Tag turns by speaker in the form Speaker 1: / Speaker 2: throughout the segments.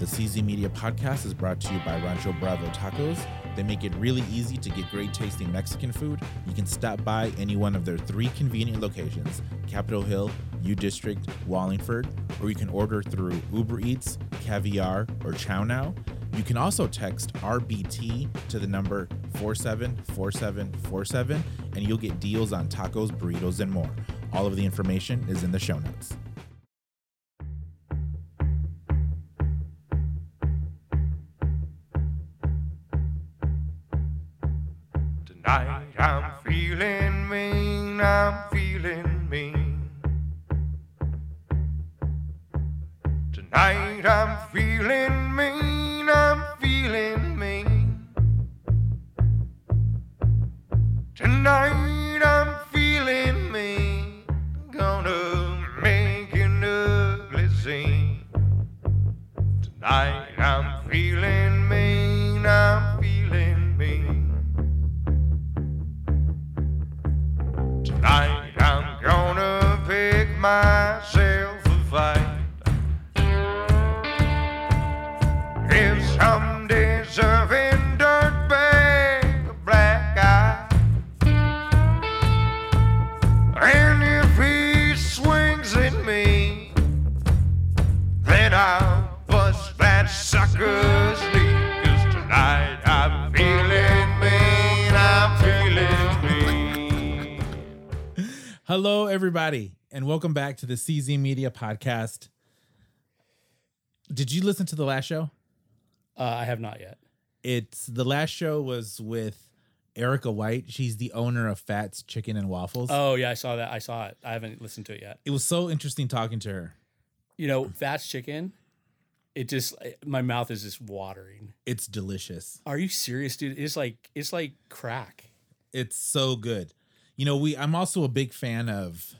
Speaker 1: CZ Media podcast is brought to you by Rancho Bravo Tacos. They make it really easy to get great tasting Mexican food. You can stop by any one of their three convenient locations Capitol Hill, U District, Wallingford, or you can order through Uber Eats, Caviar, or Chow Now. You can also text RBT to the number 474747 and you'll get deals on tacos, burritos, and more. All of the information is in the show notes.
Speaker 2: Tonight I'm feeling mean, I'm feeling mean. Tonight I'm feeling mean, I'm feeling mean. Tonight I'm feeling mean, gonna make an ugly scene. Tonight I'm feeling mean, I'm feeling mean. Tonight I'm gonna pick myself a fight. If some deserving dirtbag a black eye, and if he swings at me, then I'll bust that sucker's knee. 'Cause tonight I'm feeling mean, I'm feeling mean.
Speaker 1: Hello, everybody, and welcome back to the CZ Media Podcast. Did you listen to the last show?
Speaker 3: Uh, I have not yet.
Speaker 1: It's the last show was with Erica White. She's the owner of Fats Chicken and Waffles.
Speaker 3: Oh yeah, I saw that. I saw it. I haven't listened to it yet.
Speaker 1: It was so interesting talking to her.
Speaker 3: You know, Fats Chicken. It just my mouth is just watering.
Speaker 1: It's delicious.
Speaker 3: Are you serious, dude? It's like it's like crack.
Speaker 1: It's so good. You know, we I'm also a big fan of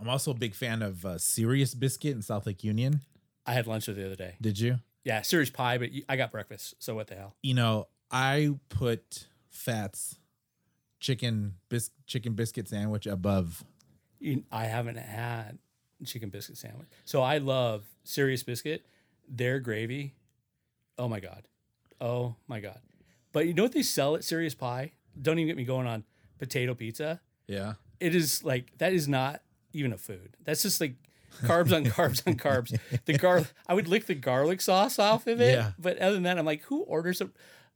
Speaker 1: I'm also a big fan of uh, Sirius Biscuit in South Lake Union.
Speaker 3: I had lunch with it the other day.
Speaker 1: Did you?
Speaker 3: Yeah, serious pie, but you- I got breakfast. So what the hell?
Speaker 1: you know, I put Fats chicken bis- chicken biscuit sandwich above.
Speaker 3: You- I haven't had chicken biscuit sandwich. So I love Serious Biscuit. Their gravy. Oh my god. Oh my god. But you know what they sell at Serious Pie? Don't even get me going on potato pizza.
Speaker 1: Yeah.
Speaker 3: it is like that is not even a food. That's just like carbs on carbs on carbs. The gar I would lick the garlic sauce off of it.
Speaker 1: Yeah.
Speaker 3: But other than that, I'm like, who orders a,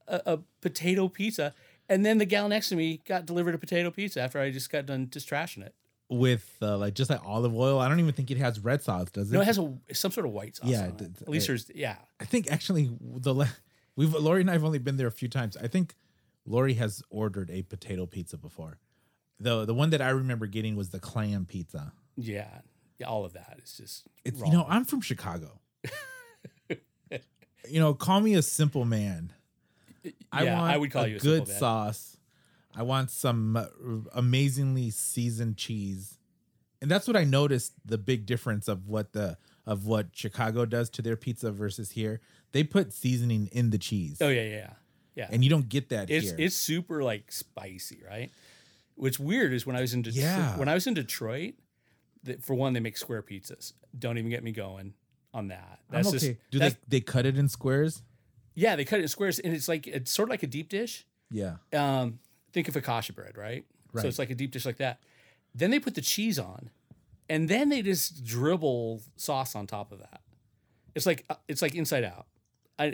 Speaker 3: a a potato pizza? And then the gal next to me got delivered a potato pizza after I just got done just trashing it.
Speaker 1: With uh, like just like olive oil. I don't even think it has red sauce, does it?
Speaker 3: No, it has a some sort of white sauce.
Speaker 1: Yeah, it
Speaker 3: on it.
Speaker 1: did-
Speaker 3: at least
Speaker 1: it-
Speaker 3: there's yeah.
Speaker 1: I think actually the la- we've Lori and I have only been there a few times. I think Lori has ordered a potato pizza before. The the one that I remember getting was the clam pizza.
Speaker 3: yeah, yeah, all of that is just
Speaker 1: It's
Speaker 3: wrong.
Speaker 1: you know, I'm from Chicago. you know, call me a simple man.
Speaker 3: Yeah, I would call you a simple
Speaker 1: good
Speaker 3: man.
Speaker 1: sauce. I want some uh, amazingly seasoned cheese, and that's what I noticed the big difference of what the of what Chicago does to their pizza versus here. They put seasoning in the cheese,
Speaker 3: oh yeah yeah yeah. yeah.
Speaker 1: and you don't get that
Speaker 3: it's
Speaker 1: here.
Speaker 3: it's super like spicy, right? What's weird is when I was in Detroit,
Speaker 1: Yeah.
Speaker 3: when I was in Detroit, that for one they make square pizzas. Don't even get me going on that. That's
Speaker 1: I'm okay.
Speaker 3: just
Speaker 1: Do
Speaker 3: that's,
Speaker 1: they they cut it in squares?
Speaker 3: yeah, they cut it in squares and it's like it's sort of like a deep dish.
Speaker 1: Yeah,
Speaker 3: Um, think of a kasha bread, right?
Speaker 1: Right.
Speaker 3: So it's like a deep dish like that. Then they put the cheese on, and then they just dribble sauce on top of that. It's like uh, it's like inside out. I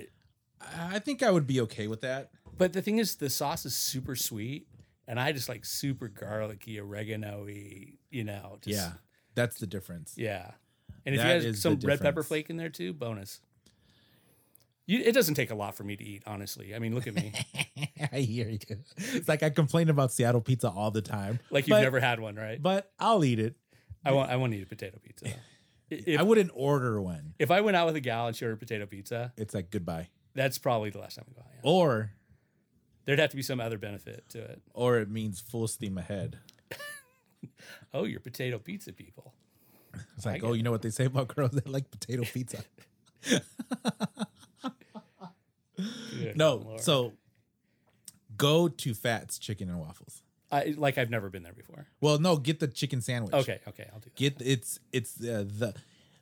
Speaker 1: I I think I would be okay with that.
Speaker 3: But the thing is, the sauce is super sweet, and I just like super garlicky, oregano-y, you know. Just,
Speaker 1: yeah, that's the difference.
Speaker 3: Yeah. And if
Speaker 1: That
Speaker 3: you
Speaker 1: is
Speaker 3: have
Speaker 1: the
Speaker 3: some red pepper
Speaker 1: difference.
Speaker 3: flake in there too, bonus. You, it doesn't take a lot for me to eat, honestly. I mean, look at me.
Speaker 1: I hear you. It's like I complain about Seattle pizza all the time.
Speaker 3: Like you've
Speaker 1: But-
Speaker 3: never had one, right?
Speaker 1: but I'll eat it.
Speaker 3: I won't. I won't eat a potato pizza. though. I- If,
Speaker 1: I wouldn't order one.
Speaker 3: if I went out with a gal and she ordered potato pizza,
Speaker 1: It's like goodbye.
Speaker 3: that's probably the last time I go out. yeah.
Speaker 1: Or
Speaker 3: There'd have to be some other benefit to it.
Speaker 1: or it means full steam ahead.
Speaker 3: Oh, you're potato pizza people.
Speaker 1: It's like,
Speaker 3: get
Speaker 1: oh, you know what they say about girls that like potato pizza.
Speaker 3: Good
Speaker 1: No,
Speaker 3: Lord.
Speaker 1: so go to Fats Chicken and Waffles.
Speaker 3: I, like I've never been there before.
Speaker 1: Well, no, get the chicken sandwich.
Speaker 3: Okay, okay, I'll do that.
Speaker 1: Get it's it's uh, the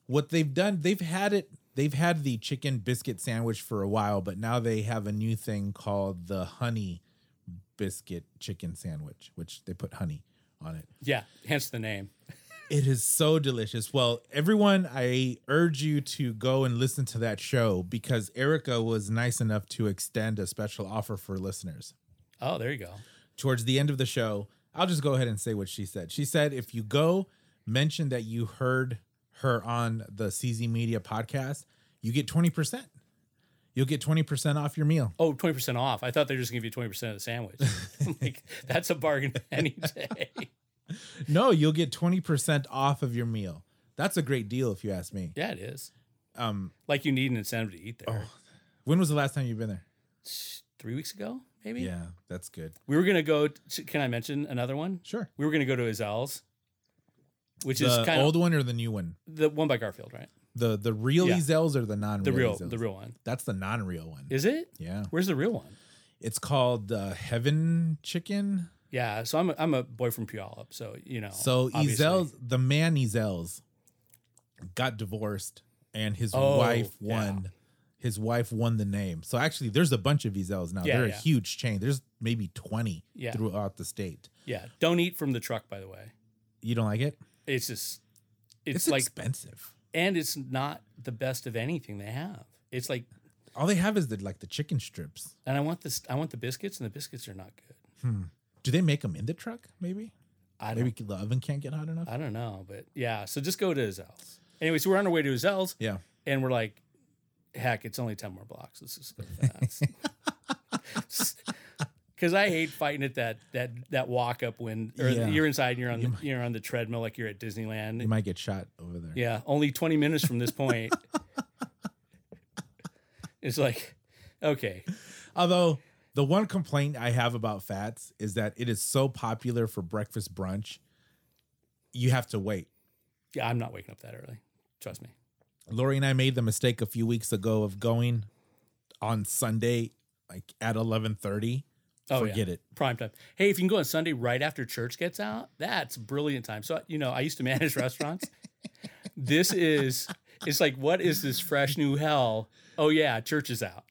Speaker 1: what they've done. They've had it. They've had the chicken biscuit sandwich for a while, but now they have a new thing called the honey biscuit chicken sandwich, which they put honey on it.
Speaker 3: Yeah, hence the name.
Speaker 1: It is so delicious. Well, everyone, I urge you to go and listen to that show because Erica was nice enough to extend a special offer for listeners.
Speaker 3: Oh, there you go.
Speaker 1: Towards the end of the show, I'll just go ahead and say what she said. She said, if you go mention that you heard her on the CZ Media podcast, you get 20%. You'll get 20% off your meal.
Speaker 3: Oh, 20% off. I thought they were just going to give you 20% of the sandwich. I'm like, that's a bargain any day.
Speaker 1: No, you'll get 20% off of your meal. That's a great deal if you ask me.
Speaker 3: Yeah, it is.
Speaker 1: Um,
Speaker 3: Like you need an incentive to eat there.
Speaker 1: Oh. when was the last time you've been there?
Speaker 3: Three weeks ago, maybe?
Speaker 1: Yeah, that's good.
Speaker 3: We were going to go. To, can I mention another one?
Speaker 1: Sure.
Speaker 3: We were going to go to Azal's, which
Speaker 1: The
Speaker 3: is kind
Speaker 1: old
Speaker 3: of
Speaker 1: one or the new one?
Speaker 3: the one by Garfield, right?
Speaker 1: The the real
Speaker 3: Yeah.
Speaker 1: Ezels or the non
Speaker 3: The real,
Speaker 1: real?
Speaker 3: the real one.
Speaker 1: That's the non real one.
Speaker 3: Is it?
Speaker 1: yeah,
Speaker 3: Where's the real one?
Speaker 1: it's called uh, Heaven Chicken.
Speaker 3: Yeah. So I'm a, I'm a boy from Puyallup, so you know.
Speaker 1: So
Speaker 3: obviously.
Speaker 1: Ezels, the man Ezels, got divorced, and his
Speaker 3: Oh,
Speaker 1: wife
Speaker 3: yeah.
Speaker 1: won. His wife won the name. So actually, there's a bunch of Ezels now.
Speaker 3: Yeah,
Speaker 1: They're
Speaker 3: yeah.
Speaker 1: a huge chain. There's maybe twenty
Speaker 3: Yeah.
Speaker 1: throughout the state.
Speaker 3: Yeah. Don't eat from the truck, by the way.
Speaker 1: You don't like it?
Speaker 3: It's just, it's,
Speaker 1: It's,
Speaker 3: like,
Speaker 1: expensive.
Speaker 3: and it's not the best of anything they have. It's like,
Speaker 1: All they have is the like the chicken strips.
Speaker 3: and I want this, I want the biscuits, and the biscuits are not good.
Speaker 1: Do they make them in the truck? Maybe.
Speaker 3: I don't,
Speaker 1: Maybe the oven can't get hot enough.
Speaker 3: I don't know, but yeah. So just go to Azal's. Anyway, so we're on our way to Azal's,
Speaker 1: yeah.
Speaker 3: and we're like, heck, it's only 10 more blocks. Let's just go fast. Because I hate fighting at that that that walk up when or
Speaker 1: Yeah.
Speaker 3: you're inside and you're on the, you're on the treadmill like you're at Disneyland.
Speaker 1: You might get shot over there.
Speaker 3: Yeah, only 20 minutes from this point. it's like, okay,
Speaker 1: Although the one complaint I have about Fats is that it is so popular for breakfast brunch, you have to wait.
Speaker 3: yeah, I'm not waking up that early. Trust me.
Speaker 1: Lori and I made the mistake a few weeks ago of going on Sunday, like at eleven thirty.
Speaker 3: Oh, yeah.
Speaker 1: Forget it.
Speaker 3: Prime time. Hey, if you can go on Sunday right after church gets out, that's brilliant time. So, you know, I used to manage restaurants. this is, it's like, what is this fresh new hell? Oh, yeah, church is out.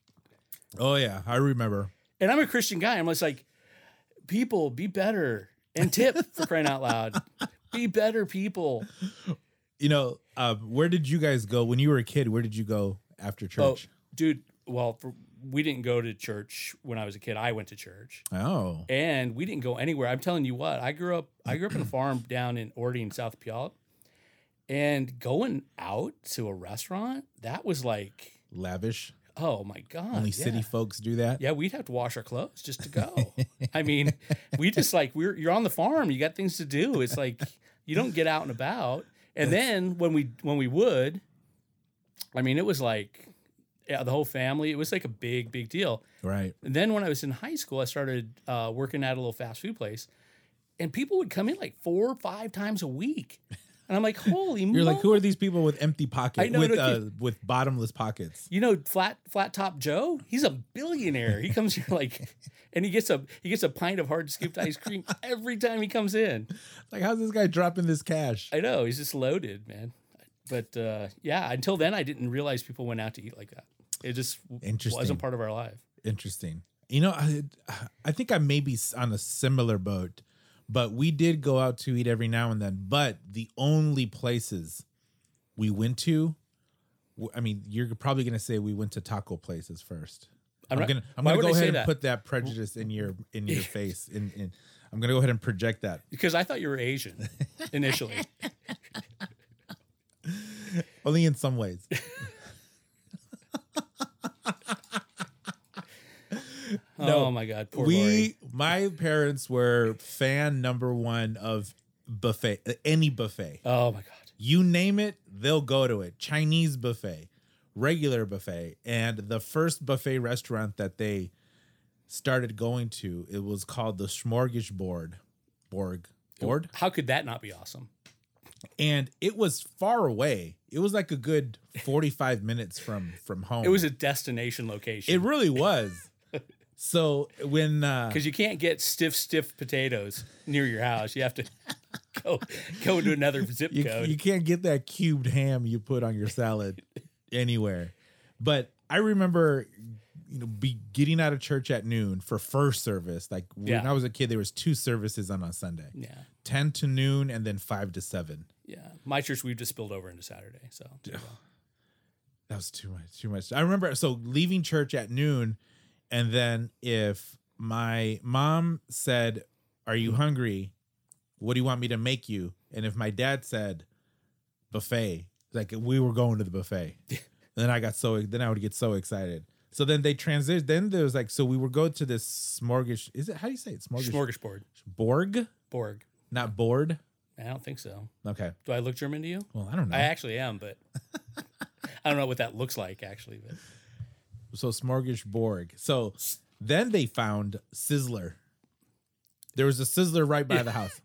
Speaker 1: Oh yeah, I remember.
Speaker 3: And I'm a Christian guy. I'm just like, people, be better and tip for crying out loud. Be better people.
Speaker 1: You know, uh, where did you guys go when you were a kid? Where did you go after church?
Speaker 3: Oh, dude. Well, for, we didn't go to church when I was a kid. I went to church,
Speaker 1: Oh,
Speaker 3: and we didn't go anywhere. I'm telling you what. I grew up. I grew up in a farm down in Ording, South Puyallup, and going out to a restaurant that was like,
Speaker 1: lavish.
Speaker 3: oh my god,
Speaker 1: Only
Speaker 3: yeah.
Speaker 1: city folks do that.
Speaker 3: Yeah, we'd have to wash our clothes just to go. I mean, we just like we're you're on the farm, you got things to do. It's like you don't get out and about. And then when we when we would, I mean, it was like yeah, the whole family. It was like a big big deal.
Speaker 1: Right.
Speaker 3: And then when I was in high school, I started uh, working at a little fast food place, and people would come in like four or five times a week, and I'm like, holy,
Speaker 1: You're like, who are these people with empty
Speaker 3: I
Speaker 1: pockets,
Speaker 3: know,
Speaker 1: with
Speaker 3: no
Speaker 1: uh, with bottomless pockets?
Speaker 3: you know flat flat top joe he's a billionaire he comes here like and he gets a he gets a pint of hard scooped ice cream every time he comes in
Speaker 1: Like, how's this guy dropping this cash?
Speaker 3: i know he's just loaded man but uh yeah until then i didn't realize people went out to eat like that it just w-
Speaker 1: Interesting.
Speaker 3: wasn't part of our life
Speaker 1: Interesting. You know, I, I think I may be s- on a similar boat, but we did go out to eat every now and then. But the only places we went to, w- I mean, you're probably going to say we went to taco places first. I'm,
Speaker 3: not-
Speaker 1: gonna I'm
Speaker 3: why
Speaker 1: gonna go
Speaker 3: would I say
Speaker 1: ahead and
Speaker 3: that?
Speaker 1: put that prejudice in your in your face. In, in I'm gonna go ahead and project that.
Speaker 3: because i thought you were asian initially
Speaker 1: Only in some ways.
Speaker 3: oh my god poor
Speaker 1: we
Speaker 3: Lori.
Speaker 1: my parents were fan number one of buffet any buffet.
Speaker 3: oh my god
Speaker 1: You name it, they'll go to it. Chinese buffet, regular buffet, and the first buffet restaurant that they started going to, it was called the Smorgasbord, Borg, Board,
Speaker 3: how could that not be awesome
Speaker 1: and it was far away. It was like a good forty-five minutes from from home.
Speaker 3: it was a destination location
Speaker 1: It really was. so when uh,
Speaker 3: because you can't get stiff, stiff potatoes near your house. You have to go go to another zip
Speaker 1: you,
Speaker 3: code.
Speaker 1: you can't get that cubed ham you put on your salad. anywhere. But I remember, you know, be getting out of church at noon for first service. Like when
Speaker 3: Yeah.
Speaker 1: I was a kid, there was two services on a Sunday,
Speaker 3: Yeah,
Speaker 1: ten to noon, and then five to seven.
Speaker 3: yeah. My church we've just spilled over into Saturday, so
Speaker 1: That was too much, too much. I remember so leaving church at noon, and then if my mom said, "Are you hungry? What do you want me to make you?" and if my dad said, "Buffet," like we were going to the buffet, then I got so then I would get so excited. So then they transition. Then there was like so we would go to this smorgish. Is it how do you say it? Smorgish
Speaker 3: smorgasbord
Speaker 1: borg,
Speaker 3: Borg.
Speaker 1: not board.
Speaker 3: I don't think so.
Speaker 1: Okay.
Speaker 3: Do I look German to you?
Speaker 1: Well, I don't know.
Speaker 3: I actually am, but I don't know what that looks like actually. But
Speaker 1: So smorgasbord. So then they found Sizzler. There was a Sizzler right by the house,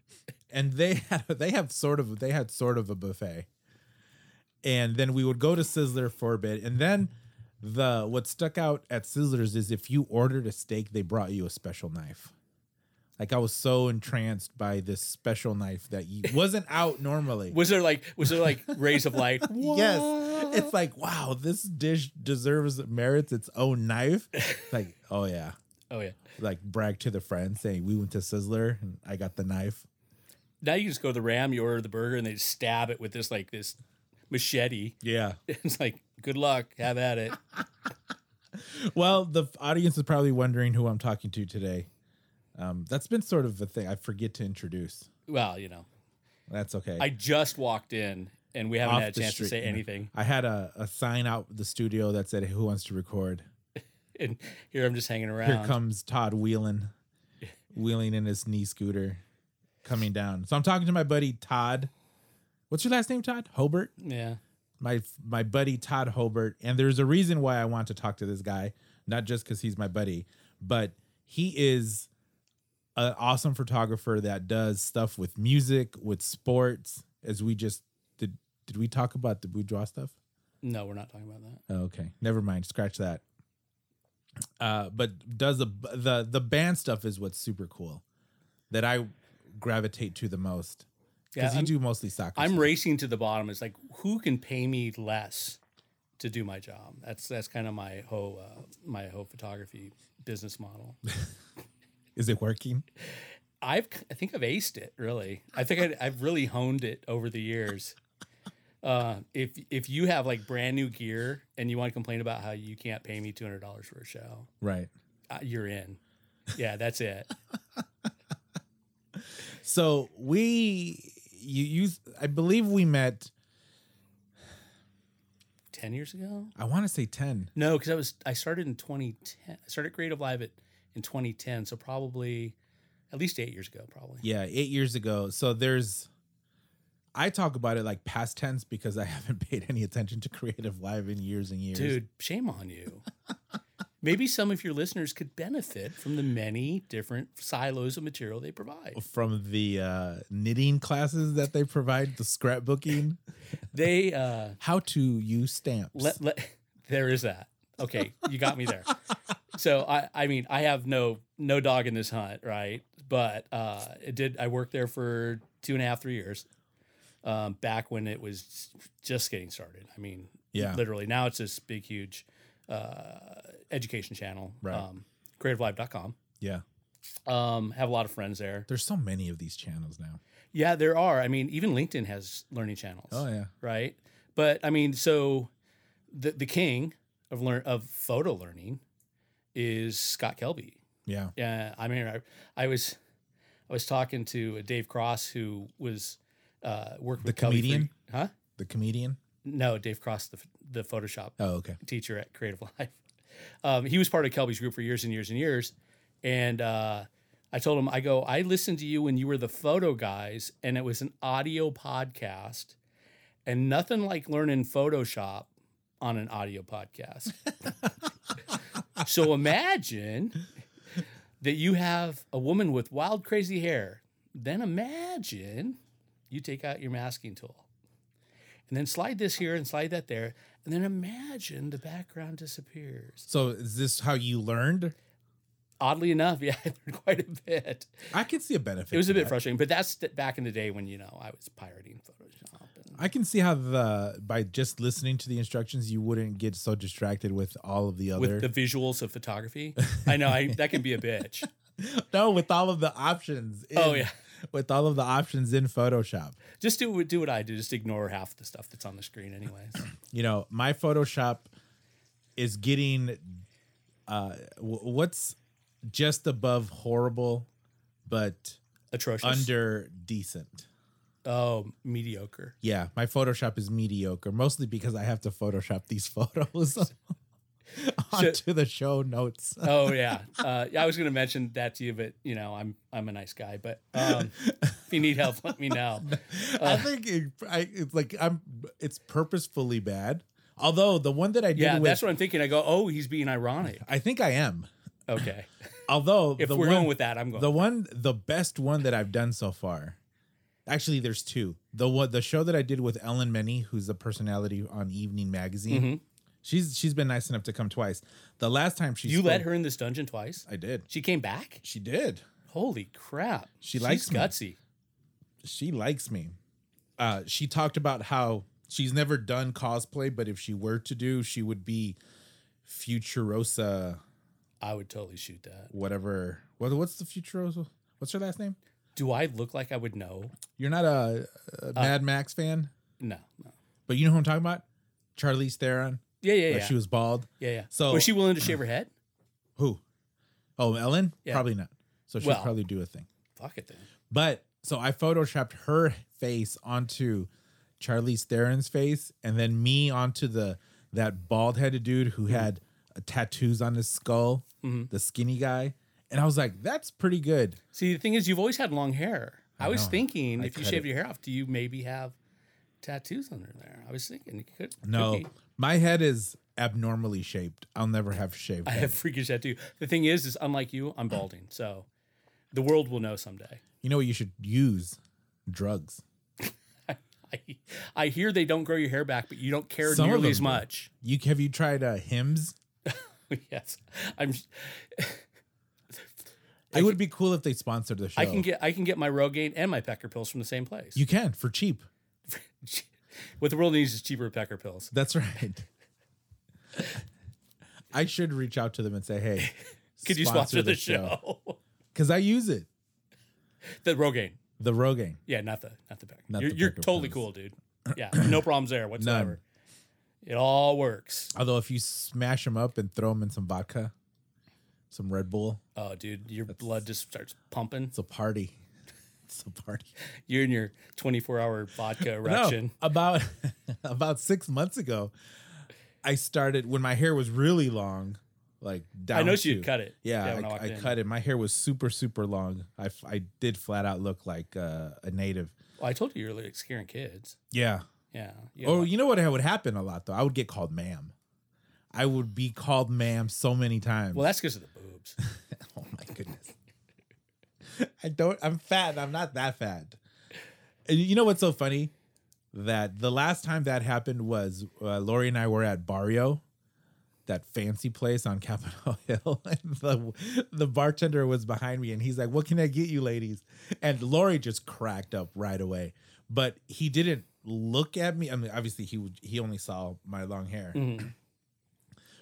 Speaker 1: and they had they have sort of they had sort of a buffet. And then we would go to Sizzler for a bit, and then the what stuck out at Sizzlers is if you ordered a steak, they brought you a special knife. Like I was so entranced by this special knife that you, wasn't out normally.
Speaker 3: was there like was there like rays of light?
Speaker 1: Yes. It's like, wow, this dish deserves merits its own knife. like, oh yeah.
Speaker 3: Oh yeah.
Speaker 1: Like brag to the friend saying we went to Sizzler and I got the knife.
Speaker 3: Now you just go to the Ram, you order the burger, and they just stab it with this like this machete.
Speaker 1: Yeah.
Speaker 3: It's like good luck, have at it.
Speaker 1: Well, the f- audience is probably wondering who I'm talking to today. Um, that's been sort of a thing I forget to introduce.
Speaker 3: Well, you know,
Speaker 1: That's okay.
Speaker 3: I just walked in and we haven't
Speaker 1: Off
Speaker 3: had a
Speaker 1: the
Speaker 3: chance
Speaker 1: street,
Speaker 3: to say
Speaker 1: you know.
Speaker 3: anything.
Speaker 1: I had a, a sign out the studio that said, "Who wants to record?"
Speaker 3: And here I'm just hanging around.
Speaker 1: Here comes Todd Wheelan, wheeling in his knee scooter, coming down. So I'm talking to my buddy Todd. What's your last name, Todd? Hobart.
Speaker 3: Yeah.
Speaker 1: My my buddy Todd Hobart, and there's a reason why I want to talk to this guy, not just because he's my buddy, but he is an awesome photographer that does stuff with music, with sports. As we just did, did we talk about the boudoir stuff?
Speaker 3: No, we're not talking about that.
Speaker 1: Oh, okay, never mind. Scratch that. Uh, but does the the the band stuff is what's super cool that I gravitate to the most
Speaker 3: Yeah,
Speaker 1: because you
Speaker 3: I'm-
Speaker 1: do mostly soccer.
Speaker 3: I'm
Speaker 1: stuff.
Speaker 3: racing to the bottom. It's like who can pay me less to do my job? That's that's kind of my whole uh, my whole photography business model.
Speaker 1: Is it working?
Speaker 3: I've I think I've aced it really. I think I, I've really honed it over the years. Uh, if if you have like brand new gear and you want to complain about how you can't pay me two hundred dollars for a show,
Speaker 1: Right.
Speaker 3: uh, you're in. Yeah, that's it.
Speaker 1: So we you you I believe we met.
Speaker 3: Ten years ago?
Speaker 1: I want to say ten.
Speaker 3: No, because I was I started in 2010. I started Creative Live at in 2010, so probably at least eight years ago, probably.
Speaker 1: Yeah, eight years ago. So there's. I talk about it like past tense because I haven't paid any attention to creative live in years and years.
Speaker 3: Dude, shame on you. Maybe some of your listeners could benefit from the many different silos of material they provide.
Speaker 1: from the uh, knitting classes that they provide, the scrapbooking,
Speaker 3: They uh
Speaker 1: how to use stamps.
Speaker 3: let, let there is that. Okay, you got me there. So I I mean, I have no no dog in this hunt, right? But uh it did I worked there for two and a half, three years. Um, back when it was just getting started. I mean,
Speaker 1: yeah,
Speaker 3: literally now it's this big huge uh education channel.
Speaker 1: Right.
Speaker 3: Um creativelive.com.
Speaker 1: yeah.
Speaker 3: Um, have a lot of friends there.
Speaker 1: There's so many of these channels now.
Speaker 3: Yeah, there are. I mean, even LinkedIn has learning channels,
Speaker 1: Oh yeah,
Speaker 3: right? But I mean, so the the king of learn of photo learning is Scott Kelby.
Speaker 1: yeah.
Speaker 3: Yeah, I mean, I, I was I was talking to Dave Cross, who was uh, worked
Speaker 1: The
Speaker 3: with Kelby for-
Speaker 1: comedian?
Speaker 3: huh?
Speaker 1: The comedian.
Speaker 3: No, Dave Cross, the the Photoshop
Speaker 1: Oh okay.
Speaker 3: teacher at Creative Life. Um, he was part of Kelby's group for years and years and years. And uh, I told him, I go, I listened to you when you were the photo guys, and it was an audio podcast, and nothing like learning Photoshop on an audio podcast. so imagine that you have a woman with wild, crazy hair. Then imagine you take out your masking tool and then slide this here and slide that there. And then imagine the background disappears.
Speaker 1: So is this how you learned?
Speaker 3: Oddly enough, yeah, I learned quite a bit.
Speaker 1: I could see a benefit.
Speaker 3: It was
Speaker 1: to
Speaker 3: a bit
Speaker 1: that.
Speaker 3: frustrating, but that's the, back in the day when, you know, I was pirating Photoshop. And
Speaker 1: I can see how the by just listening to the instructions you wouldn't get so distracted with all of the other
Speaker 3: with the visuals of photography. I know I, that can be a bitch.
Speaker 1: no with all of the options. In,
Speaker 3: Oh, yeah.
Speaker 1: with all of the options in Photoshop.
Speaker 3: Just do what- do what I do. Just ignore half the stuff that's on the screen, anyways.
Speaker 1: You know, my Photoshop is getting uh w- what's just above horrible, but
Speaker 3: Atrocious.
Speaker 1: under decent.
Speaker 3: oh, mediocre.
Speaker 1: Yeah, my Photoshop is mediocre, mostly because I have to Photoshop these photos onto the show notes.
Speaker 3: Oh yeah. Uh, yeah, I was going to mention that to you, but you know, I'm I'm a nice guy. But um, if you need help, let me know.
Speaker 1: I think it, I, it's like I'm. It's purposefully bad. Although the one that I did
Speaker 3: Yeah,
Speaker 1: with,
Speaker 3: that's what I'm thinking. I go, oh, he's being ironic.
Speaker 1: I think I am.
Speaker 3: Okay.
Speaker 1: Although
Speaker 3: If
Speaker 1: the
Speaker 3: we're
Speaker 1: one,
Speaker 3: going with that, I'm going.
Speaker 1: the one, the best one that I've done so far. Actually, there's two. The one, the show that I did with Ellen Many, who's the personality on Evening Magazine.
Speaker 3: Mhm.
Speaker 1: She's she's been nice enough to come twice. The last time she
Speaker 3: you let
Speaker 1: spoke-
Speaker 3: her in this dungeon twice.
Speaker 1: I did.
Speaker 3: She came back.
Speaker 1: She did.
Speaker 3: Holy crap!
Speaker 1: She likes
Speaker 3: She's
Speaker 1: me.
Speaker 3: gutsy.
Speaker 1: she likes me. Uh, she talked about how she's never done cosplay, but if she were to do, she would be Futurosa,
Speaker 3: I would totally shoot that.
Speaker 1: whatever. What, what's the Futurosa? What's her last name?
Speaker 3: Do I look like I would know?
Speaker 1: You're not a, a
Speaker 3: Uh,
Speaker 1: Mad Max fan,
Speaker 3: No, no.
Speaker 1: but you know who I'm talking about? Charlize Theron.
Speaker 3: Yeah, yeah, yeah.
Speaker 1: Like, She was bald.
Speaker 3: yeah, yeah.
Speaker 1: so-
Speaker 3: was she willing to shave her head?
Speaker 1: Who? Oh, Ellen?
Speaker 3: Yeah.
Speaker 1: Probably not. So she'll
Speaker 3: Well.
Speaker 1: probably do a thing.
Speaker 3: Fuck it then.
Speaker 1: But so I photoshopped her face onto Charlize Theron's face, and then me onto the that bald headed dude who
Speaker 3: Mm-hmm.
Speaker 1: had uh, tattoos on his skull, the skinny guy, and I was like, "That's pretty good."
Speaker 3: See, the thing is, you've always had long hair. I, was
Speaker 1: know.
Speaker 3: thinking,
Speaker 1: I
Speaker 3: if you
Speaker 1: cut
Speaker 3: shave
Speaker 1: it.
Speaker 3: your hair off, do you maybe have tattoos under there? I was thinking you could. could
Speaker 1: No,
Speaker 3: be.
Speaker 1: my head is abnormally shaped. I'll never have shaved.
Speaker 3: I
Speaker 1: head.
Speaker 3: have freakish tattoo. The thing is, is unlike you, I'm balding, so the world will know someday.
Speaker 1: you know what? You should use drugs.
Speaker 3: I, I hear they don't grow your hair back, but you don't care
Speaker 1: Some of
Speaker 3: nearly
Speaker 1: them
Speaker 3: as
Speaker 1: do.
Speaker 3: much.
Speaker 1: You have you tried uh, hymns?
Speaker 3: yes, I'm.
Speaker 1: It would be cool if they sponsored the show.
Speaker 3: I can get I can get my Rogaine and my Pecker pills from the same place.
Speaker 1: You can for cheap.
Speaker 3: what the world needs is cheaper Pecker pills.
Speaker 1: That's right. I should reach out to them and say, "Hey,
Speaker 3: Could you sponsor, the, show?
Speaker 1: Because I use it,
Speaker 3: the Rogaine.
Speaker 1: the Rogaine.
Speaker 3: Yeah, not the not the Pecker.
Speaker 1: Not
Speaker 3: you're
Speaker 1: the
Speaker 3: you're
Speaker 1: Pecker
Speaker 3: totally
Speaker 1: pills.
Speaker 3: cool, dude. Yeah, no problems there whatsoever. It all works.
Speaker 1: Although if you smash them up and throw them in some vodka, some Red Bull,
Speaker 3: Oh, dude, your blood just starts pumping.
Speaker 1: it's a party. It's a party.
Speaker 3: You're in your 24 hour vodka
Speaker 1: No,
Speaker 3: erection.
Speaker 1: about about six months ago, I started when my hair was really long, like down.
Speaker 3: I noticed you
Speaker 1: to-
Speaker 3: cut it.
Speaker 1: Yeah,
Speaker 3: when walked
Speaker 1: I, I
Speaker 3: in.
Speaker 1: cut it. My hair was super, super long. I, f- I did flat out look like uh, a native.
Speaker 3: Well, I told you you were like scaring kids.
Speaker 1: Yeah,
Speaker 3: Yeah.
Speaker 1: Oh,
Speaker 3: yeah.
Speaker 1: you know what would happen a lot though? I would get called ma'am. I would be called ma'am so many times.
Speaker 3: well, that's because of the boobs.
Speaker 1: oh my goodness. I don't I'm fat and I'm not that fat. And you know what's so funny? That the last time that happened was uh, Lori and I were at Barrio, that fancy place on Capitol Hill. And the, the bartender was behind me and he's like, What can I get you, ladies? And Lori just cracked up right away. But he didn't look at me. I mean, obviously, he, would- he only saw my long hair.
Speaker 3: Mhm.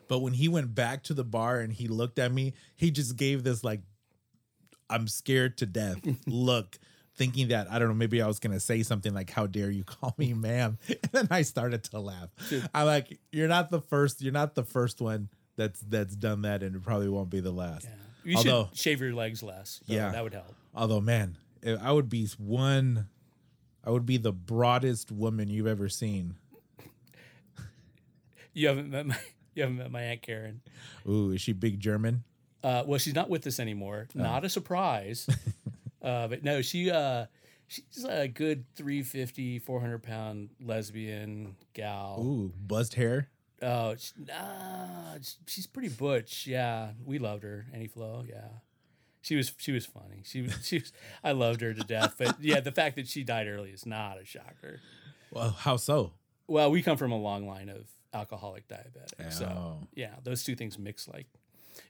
Speaker 1: But when he went back to the bar and he looked at me, he just gave this like I'm scared to death look, thinking that I don't know, maybe I was gonna say something like, How dare you call me ma'am? And then I started to laugh. I'm like, You're not the first, you're not the first one that's that's done that and it probably won't be the last.
Speaker 3: Yeah. You
Speaker 1: Although-
Speaker 3: should shave your legs less. though.
Speaker 1: Yeah.
Speaker 3: That would help.
Speaker 1: Although, man, if I would be one I would be the broadest woman you've ever seen.
Speaker 3: You haven't met my you haven't met my aunt Karen.
Speaker 1: Ooh, is she big German?
Speaker 3: Uh, well, she's not with us anymore.
Speaker 1: Oh.
Speaker 3: Not a surprise. uh, but no, she uh, she's a good 350, 400 pound lesbian gal.
Speaker 1: Ooh, buzzed hair.
Speaker 3: Oh, she, nah, sh- she's pretty butch. Yeah, we loved her. Annie Flo. Yeah, she was she was funny. She was she was. I loved her to death. But yeah, the fact that she died early is not a shocker.
Speaker 1: Well, how so?
Speaker 3: Well, we come from a long line of alcoholic diabetics. So
Speaker 1: Oh.
Speaker 3: yeah, those two things mix like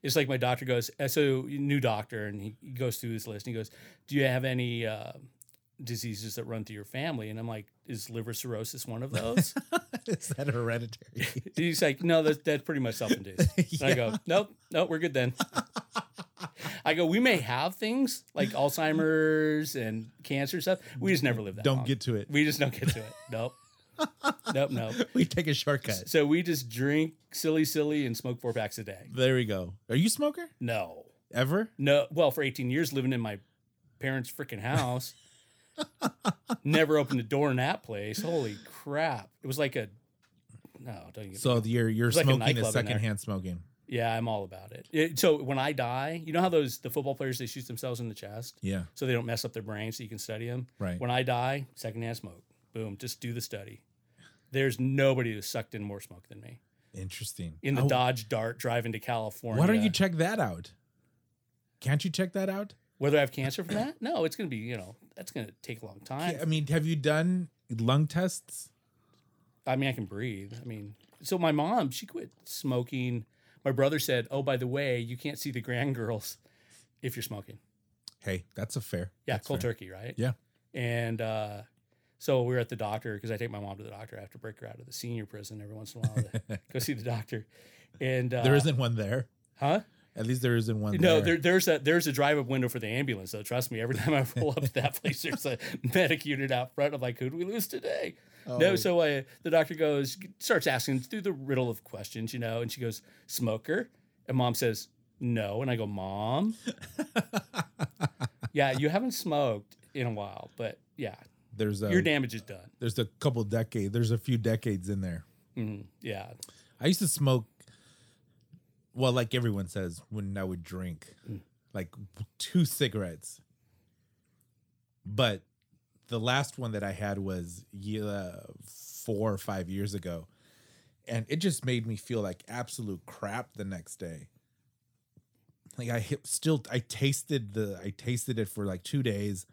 Speaker 3: it's like my doctor goes uh, so new doctor and he he goes through this list and he goes, "Do you have any uh, diseases that run through your family. And I'm like, is liver cirrhosis one of those?
Speaker 1: Is that hereditary?
Speaker 3: He's like, no, that's, that's pretty much self-induced. And I go, nope, nope, we're good then. I go, we may have things like Alzheimer's and cancer stuff. We just never live that
Speaker 1: Don't
Speaker 3: long.
Speaker 1: get to it.
Speaker 3: We just don't get to it. Nope. nope, nope.
Speaker 1: We take a shortcut.
Speaker 3: So we just drink silly, silly, and smoke four packs a day.
Speaker 1: There we go. Are you a smoker?
Speaker 3: No,
Speaker 1: Ever?
Speaker 3: no. Well, for 18 years living in my parents' freaking house, never opened a door in that place. Holy crap! It was like a no. Don't you?
Speaker 1: So you're you're
Speaker 3: It's like a
Speaker 1: smoking is
Speaker 3: nightclub in there.
Speaker 1: secondhand smoking.
Speaker 3: yeah, I'm all about it. it. So when I die, you know how those the football players they shoot themselves in the chest
Speaker 1: Yeah.
Speaker 3: so they don't mess up their brain, so you can study them.
Speaker 1: Right.
Speaker 3: When I die, secondhand smoke. Boom. Just do the study. There's nobody who sucked in more smoke than me
Speaker 1: Interesting.
Speaker 3: in the
Speaker 1: Oh,
Speaker 3: Dodge Dart driving to California.
Speaker 1: Why don't you check that out? Can't you check that out?
Speaker 3: Whether I have cancer from that? No, it's going to be, you know, that's going to take a long time.
Speaker 1: Yeah, I mean, have you done lung tests?
Speaker 3: I mean, I can breathe. I mean, so my mom, she quit smoking. My brother said, "Oh, by the way, you can't see the grand girls if you're smoking."
Speaker 1: Hey, that's a fair.
Speaker 3: Yeah,
Speaker 1: that's
Speaker 3: cold
Speaker 1: fair.
Speaker 3: turkey, right?
Speaker 1: Yeah.
Speaker 3: And uh, so we were at the doctor because I take my mom to the doctor. I have to break her out of the senior prison every once in a while to go see the doctor. And uh,
Speaker 1: There isn't one there.
Speaker 3: huh?
Speaker 1: At least there isn't one.
Speaker 3: No, there,
Speaker 1: there.
Speaker 3: there's a there's a drive-up window for the ambulance. So trust me, every time I roll up to that place, there's a medic unit out front. I'm like, who do we lose today? No, so I, the doctor goes, starts asking through the riddle of questions, you know, and she goes, smoker, and mom says, no, and I go, mom, yeah, you haven't smoked in a while, but yeah,
Speaker 1: There's a
Speaker 3: your damage is done.
Speaker 1: there's a couple decades. There's a few decades in there.
Speaker 3: Mhm, yeah,
Speaker 1: I used to smoke. Well, like everyone says, when I would drink,
Speaker 3: Mm.
Speaker 1: like two cigarettes. But the last one that I had was ye- uh, four or five years ago, and it just made me feel like absolute crap the next day. Like I hit, still, I tasted the, I tasted it for like two days.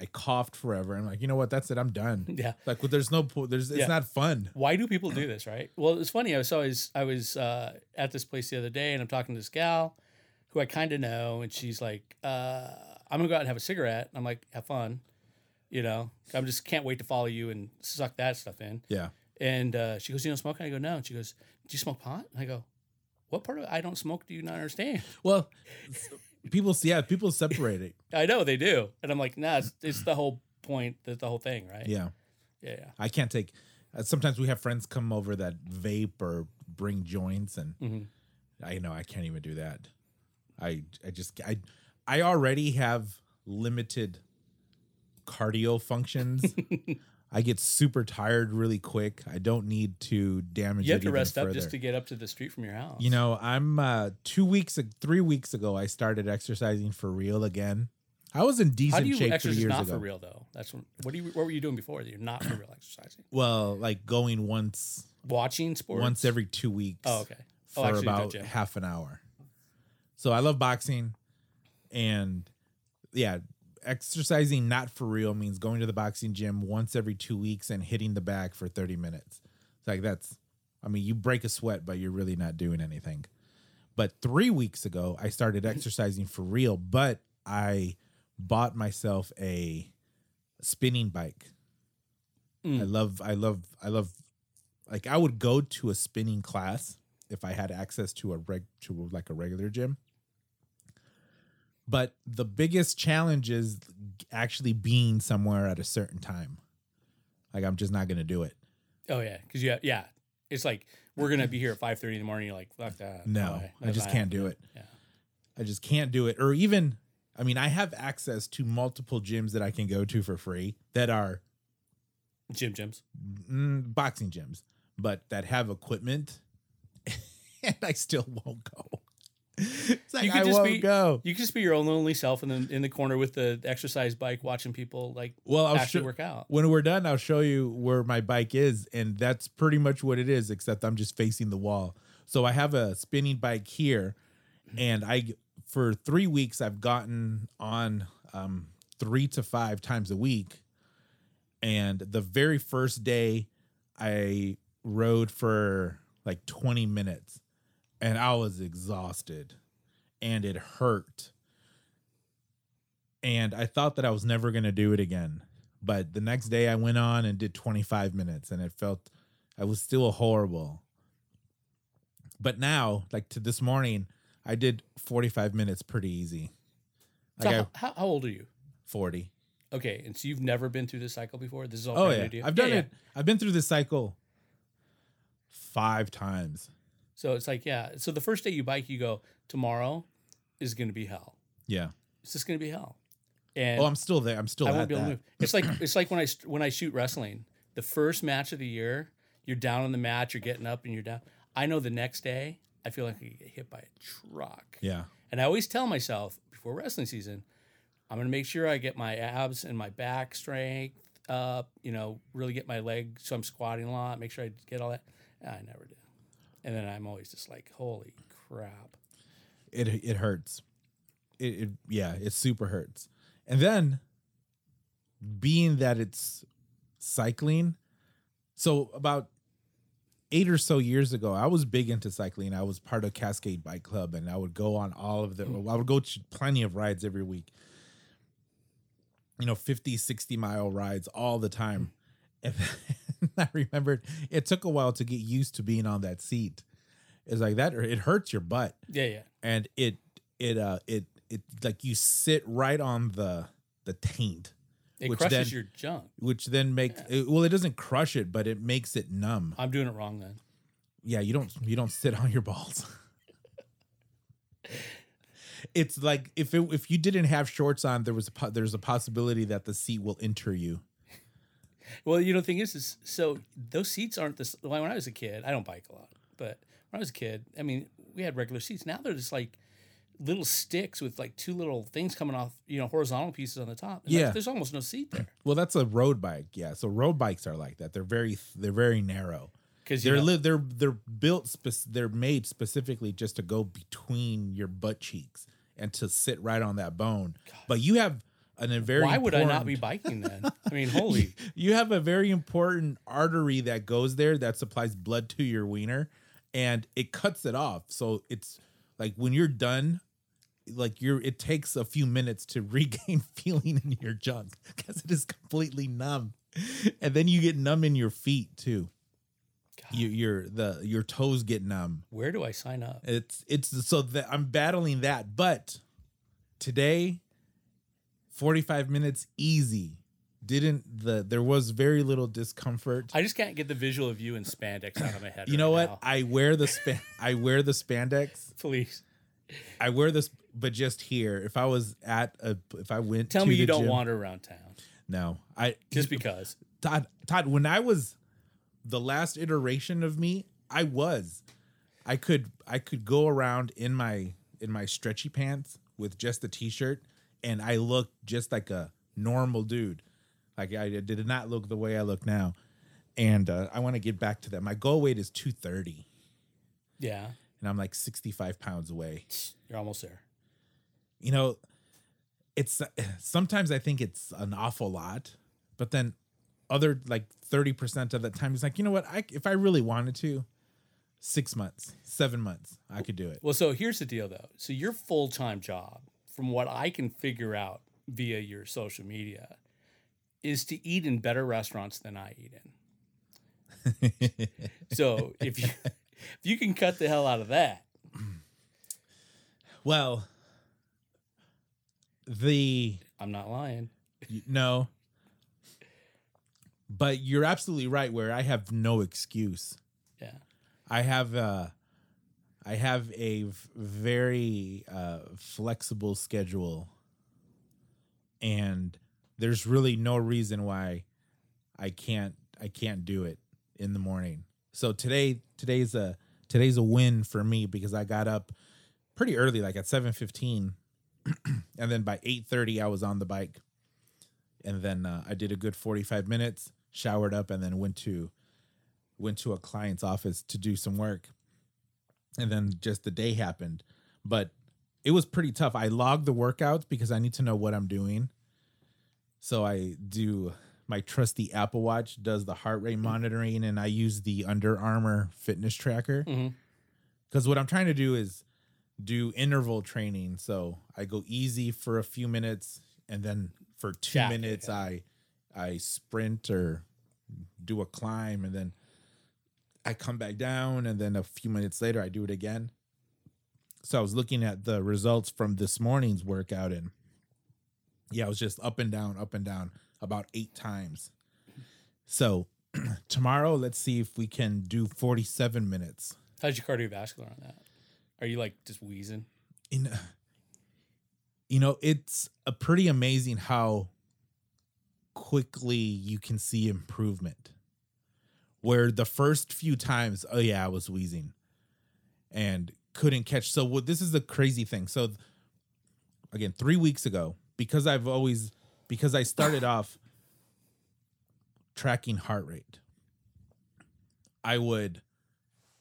Speaker 1: I coughed forever. I'm like, you know what? That's it. I'm done.
Speaker 3: yeah.
Speaker 1: Like, well, there's no, po- there's, it's
Speaker 3: Yeah.
Speaker 1: not fun.
Speaker 3: why do people do this right well it's funny i was always i was uh, at this place the other day and i'm talking to this gal who i kind of know and she's like uh, i'm gonna go out and have a cigarette and i'm like have fun you know i'm just can't wait to follow you and suck that stuff in
Speaker 1: Yeah.
Speaker 3: and uh, she goes you don't smoke and i go no and she goes do you smoke pot and i go what part of i don't smoke do you not understand
Speaker 1: Well, people, yeah, people separate it.
Speaker 3: i know they do and i'm like nah it's, it's the whole point that's the whole thing right
Speaker 1: Yeah,
Speaker 3: yeah yeah
Speaker 1: I can't take. Uh, sometimes we have friends come over that vape or bring joints, and
Speaker 3: Mhm.
Speaker 1: I know I can't even do that. I I just I I already have limited cardio functions. I get super tired really quick. I don't need to damage.
Speaker 3: you
Speaker 1: it
Speaker 3: have to
Speaker 1: even
Speaker 3: rest
Speaker 1: further.
Speaker 3: up just to get up to the street from your house
Speaker 1: You know, I'm uh, two weeks, ag- three weeks ago, I started exercising for real again. I was in decent
Speaker 3: How do you
Speaker 1: shape three
Speaker 3: exercise
Speaker 1: years
Speaker 3: not
Speaker 1: ago.
Speaker 3: for real though? That's what, what do you what were you doing before that you're not for real exercising?
Speaker 1: Well, like going once
Speaker 3: Watching sports
Speaker 1: once every two weeks
Speaker 3: Oh okay.
Speaker 1: for
Speaker 3: Oh, actually, you
Speaker 1: about
Speaker 3: don't, yeah.
Speaker 1: half an hour. So I love boxing, and yeah, exercising not for real means going to the boxing gym once every two weeks and hitting the bag for thirty minutes. It's like that's, I mean, you break a sweat, but you're really not doing anything. But three weeks ago, I started
Speaker 3: Mm-hmm.
Speaker 1: exercising for real, but I bought myself a spinning bike.
Speaker 3: Mm.
Speaker 1: I love, I love, I love. Like I would go to a spinning class if I had access to a reg to like a regular gym. But the biggest challenge is actually being somewhere at a certain time. Like I'm just not gonna do it.
Speaker 3: Oh yeah, because yeah yeah, it's like we're gonna be here at five thirty in the morning. You're like fuck that.
Speaker 1: No,
Speaker 3: way.
Speaker 1: I
Speaker 3: That's
Speaker 1: just
Speaker 3: not
Speaker 1: can't do it.
Speaker 3: Yeah.
Speaker 1: I just can't do it. Or even, I mean, I have access to multiple gyms that I can go to for free that are
Speaker 3: happening. Gym gyms.
Speaker 1: mm, boxing gyms, but that have equipment, and I still won't go. It's like
Speaker 3: You could
Speaker 1: I
Speaker 3: just
Speaker 1: won't
Speaker 3: be-
Speaker 1: go.
Speaker 3: You can just be your own lonely self in the in the corner with the exercise bike, watching people like
Speaker 1: Well, I'll
Speaker 3: actually
Speaker 1: sho-
Speaker 3: work out.
Speaker 1: Uh, when we're done, I'll show you where my bike is, and that's pretty much what it is, except I'm just facing the wall. So I have a spinning bike here, and I for three weeks I've gotten on um, three to five times a week, and the very first day I rode for like 20 minutes, and I was exhausted, and it hurt. And I thought that I was never going to do it again. But the next day I went on and did 25 minutes and it felt I was still horrible. But now, like to this morning, I did 45 minutes pretty easy.
Speaker 3: So
Speaker 1: Like I
Speaker 3: how, how, how old are you?
Speaker 1: 40.
Speaker 3: Okay, and so you've never been through this cycle before. This is all
Speaker 1: Oh
Speaker 3: brand
Speaker 1: yeah.
Speaker 3: new to you?
Speaker 1: I've done
Speaker 3: Yeah, yeah.
Speaker 1: it. I've been through this cycle 5 times.
Speaker 3: So it's like, yeah. So the first day you bike, you go, tomorrow is going to be hell.
Speaker 1: Yeah.
Speaker 3: It's just going to be hell. And
Speaker 1: Oh, I'm still there. I'm still
Speaker 3: I
Speaker 1: at
Speaker 3: won't be able to
Speaker 1: that.
Speaker 3: move. It's like it's like when I st- when I shoot wrestling, the first match of the year, you're down on the mat, you're getting up, and you're down. I know the next day, I feel like I could get hit by a truck.
Speaker 1: Yeah.
Speaker 3: And I always tell myself before wrestling season, I'm going to make sure I get my abs and my back strength up, you know, really get my leg. So I'm squatting a lot, make sure I get all that. And I never do. And then I'm always just like, holy crap.
Speaker 1: it it hurts. It, it yeah, it super hurts. And then being that it's cycling, so about eight or so years ago, I was big into cycling. I was part of Cascade Bike Club, and I would go on all of the. I would go to plenty of rides every week. You know, 50, 60 mile rides all the time. And then I remembered it took a while to get used to being on that seat. It's like that, or it hurts your butt
Speaker 3: Yeah, yeah.
Speaker 1: and it it uh it it like you sit right on the the taint
Speaker 3: It
Speaker 1: Which
Speaker 3: crushes
Speaker 1: then-
Speaker 3: your junk.
Speaker 1: which then makes it, well it doesn't crush it but it makes it numb
Speaker 3: I'm doing it wrong then.
Speaker 1: yeah you don't you don't sit on your balls it's like if it, if you didn't have shorts on there was a po- there's a possibility that the seat will enter you
Speaker 3: Well, you know, the thing is, is so those seats aren't this. Well, when I was a kid, I don't bike a lot, but when I was a kid, I mean, we had regular seats. Now they're just like little sticks with like two little things coming off, you know, horizontal pieces on the top. And
Speaker 1: Yeah.
Speaker 3: There's almost no seat there
Speaker 1: well that's a road bike yeah so road bikes are like that they're very th- they're very narrow
Speaker 3: because
Speaker 1: they're
Speaker 3: you know,
Speaker 1: li- they're they're built spec- they're made specifically just to go between your butt cheeks and to sit right on that bone. But you have an, a very
Speaker 3: why would I not be
Speaker 1: important-
Speaker 3: biking then? I mean, holy.
Speaker 1: you have a very important artery that goes there that supplies blood to your wiener and it cuts it off. So it's like when you're done like you're it takes a few minutes to regain feeling in your junk because it is completely numb. And then you get numb in your feet too.
Speaker 3: God,
Speaker 1: You, your the your toes get numb.
Speaker 3: where do I sign up?
Speaker 1: It's it's so that I'm battling that, but today, 45 minutes easy. Didn't the there was very little discomfort.
Speaker 3: I just can't get the visual of you in spandex out of my head.
Speaker 1: you
Speaker 3: right
Speaker 1: know what?
Speaker 3: now.
Speaker 1: I wear the span I wear the spandex.
Speaker 3: Please
Speaker 1: I wear this, but just here. If I was at a, if I went,
Speaker 3: tell
Speaker 1: to
Speaker 3: me you
Speaker 1: the
Speaker 3: don't
Speaker 1: gym-
Speaker 3: wander around town
Speaker 1: No, I
Speaker 3: just because.
Speaker 1: Todd, Todd, when I was the last iteration of me, I was. I could I could go around in my in my stretchy pants with just a t-shirt and I looked just like a normal dude. Like I did not look the way I look now. And uh, I want to get back to that. My goal weight is 230
Speaker 3: Yeah,
Speaker 1: and I'm like 65 pounds away.
Speaker 3: you're almost there.
Speaker 1: You know, it's sometimes I think it's an awful lot, but then other like 30% of the time it's like, you know what? I if I really wanted to, 6 months, 7 months, I could do it.
Speaker 3: Well, so here's the deal, though. So your full time job, from what I can figure out via your social media, is to eat in better restaurants than I eat in. So if you if you can cut the hell out of that,
Speaker 1: Well, the
Speaker 3: I'm not lying.
Speaker 1: no. But you're absolutely right where I have no excuse.
Speaker 3: Yeah.
Speaker 1: I have uh I have a v- very uh flexible schedule and there's really no reason why I can't I can't do it in the morning. So today today's a today's a win for me because I got up pretty early like at 7:15 and then by 8:30 I was on the bike. And then uh, I did a good 45 minutes, showered up and then went to went to a client's office to do some work and then just the day happened but it was pretty tough i log the workouts because i need to know what i'm doing so i do my trusty apple watch does the heart rate monitoring and i use the under armor fitness tracker
Speaker 3: Mhm.
Speaker 1: because what i'm trying to do is do interval training so i go easy for a few minutes and then for two
Speaker 3: Yeah, yeah,
Speaker 1: minutes i I sprint or do a climb and then I come back down and then a few minutes later I do it again. So I was looking at the results from this morning's workout and yeah, I was just up and down, up and down about 8 times. So tomorrow let's see if we can do 47 minutes.
Speaker 3: How's your cardiovascular on that? Are you like just wheezing?
Speaker 1: in you know it's a pretty amazing how quickly you can see improvement where the first few times oh yeah i was wheezing and couldn't catch so what this is the crazy thing so again 3 weeks ago because i've always because i started off tracking heart rate i would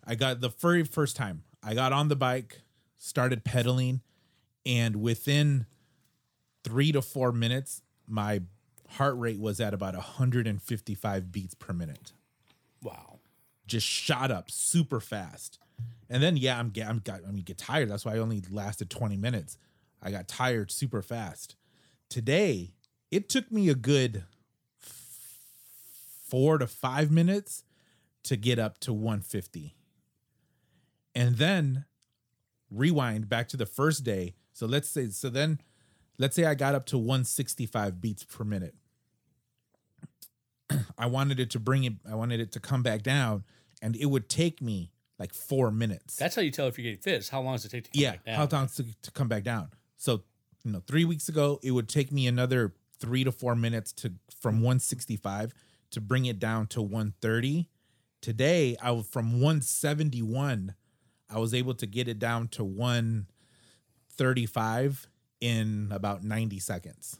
Speaker 1: i got the very first time i got on the bike started pedaling and within three to four minutes my heart rate was at about 155 beats per minute
Speaker 3: Wow.
Speaker 1: just shot up super fast and then yeah i'm get i'm got i mean get tired that's why i only lasted 20 minutes i got tired super fast today it took me a good f- four to five minutes to get up to 150 and then rewind back to the first day. So let's say so then let's say I got up to 165 beats per minute. I wanted it to bring it I wanted it to come back down and it would take me like 4 minutes.
Speaker 3: That's how you tell if you're getting fit. is How long does it take to come
Speaker 1: yeah,
Speaker 3: back down?
Speaker 1: how long to, to come back down. So, you know, 3 weeks ago it would take me another 3 to 4 minutes to from 165 to bring it down to 130. Today, I was from 171 I was able to get it down to 135 in about 90 seconds.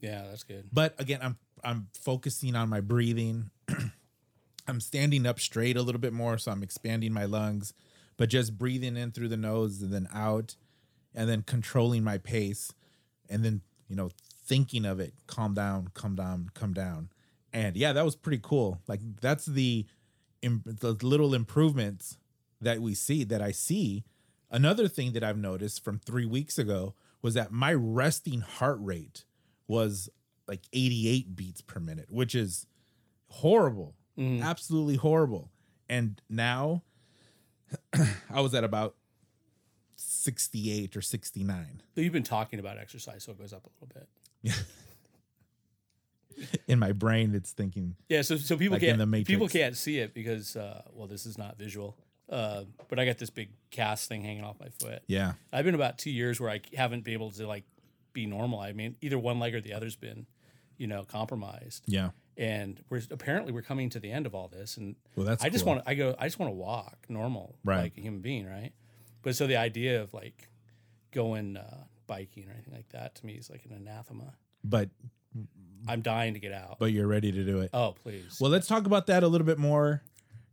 Speaker 3: yeah, that's good.
Speaker 1: But again, I'm I'm focusing on my breathing. I'm standing up straight a little bit more, so I'm expanding my lungs, but just breathing in through the nose and then out, and then controlling my pace, and then you know thinking of it. Calm down, calm down, calm down, and yeah, that was pretty cool. Like that's the im- the little improvements that we see that I see. Another thing that I've noticed from three weeks ago was that my resting heart rate was like 88 beats per minute, which is horrible,
Speaker 3: Mm.
Speaker 1: absolutely horrible. And now I was at about 68 or 69
Speaker 3: But you've been talking about exercise, so it goes up a little bit.
Speaker 1: in my brain. It's thinking,
Speaker 3: Yeah, so so people
Speaker 1: Like in
Speaker 3: can't
Speaker 1: The Matrix.
Speaker 3: people can't see it because uh, well, this is not visual. Uh, but I got this big cast thing hanging off my foot.
Speaker 1: yeah,
Speaker 3: I've been about two years where I haven't been able to like be normal. I mean, either one leg or the other's been, you know, compromised.
Speaker 1: yeah.
Speaker 3: And we're apparently we're coming to the end of all this. And
Speaker 1: Well, that's
Speaker 3: I just
Speaker 1: cool.
Speaker 3: want to I go I just want to walk normal,
Speaker 1: Right.
Speaker 3: like a human being, right? But so the idea of like going uh, biking or anything like that to me is like an anathema.
Speaker 1: But
Speaker 3: I'm dying to get out.
Speaker 1: Mm-hmm. but you're ready to do it.
Speaker 3: oh please,
Speaker 1: Well, let's talk about that a little bit more.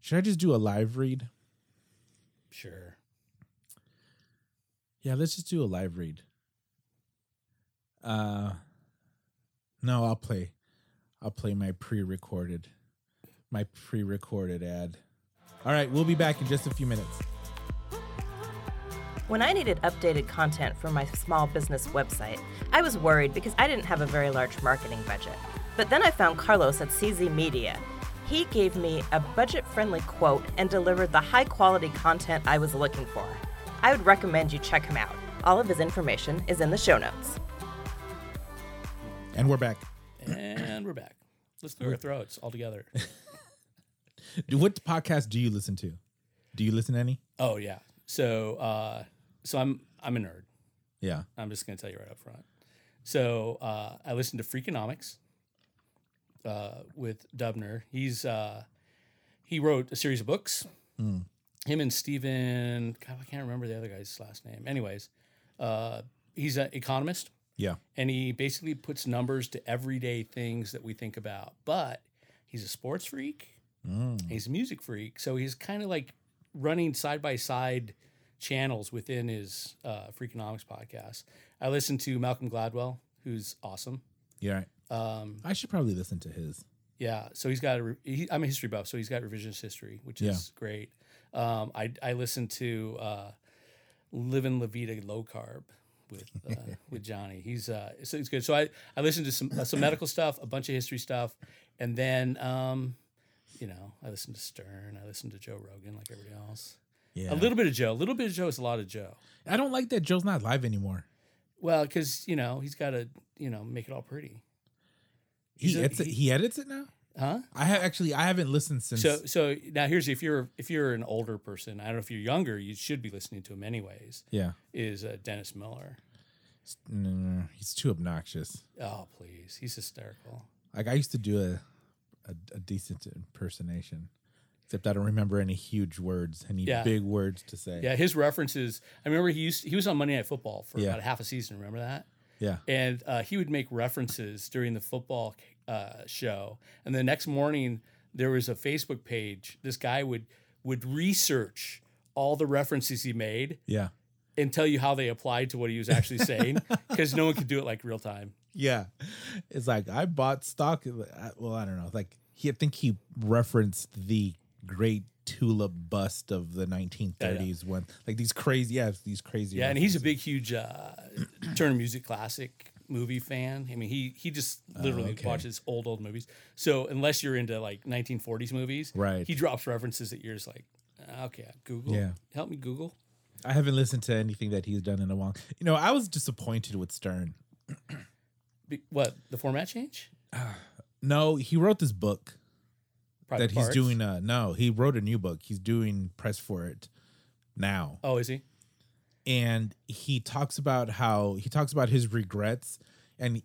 Speaker 1: Should I just do a live read?
Speaker 3: sure.
Speaker 1: Yeah, let's just do a live read. Uh no, I'll play. I'll play my pre-recorded my pre-recorded ad. All right, we'll be back in just a few minutes.
Speaker 4: When I needed updated content for my small business website, I was worried because I didn't have a very large marketing budget. But then I found Carlos at CZ Media. He gave me a budget friendly quote and delivered the high quality content I was looking for. I would recommend you check him out. All of his information is in the show notes.
Speaker 1: And we're back.
Speaker 3: And we're back. Let's clear our throats all together.
Speaker 1: Do- What podcast do you listen to? Do you listen to any?
Speaker 3: Oh yeah. So uh, so I'm I'm a nerd.
Speaker 1: Yeah.
Speaker 3: I'm just gonna tell you right up front. So uh, I listened to Freakonomics uh, with Dubner. He's uh, he wrote a series of books. Him and Stephen. God, I can't remember the other guy's last name. Anyways, uh, he's an economist
Speaker 1: Yeah.
Speaker 3: and he basically puts numbers to everyday things that we think about. But he's a sports freak, he's a music freak, so he's kind of like running side by side channels within his uh, Freakonomics podcast. I listen to Malcolm Gladwell, who's awesome.
Speaker 1: You're right.
Speaker 3: Um,
Speaker 1: I should probably listen to his.
Speaker 3: yeah, so he's got. A re- he, I'm a history buff, so he's got revisionist history, which
Speaker 1: Yeah.
Speaker 3: is great. Um, I I listen to uh, Live in La Vida Low Carb with uh, with Johnny. He's uh, so it's good. So I I listened to some uh, some medical stuff, a bunch of history stuff, and then um, you know, I listened to Stern, I listened to Joe Rogan, like everybody else.
Speaker 1: Yeah.
Speaker 3: A little bit of Joe, a little bit of Joe is a lot of Joe.
Speaker 1: I don't like that Joe's not live anymore.
Speaker 3: Well, because you know he's got to you know make it all pretty, He's
Speaker 1: He,
Speaker 3: a-
Speaker 1: edits it, he edits it now.
Speaker 3: huh?
Speaker 1: I ha- actually I haven't listened since.
Speaker 3: So so now here's if you're if you're an older person, I don't know if you're younger, you should be listening to him anyways.
Speaker 1: yeah,
Speaker 3: Is uh, Dennis Miller?
Speaker 1: S- no, no, no, he's too obnoxious.
Speaker 3: Oh please, he's hysterical.
Speaker 1: Like I used to do a, a a decent impersonation, except I don't remember any huge words, any
Speaker 3: Yeah.
Speaker 1: big words to say.
Speaker 3: Yeah, his references. I remember he used he was on Monday Night Football for
Speaker 1: Yeah.
Speaker 3: about half a season. Remember that?
Speaker 1: yeah.
Speaker 3: And uh, he would make references during the football uh, show, and the next morning there was a Facebook page. This guy would would research all the references he made
Speaker 1: yeah.
Speaker 3: and tell you how they applied to what he was actually saying, because no one could do it like real time.
Speaker 1: Yeah. It's like I bought stock. I- Well, I don't know. Like he, I think he referenced the great tulip bust of the 1930s when like these crazy, yeah, these crazy.
Speaker 3: Yeah, and he's a
Speaker 1: references.
Speaker 3: big, huge uh, Turner Music Classic movie fan. I mean, he he just literally
Speaker 1: Oh, okay.
Speaker 3: watches old old movies. So unless you're into like 1940s movies,
Speaker 1: Right.
Speaker 3: He drops references that you're just like, "Ah, okay, Google,
Speaker 1: Yeah.
Speaker 3: help me Google.
Speaker 1: I haven't listened to anything that he's done in a while. You know, I was disappointed with Stern.
Speaker 3: Be- what the format change?
Speaker 1: No, he wrote this book
Speaker 3: Private
Speaker 1: that
Speaker 3: Parts?
Speaker 1: he's doing. Uh, no, he wrote a new book. He's doing press for it now.
Speaker 3: Oh, is he?
Speaker 1: and he talks about how he talks about his regrets and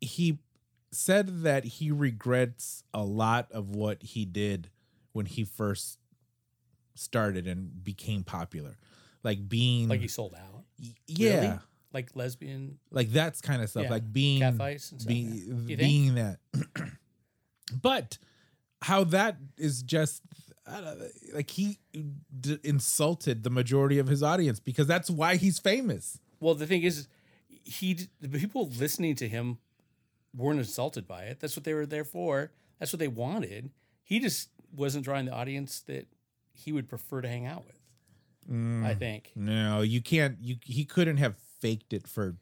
Speaker 1: he said that he regrets a lot of what he did when he first started and became popular like being
Speaker 3: Like he sold out?
Speaker 1: y- yeah
Speaker 3: Really? Like lesbian
Speaker 1: like that's kind of stuff
Speaker 3: Yeah.
Speaker 1: like being
Speaker 3: catfights and stuff? yeah.
Speaker 1: be,
Speaker 3: You think?
Speaker 1: being that but how that is just I don't- like he d- insulted the majority of his audience because that's why he's famous
Speaker 3: Well, the thing is, he d- the people listening to him weren't insulted by it. That's what they were there for. That's what they wanted. He just wasn't drawing the audience that he would prefer to hang out with.
Speaker 1: Mm.
Speaker 3: I think.
Speaker 1: no you can't you he couldn't have faked it for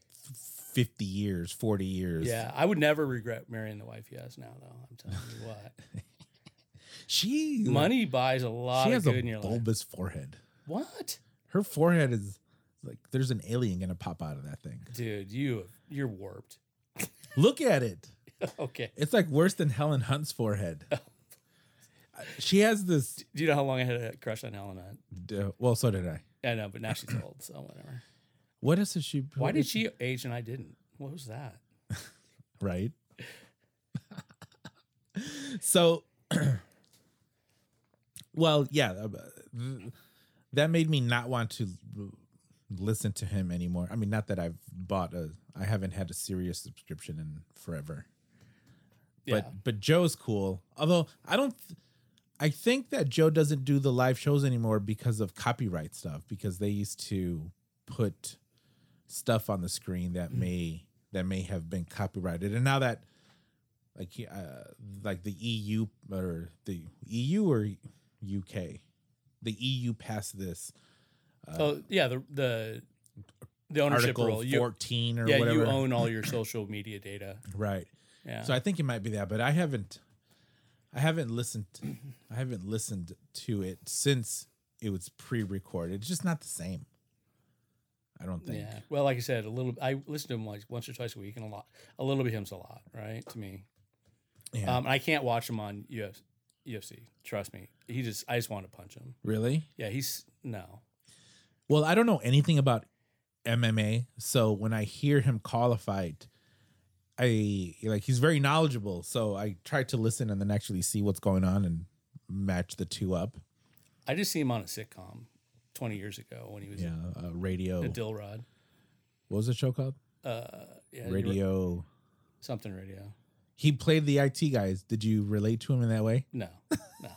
Speaker 1: 50 years 40 years
Speaker 3: Yeah, I would never regret marrying the wife he has now, though. I'm telling you what,
Speaker 1: she
Speaker 3: money buys a lot
Speaker 1: she has
Speaker 3: of good in
Speaker 1: a
Speaker 3: your life.
Speaker 1: bulbous forehead
Speaker 3: What,
Speaker 1: her forehead is like there's an alien gonna pop out of that thing
Speaker 3: dude? You you're warped.
Speaker 1: look at it
Speaker 3: okay.
Speaker 1: It's like worse than Helen Hunt's forehead. she has this.
Speaker 3: Do you know how long I had a crush on Helen Hunt?
Speaker 1: d- well, so did I.
Speaker 3: I know, but now she's old, so whatever.
Speaker 1: What else is she?
Speaker 3: Why did she age and I didn't? What was that?
Speaker 1: Right. so, well, yeah, uh, th- that made me not want to l- listen to him anymore. I mean, not that I've bought a, I haven't had a serious subscription in forever.
Speaker 3: Yeah.
Speaker 1: But but Joe's cool. Although I don't th- I think that Joe doesn't do the live shows anymore because of copyright stuff because they used to put stuff on the screen
Speaker 3: Mm.
Speaker 1: that may that may have been copyrighted. And now that like he- uh, like the EU or the EU or UK the EU passed this
Speaker 3: Oh yeah, the the the ownership
Speaker 1: article
Speaker 3: rule. You,
Speaker 1: 14 or
Speaker 3: yeah,
Speaker 1: whatever.
Speaker 3: you own all your social media data.
Speaker 1: right.
Speaker 3: Yeah.
Speaker 1: So I think it might be that, but I haven't, I haven't listened, I haven't listened to it since it was pre-recorded. It's just not the same. I don't think.
Speaker 3: yeah. Well, like I said, a little. I listen to him like once or twice a week, and a lot. A little becomes a lot, right? To me,
Speaker 1: Yeah.
Speaker 3: um, and I can't watch him on Uf, UFC. Trust me, he just. I just want to punch him.
Speaker 1: Really?
Speaker 3: Yeah, he's no.
Speaker 1: Well, I don't know anything about MMA, so when I hear him call a fight, I like he's very knowledgeable. So I try to listen and then actually see what's going on and match the two up.
Speaker 3: I just see him on a sitcom twenty years ago when he was
Speaker 1: Yeah, uh, radio.
Speaker 3: a Dilrod.
Speaker 1: what was the show called?
Speaker 3: Uh, yeah, you were-
Speaker 1: Radio.
Speaker 3: something radio.
Speaker 1: He played the IT guys. Did you relate to him in that way?
Speaker 3: No, no,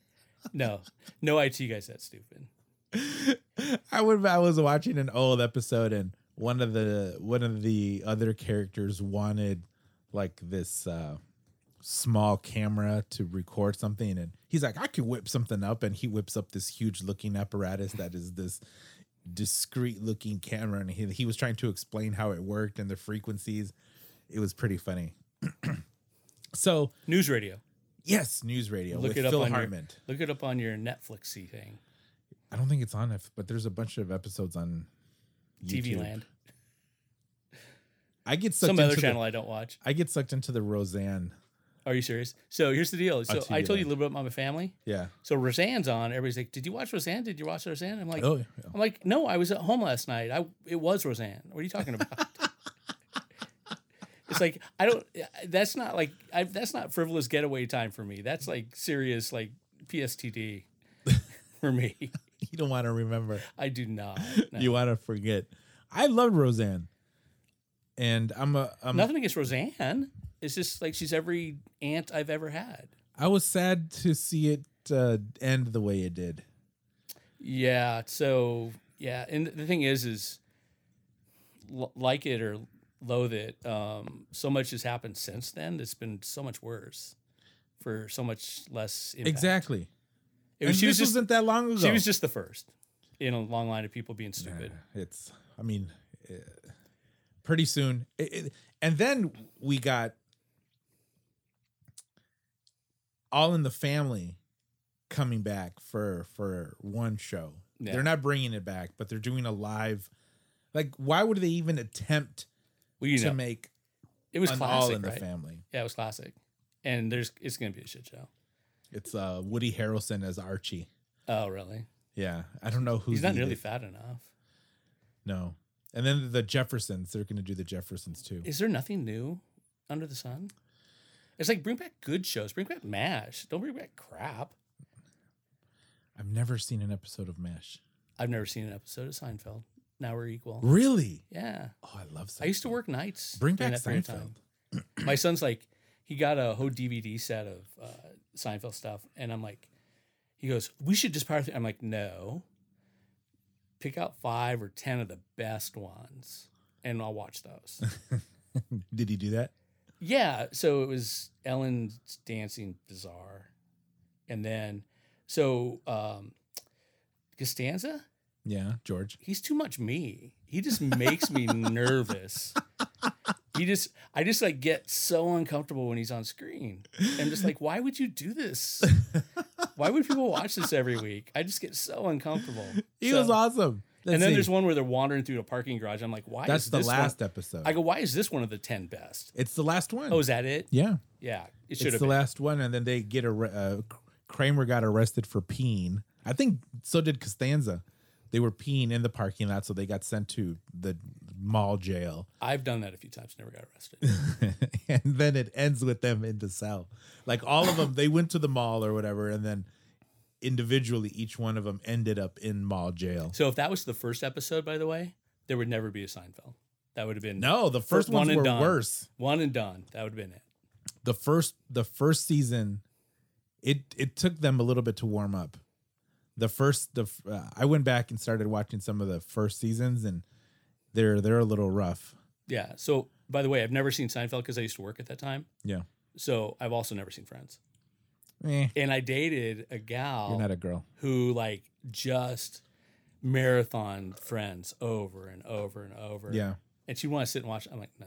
Speaker 3: no, no. IT guys, that stupid.
Speaker 1: I would I was watching an old episode and one of the one of the other characters wanted like this uh small camera to record something and he's like I could whip something up and he whips up this huge looking apparatus that is this discreet looking camera and he, he was trying to explain how it worked and the frequencies. It was pretty funny. so,
Speaker 3: News radio.
Speaker 1: yes, news radio
Speaker 3: Look
Speaker 1: with
Speaker 3: it up
Speaker 1: Phil
Speaker 3: on
Speaker 1: Hartman.
Speaker 3: your look it up on your Netflixy thing.
Speaker 1: I don't think it's on it, but there's a bunch of episodes on
Speaker 3: TV
Speaker 1: YouTube.
Speaker 3: Land.
Speaker 1: I get sucked
Speaker 3: Some
Speaker 1: into
Speaker 3: other
Speaker 1: the-
Speaker 3: channel I don't watch.
Speaker 1: I get sucked into the Roseanne.
Speaker 3: Are you serious? So here's the deal. So I
Speaker 1: TV
Speaker 3: told you a
Speaker 1: Land.
Speaker 3: little bit about my family.
Speaker 1: Yeah.
Speaker 3: So Roseanne's on. Everybody's like, "Did you watch Roseanne? Did you watch Roseanne?" I'm like,
Speaker 1: Oh, yeah.
Speaker 3: I'm like, no, I was at home last night. I it was Roseanne. What are you talking about? it's like I don't. That's not like I, that's not frivolous getaway time for me. That's like serious like PSTD for me.
Speaker 1: You don't want to remember.
Speaker 3: I do not. No.
Speaker 1: You want to forget. I loved Roseanne. And I'm a I'm,
Speaker 3: Nothing against Roseanne. It's just like she's every aunt I've ever had.
Speaker 1: I was sad to see it uh, end the way it did.
Speaker 3: Yeah. So yeah, and the thing is, is l- like it or loathe it, um, so much has happened since then. It's been so much worse for so much less impact.
Speaker 1: Exactly.
Speaker 3: It was,
Speaker 1: and
Speaker 3: she was
Speaker 1: this
Speaker 3: just
Speaker 1: wasn't that long ago.
Speaker 3: she was just the first in a long line of people being stupid.
Speaker 1: It's, I mean, eh, pretty soon. It, it- and then we got All in the Family coming back for for one show.
Speaker 3: Yeah.
Speaker 1: They're not bringing it back, but they're doing a live. Like, why would they even attempt
Speaker 3: Well, you
Speaker 1: to
Speaker 3: know,
Speaker 1: make
Speaker 3: it was
Speaker 1: an
Speaker 3: classic,
Speaker 1: All in
Speaker 3: right?
Speaker 1: the Family?
Speaker 3: Yeah, it was classic. And there's it's gonna be a shit show.
Speaker 1: It's uh Woody Harrelson as Archie.
Speaker 3: Oh, really?
Speaker 1: Yeah, I don't know who's
Speaker 3: He's not
Speaker 1: the-
Speaker 3: nearly fat enough.
Speaker 1: no. And then the Jeffersons, they're going to do the Jeffersons too.
Speaker 3: Is there nothing new under the sun? It's like bring back good shows. Bring back Mash. Don't bring back crap.
Speaker 1: I've never seen an episode of MASH.
Speaker 3: I've never seen an episode of Seinfeld. Now we're equal.
Speaker 1: Really?
Speaker 3: Yeah.
Speaker 1: Oh, I love Seinfeld.
Speaker 3: I used to work nights.
Speaker 1: Bring
Speaker 3: during
Speaker 1: back
Speaker 3: that period of
Speaker 1: Seinfeld.
Speaker 3: time. My son's like, he got a whole DVD set of uh, Seinfeld stuff. And I'm like, he goes, we should just power through. I'm like, no. Pick out five or 10 of the best ones and I'll watch those.
Speaker 1: Did he do that?
Speaker 3: Yeah, so it was Ellen's dancing bizarre, and then so um Costanza,
Speaker 1: Yeah, George.
Speaker 3: he's too much me. He just makes me nervous. He just, I just like get so uncomfortable when he's on screen. I'm just like, why would you do this? Why would people watch this every week? I just get so uncomfortable.
Speaker 1: He
Speaker 3: So-
Speaker 1: was awesome. Let's
Speaker 3: and then
Speaker 1: see.
Speaker 3: there's one where they're wandering through the parking garage. I'm like, why?
Speaker 1: That's
Speaker 3: is
Speaker 1: the
Speaker 3: this one-
Speaker 1: last episode.
Speaker 3: I go, why is this one of the ten best?
Speaker 1: it's the last one.
Speaker 3: Oh, is that it?
Speaker 1: yeah.
Speaker 3: Yeah, it should
Speaker 1: It's
Speaker 3: have.
Speaker 1: the
Speaker 3: been.
Speaker 1: last one, and then they get a uh, Kramer got arrested for peeing. I think so did Costanza. They were peeing in the parking lot, so they got sent to the mall jail.
Speaker 3: I've done that a few times, never got arrested.
Speaker 1: and then it ends with them in the cell. Like all of them, they went to the mall or whatever, and then individually, each one of them ended up in mall jail.
Speaker 3: so if that was the first episode, by the way, there would never be a Seinfeld. That would have been
Speaker 1: No, the first
Speaker 3: One
Speaker 1: ones
Speaker 3: and
Speaker 1: were
Speaker 3: done.
Speaker 1: worse.
Speaker 3: one and done. That would have been it.
Speaker 1: The first, the first season, it it took them a little bit to warm up. The first, the f- uh, I went back and started watching some of the first seasons, and they're they're a little rough.
Speaker 3: Yeah. So by the way, I've never seen Seinfeld because I used to work at that time.
Speaker 1: Yeah,
Speaker 3: So I've also never seen Friends.
Speaker 1: eh,
Speaker 3: And I dated a
Speaker 1: you're
Speaker 3: gal
Speaker 1: not a girl.
Speaker 3: who like just marathon Friends over and over and over.
Speaker 1: Yeah.
Speaker 3: And she'd want to sit and watch. I'm like, no.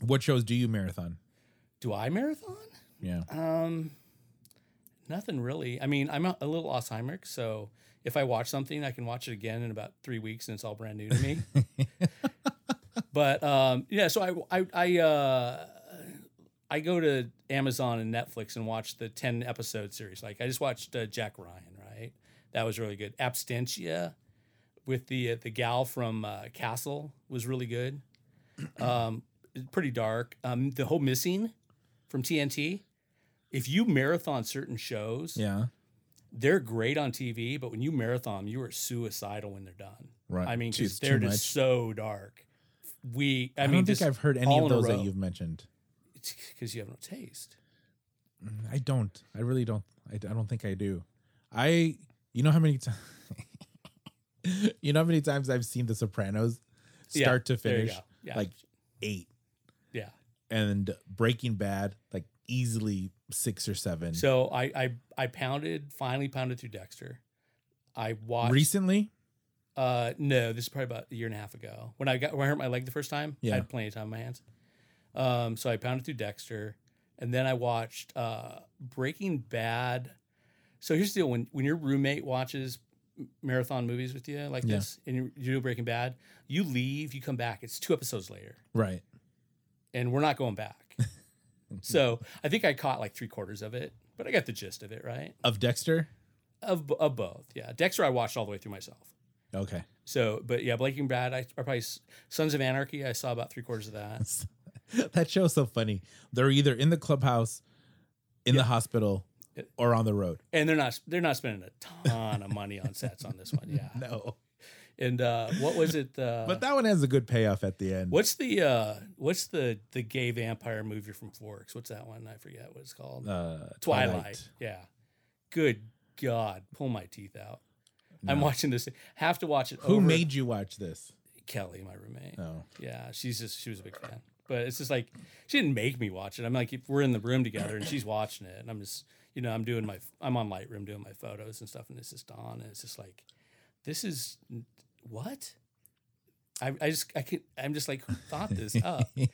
Speaker 1: What shows do you marathon?
Speaker 3: Do I marathon?
Speaker 1: Yeah,
Speaker 3: Um, nothing really. I mean, I'm a, a little Alzheimer's, so if I watch something, I can watch it again in about three weeks, and it's all brand new to me. but um, yeah, so I I I, uh, I go to Amazon and Netflix and watch the ten episode series. Like I just watched uh, Jack Ryan, right? That was really good. Abstentia with the uh, the gal from uh, Castle was really good. Um, pretty dark. Um, the whole missing from TNT if you marathon certain shows,
Speaker 1: yeah,
Speaker 3: they're great on TV, but when you marathon, you are suicidal when they're done.
Speaker 1: right.
Speaker 3: I mean, because
Speaker 1: It's too
Speaker 3: they're just
Speaker 1: much.
Speaker 3: so dark. We, I,
Speaker 1: I,
Speaker 3: mean,
Speaker 1: don't think I've heard any
Speaker 3: all
Speaker 1: of
Speaker 3: in a
Speaker 1: those that
Speaker 3: row.
Speaker 1: you've mentioned.
Speaker 3: because you have no taste.
Speaker 1: I don't. I really don't. I, I don't think I do. I. You know how many times. you know how many times I've seen The Sopranos,
Speaker 3: Yeah,
Speaker 1: start to
Speaker 3: there you
Speaker 1: finish,
Speaker 3: go. Yeah.
Speaker 1: like eight,
Speaker 3: yeah.
Speaker 1: and Breaking Bad, like easily six or seven.
Speaker 3: So I, I, I pounded, finally pounded through Dexter. I watched
Speaker 1: recently,
Speaker 3: Uh, no, this is probably about a year and a half ago. When I got when I hurt my leg the first time,
Speaker 1: Yeah.
Speaker 3: I had plenty of time on my hands. Um, so I pounded through Dexter, and then I watched uh, Breaking Bad. So here's the deal: when when your roommate watches m- marathon movies with you like
Speaker 1: Yeah.
Speaker 3: this, and you you do Breaking Bad, you leave, you come back. It's two episodes later,
Speaker 1: Right.
Speaker 3: and we're not going back. so I think I caught like three quarters of it, but I got the gist of it, right?
Speaker 1: Of Dexter?
Speaker 3: Of b- of both, yeah. Dexter, I watched all the way through myself.
Speaker 1: Okay.
Speaker 3: So, but yeah, Breaking Bad, I, I probably s- Sons of Anarchy. I saw about three quarters of that.
Speaker 1: that show's so funny. They're either in the clubhouse, in the hospital,
Speaker 3: Yeah.
Speaker 1: or on the road.
Speaker 3: and they're not they're not spending a ton of money on sets on this one. Yeah.
Speaker 1: No.
Speaker 3: And uh, what was it? Uh,
Speaker 1: But that one has a good payoff at the end.
Speaker 3: what's the uh, what's the the gay vampire movie from Forks? What's that one? I forget what it's called.
Speaker 1: Uh,
Speaker 3: Twilight. Yeah. Good God, pull my teeth out. I'm
Speaker 1: No.
Speaker 3: watching this. Have to watch it.
Speaker 1: Who
Speaker 3: over-
Speaker 1: made you watch this?
Speaker 3: Kelly, my roommate?
Speaker 1: Oh.
Speaker 3: Yeah, she's just she was a big fan. But it's just like she didn't make me watch it. I'm like if we're in the room together and she's watching it and I'm just you know, I'm doing my I'm on Lightroom doing my photos and stuff and this is Dawn and it's just like this is what? I, I just I could I'm just like who thought this up? I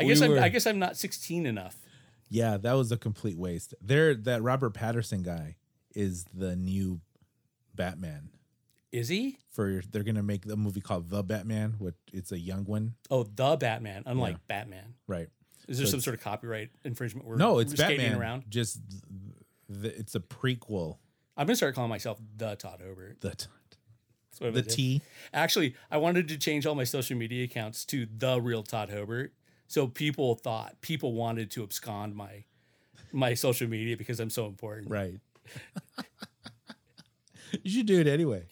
Speaker 1: We
Speaker 3: guess I'm
Speaker 1: were-
Speaker 3: I guess I'm not 16 enough.
Speaker 1: Yeah, that was a complete waste. There, that Robert Patterson guy is the new Batman.
Speaker 3: Is he?
Speaker 1: For they're gonna make the movie called The Batman, which it's a young one,
Speaker 3: Oh, the Batman, unlike Batman.
Speaker 1: right?
Speaker 3: Is there
Speaker 1: So
Speaker 3: some
Speaker 1: it's-
Speaker 3: sort of copyright infringement we're
Speaker 1: no, it's
Speaker 3: we're skating
Speaker 1: Batman.
Speaker 3: around?
Speaker 1: Just th- th- it's a prequel.
Speaker 3: I'm gonna start calling myself the Todd Obert.
Speaker 1: The t-
Speaker 3: That's what I'm
Speaker 1: the
Speaker 3: gonna do.
Speaker 1: T.
Speaker 3: Actually, I wanted to change all my social media accounts to the real Todd Hobert. So people thought people wanted to abscond my my social media because I'm so important.
Speaker 1: Right. you should do it anyway.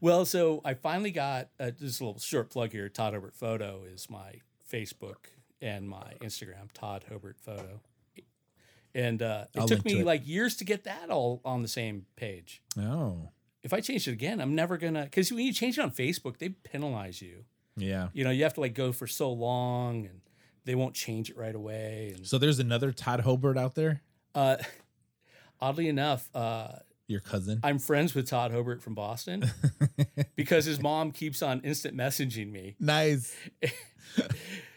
Speaker 3: Well, so I finally got uh, just a little short plug here. Todd Hobert Photo is my Facebook and my Instagram. Todd Hobert Photo, and uh, it
Speaker 1: I'll
Speaker 3: took
Speaker 1: link to
Speaker 3: me
Speaker 1: it.
Speaker 3: like years to get that all on the same page.
Speaker 1: Oh,
Speaker 3: If I change it again, I'm never gonna because when you change it on Facebook, they penalize you.
Speaker 1: yeah.
Speaker 3: you know you have to like go for so long and they won't change it right away and
Speaker 1: So there's another Todd Hobart out there.
Speaker 3: uh oddly enough uh
Speaker 1: Your cousin.
Speaker 3: i'm friends with todd hobart from boston because his mom keeps on instant messaging me
Speaker 1: nice.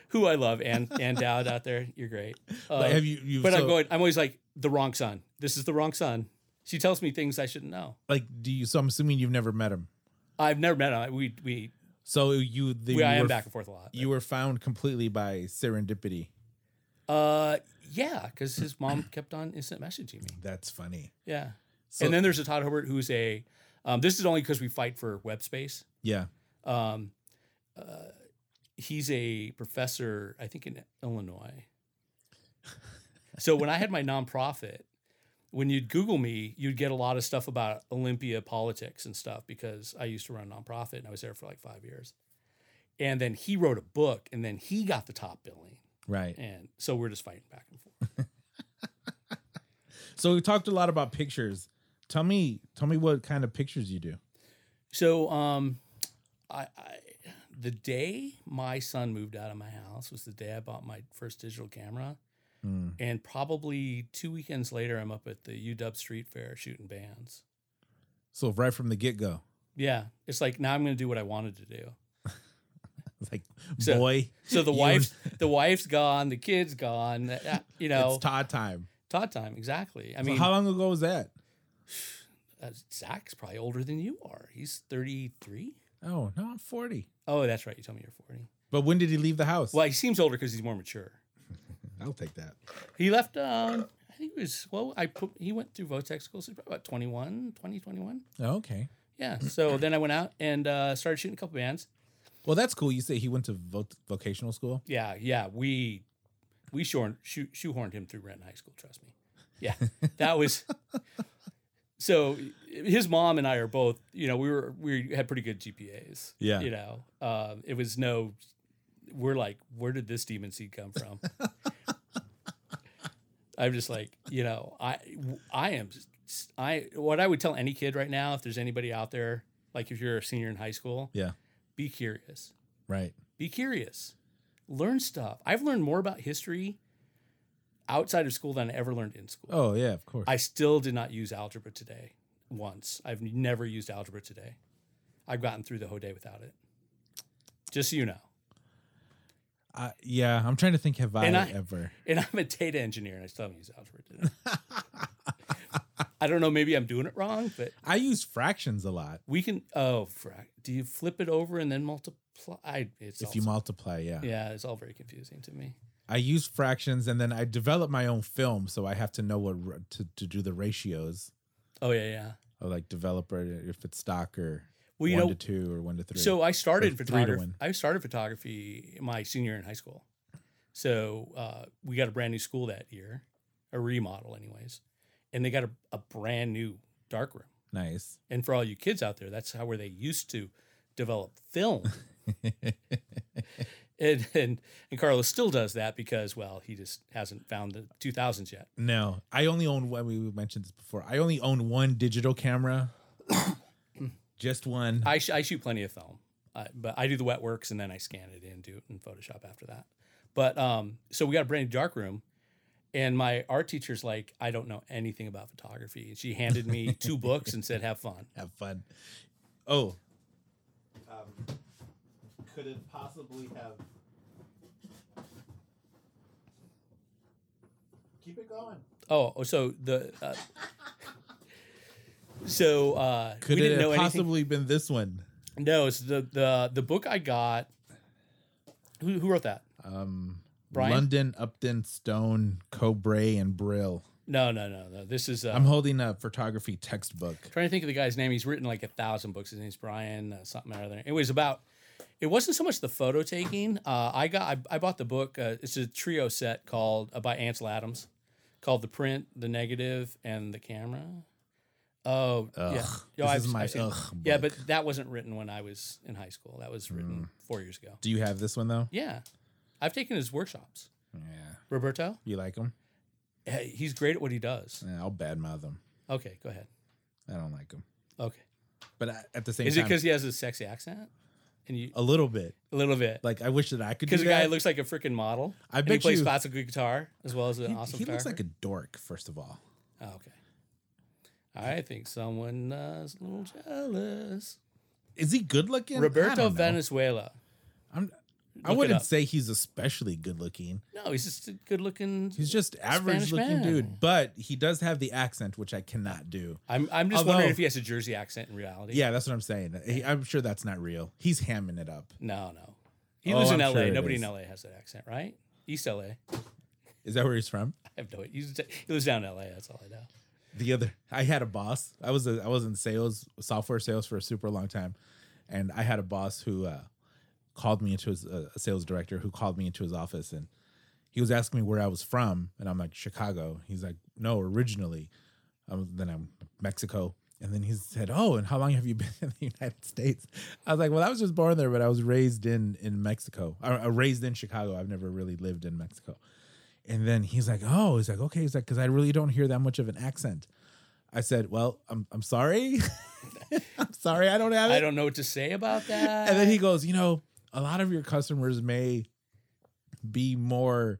Speaker 3: who i love and and dowd out there you're great uh,
Speaker 1: Like, have you? you
Speaker 3: but i'm
Speaker 1: so,
Speaker 3: going i'm always like the wrong son this is the wrong son she tells me things i shouldn't know
Speaker 1: Like, do you? So I'm assuming you've never met him.
Speaker 3: i've never met him we we,
Speaker 1: So you, the,
Speaker 3: we
Speaker 1: you
Speaker 3: i am
Speaker 1: were-
Speaker 3: back and forth a lot
Speaker 1: You were found completely by serendipity.
Speaker 3: uh yeah because his mom kept on instant messaging me
Speaker 1: That's funny.
Speaker 3: yeah
Speaker 1: So,
Speaker 3: and then there's a Todd Hobart who's a. Um, this is only because we fight for web space.
Speaker 1: yeah,
Speaker 3: Um, uh, he's a professor, I think, in Illinois. so when I had my nonprofit, when you'd Google me, you'd get a lot of stuff about Olympia politics and stuff because I used to run a nonprofit and I was there for like five years. And then he wrote a book, and then he got the top billing,
Speaker 1: right.
Speaker 3: and so we're just fighting back and forth.
Speaker 1: So we talked a lot about pictures. Tell me, tell me what kind of pictures you do.
Speaker 3: So, um, I, I the day my son moved out of my house was the day I bought my first digital camera,
Speaker 1: Mm.
Speaker 3: and probably two weekends later, I'm up at the UW Street Fair shooting bands.
Speaker 1: So right from the get go,
Speaker 3: Yeah, it's like now I'm going to do what I wanted to do.
Speaker 1: it's like
Speaker 3: So-
Speaker 1: boy,
Speaker 3: So the
Speaker 1: You-
Speaker 3: wife, the wife's gone, the kid's gone. uh, You know,
Speaker 1: it's Todd time.
Speaker 3: Todd time exactly. I
Speaker 1: So
Speaker 3: mean,
Speaker 1: how long ago was that?
Speaker 3: uh, Zach's probably older than you are. He's 33.
Speaker 1: Oh no, I'm 40.
Speaker 3: Oh, that's right. You told me you're 40.
Speaker 1: But when did he leave the house?
Speaker 3: Well, he seems older because he's more mature.
Speaker 1: I'll take that.
Speaker 3: He left, um, I think it was, well, I put, he went through Votex school, so probably about 21, 20, 21.
Speaker 1: Oh, okay.
Speaker 3: Yeah. So then I went out and uh, started shooting a couple bands.
Speaker 1: Well, that's cool. You say he went to vo- vocational school.
Speaker 3: Yeah. Yeah. We, we shorn, shoe, shoehorned him through Renton High School, trust me. Yeah. That was, so his mom and I are both, you know, we were, we had pretty good GPAs.
Speaker 1: Yeah.
Speaker 3: You know, um, it was no, we're like, where did this demon seed come from? I'm just like, you know, I, I am, I, what I would tell any kid right now, if there's anybody out there, like if you're a senior in high school,
Speaker 1: Yeah.
Speaker 3: be curious,
Speaker 1: Right.
Speaker 3: be curious, learn stuff. I've learned more about history outside of school than I ever learned in school.
Speaker 1: Oh yeah, of course.
Speaker 3: I still did not use algebra today. once. I've never used algebra today. I've gotten through the whole day without it. Just so you know.
Speaker 1: Uh, yeah, I'm trying to think. Have I,
Speaker 3: And I-
Speaker 1: ever?
Speaker 3: And I'm a data engineer and I still haven't used algebra today. I don't know, maybe I'm doing it wrong, but
Speaker 1: I use fractions a lot.
Speaker 3: we can oh frac do you flip it over and then multiply I, it's all,
Speaker 1: if you multiply, yeah.
Speaker 3: yeah it's all very confusing to me
Speaker 1: I use fractions, and then I develop my own film, so I have to know what r- to to do the ratios
Speaker 3: oh yeah yeah
Speaker 1: of like developer if it's stock or
Speaker 3: well you
Speaker 1: one
Speaker 3: know
Speaker 1: to two or one to three.
Speaker 3: so i started
Speaker 1: three to
Speaker 3: photography
Speaker 1: one.
Speaker 3: i started photography my senior year in high school so uh, we got a brand new school that year a remodel anyways and they got a, a brand new darkroom
Speaker 1: nice.
Speaker 3: and for all you kids out there that's how where they used to develop film and, and and carlos still does that because well he just hasn't found the 2000s yet
Speaker 1: No, I only own. well, We mentioned this before. I only own one digital camera, just one.
Speaker 3: I, sh- I shoot plenty of film, uh, but I do the wet works and then I scan it in, do it in Photoshop after that. But um, so we got a brand new dark room, and my art teacher's like, I don't know anything about photography. And she handed me two books and said, Have fun.
Speaker 1: have fun. Oh, um, could it possibly have? Keep it going.
Speaker 3: Oh, so the. Uh, so uh,
Speaker 1: Could
Speaker 3: we
Speaker 1: it
Speaker 3: didn't know
Speaker 1: have
Speaker 3: anything.
Speaker 1: possibly been this one?
Speaker 3: No, it's the the the book I got. Who, who wrote that?
Speaker 1: Um,
Speaker 3: Brian?
Speaker 1: London, Upton, Stone, Cobray, and Brill.
Speaker 3: No, no, no, no. This is. Uh,
Speaker 1: I'm holding a photography textbook.
Speaker 3: trying to think of the guy's name. He's written like a thousand books. His name's Brian uh, something or other. It was about. It wasn't so much the photo taking. Uh, I got. I, I bought the book. Uh, it's a trio set called uh, by Ansel Adams, called the print, the negative, and the camera. Oh
Speaker 1: Ugh,
Speaker 3: yeah,
Speaker 1: this
Speaker 3: I've-
Speaker 1: is my
Speaker 3: I've seen-
Speaker 1: ugh.
Speaker 3: yeah,
Speaker 1: book. Mm.
Speaker 3: but that wasn't written when I was in high school. That was written four years ago.
Speaker 1: do you have this one though?
Speaker 3: Yeah, I've taken his workshops.
Speaker 1: Yeah,
Speaker 3: Roberto,
Speaker 1: you like them?
Speaker 3: eh, he's great at what he does.
Speaker 1: Yeah, I'll badmouth them.
Speaker 3: Okay, go ahead.
Speaker 1: I don't like them,
Speaker 3: Okay,
Speaker 1: but I, at the same
Speaker 3: is it
Speaker 1: time,
Speaker 3: because he has a sexy accent? And you
Speaker 1: a little bit.
Speaker 3: a little bit.
Speaker 1: Like I wish that I could. do
Speaker 3: Because the guy
Speaker 1: that.
Speaker 3: looks like a freaking model.
Speaker 1: I
Speaker 3: and he
Speaker 1: bet
Speaker 3: plays
Speaker 1: you-
Speaker 3: classical guitar as well as an
Speaker 1: He,
Speaker 3: awesome.
Speaker 1: he looks like a dork, first of all.
Speaker 3: a. Oh, okay. I think someone uh, is a little jealous.
Speaker 1: Is he good looking? I
Speaker 3: Roberto
Speaker 1: don't know.
Speaker 3: Venezuela.
Speaker 1: I'm, I
Speaker 3: Look it
Speaker 1: wouldn't
Speaker 3: up.
Speaker 1: say he's especially good looking.
Speaker 3: No, he's just a good-looking.
Speaker 1: He's just average
Speaker 3: Spanish
Speaker 1: looking
Speaker 3: man.
Speaker 1: dude, but he does have the accent, which I cannot do.
Speaker 3: I'm. I'm just
Speaker 1: Although-
Speaker 3: wondering if he has a Jersey accent in reality.
Speaker 1: Yeah, that's what I'm saying. He- I'm sure that's not real. He's hamming it up.
Speaker 3: No, no. He
Speaker 1: Oh,
Speaker 3: lives in
Speaker 1: I'm
Speaker 3: L.A.
Speaker 1: sure it
Speaker 3: Nobody
Speaker 1: is.
Speaker 3: in L.A. has that accent, right? East L.A. I
Speaker 1: Is that where he's from?
Speaker 3: have no. He's, he lives down in L.A. That's all I know.
Speaker 1: The other, I had a boss. I was a, I was in sales, software sales for a super long time, and I had a boss who uh, called me into his uh, a sales director who called me into his office and he was asking me where I was from, and I'm like Chicago. He's like, no, originally, um, then I'm Mexico, and then he said, oh, and how long have you been in the United States? I was like, well, I was just born there, but I was raised in in Mexico, or, uh, raised in Chicago. I've never really lived in Mexico. And then he's like, oh, he's like, okay, he's like, because I really don't hear that much of an accent. I said, well, I'm I'm sorry, I'm sorry, I don't have it.
Speaker 3: I don't know what to say about that.
Speaker 1: And then he goes, you know, a lot of your customers may be more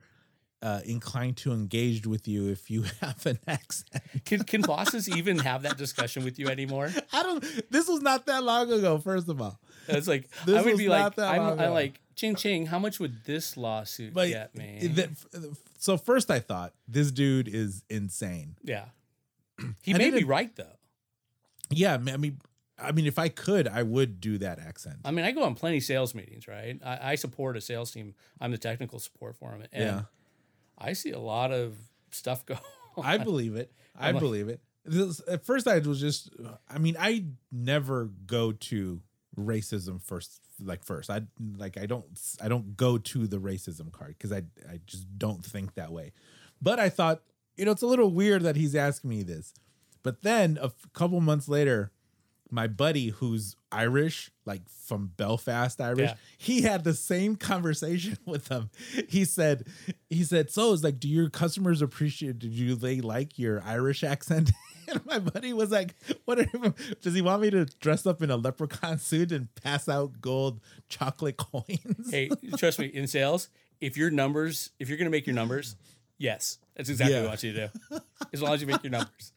Speaker 1: uh, inclined to engage with you if you have an accent.
Speaker 3: can, can bosses even have that discussion with you anymore?
Speaker 1: I don't. This was not that long ago. First of all,
Speaker 3: It's like
Speaker 1: This
Speaker 3: I would
Speaker 1: was
Speaker 3: be
Speaker 1: not
Speaker 3: like,
Speaker 1: that long
Speaker 3: I'm,
Speaker 1: ago.
Speaker 3: I'm like, Ching Ching, how much would this lawsuit
Speaker 1: but
Speaker 3: get me?
Speaker 1: the- so first I thought this dude is insane.
Speaker 3: yeah, he
Speaker 1: I
Speaker 3: may be
Speaker 1: didn't-
Speaker 3: right though.
Speaker 1: Yeah, I mean, I mean, if I could, I would do that accent.
Speaker 3: I mean, I go on plenty sales meetings, right? I, I support a sales team. I'm the technical support for them, and
Speaker 1: Yeah.
Speaker 3: I see a lot of stuff go. On.
Speaker 1: I believe it. I
Speaker 3: I'm like-
Speaker 1: believe it. This, at first, I was just. I mean, I never go to racism first. Like first, I like I don't I don't go to the racism card because I I just don't think that way. But I thought you know it's a little weird that he's asking me this. But then a f- couple months later, my buddy who's Irish, like from Belfast Irish,
Speaker 3: Yeah.
Speaker 1: he had the same conversation with them. He said, he said, so it's like, do your customers appreciate, do they like your Irish accent? And my buddy was like, what are, does he want me to dress up in a leprechaun suit and pass out gold chocolate coins?
Speaker 3: hey, trust me, in sales, if your numbers, if you're going to make your numbers, yes, that's exactly
Speaker 1: Yeah.
Speaker 3: what I want you to do. As long as you make your numbers,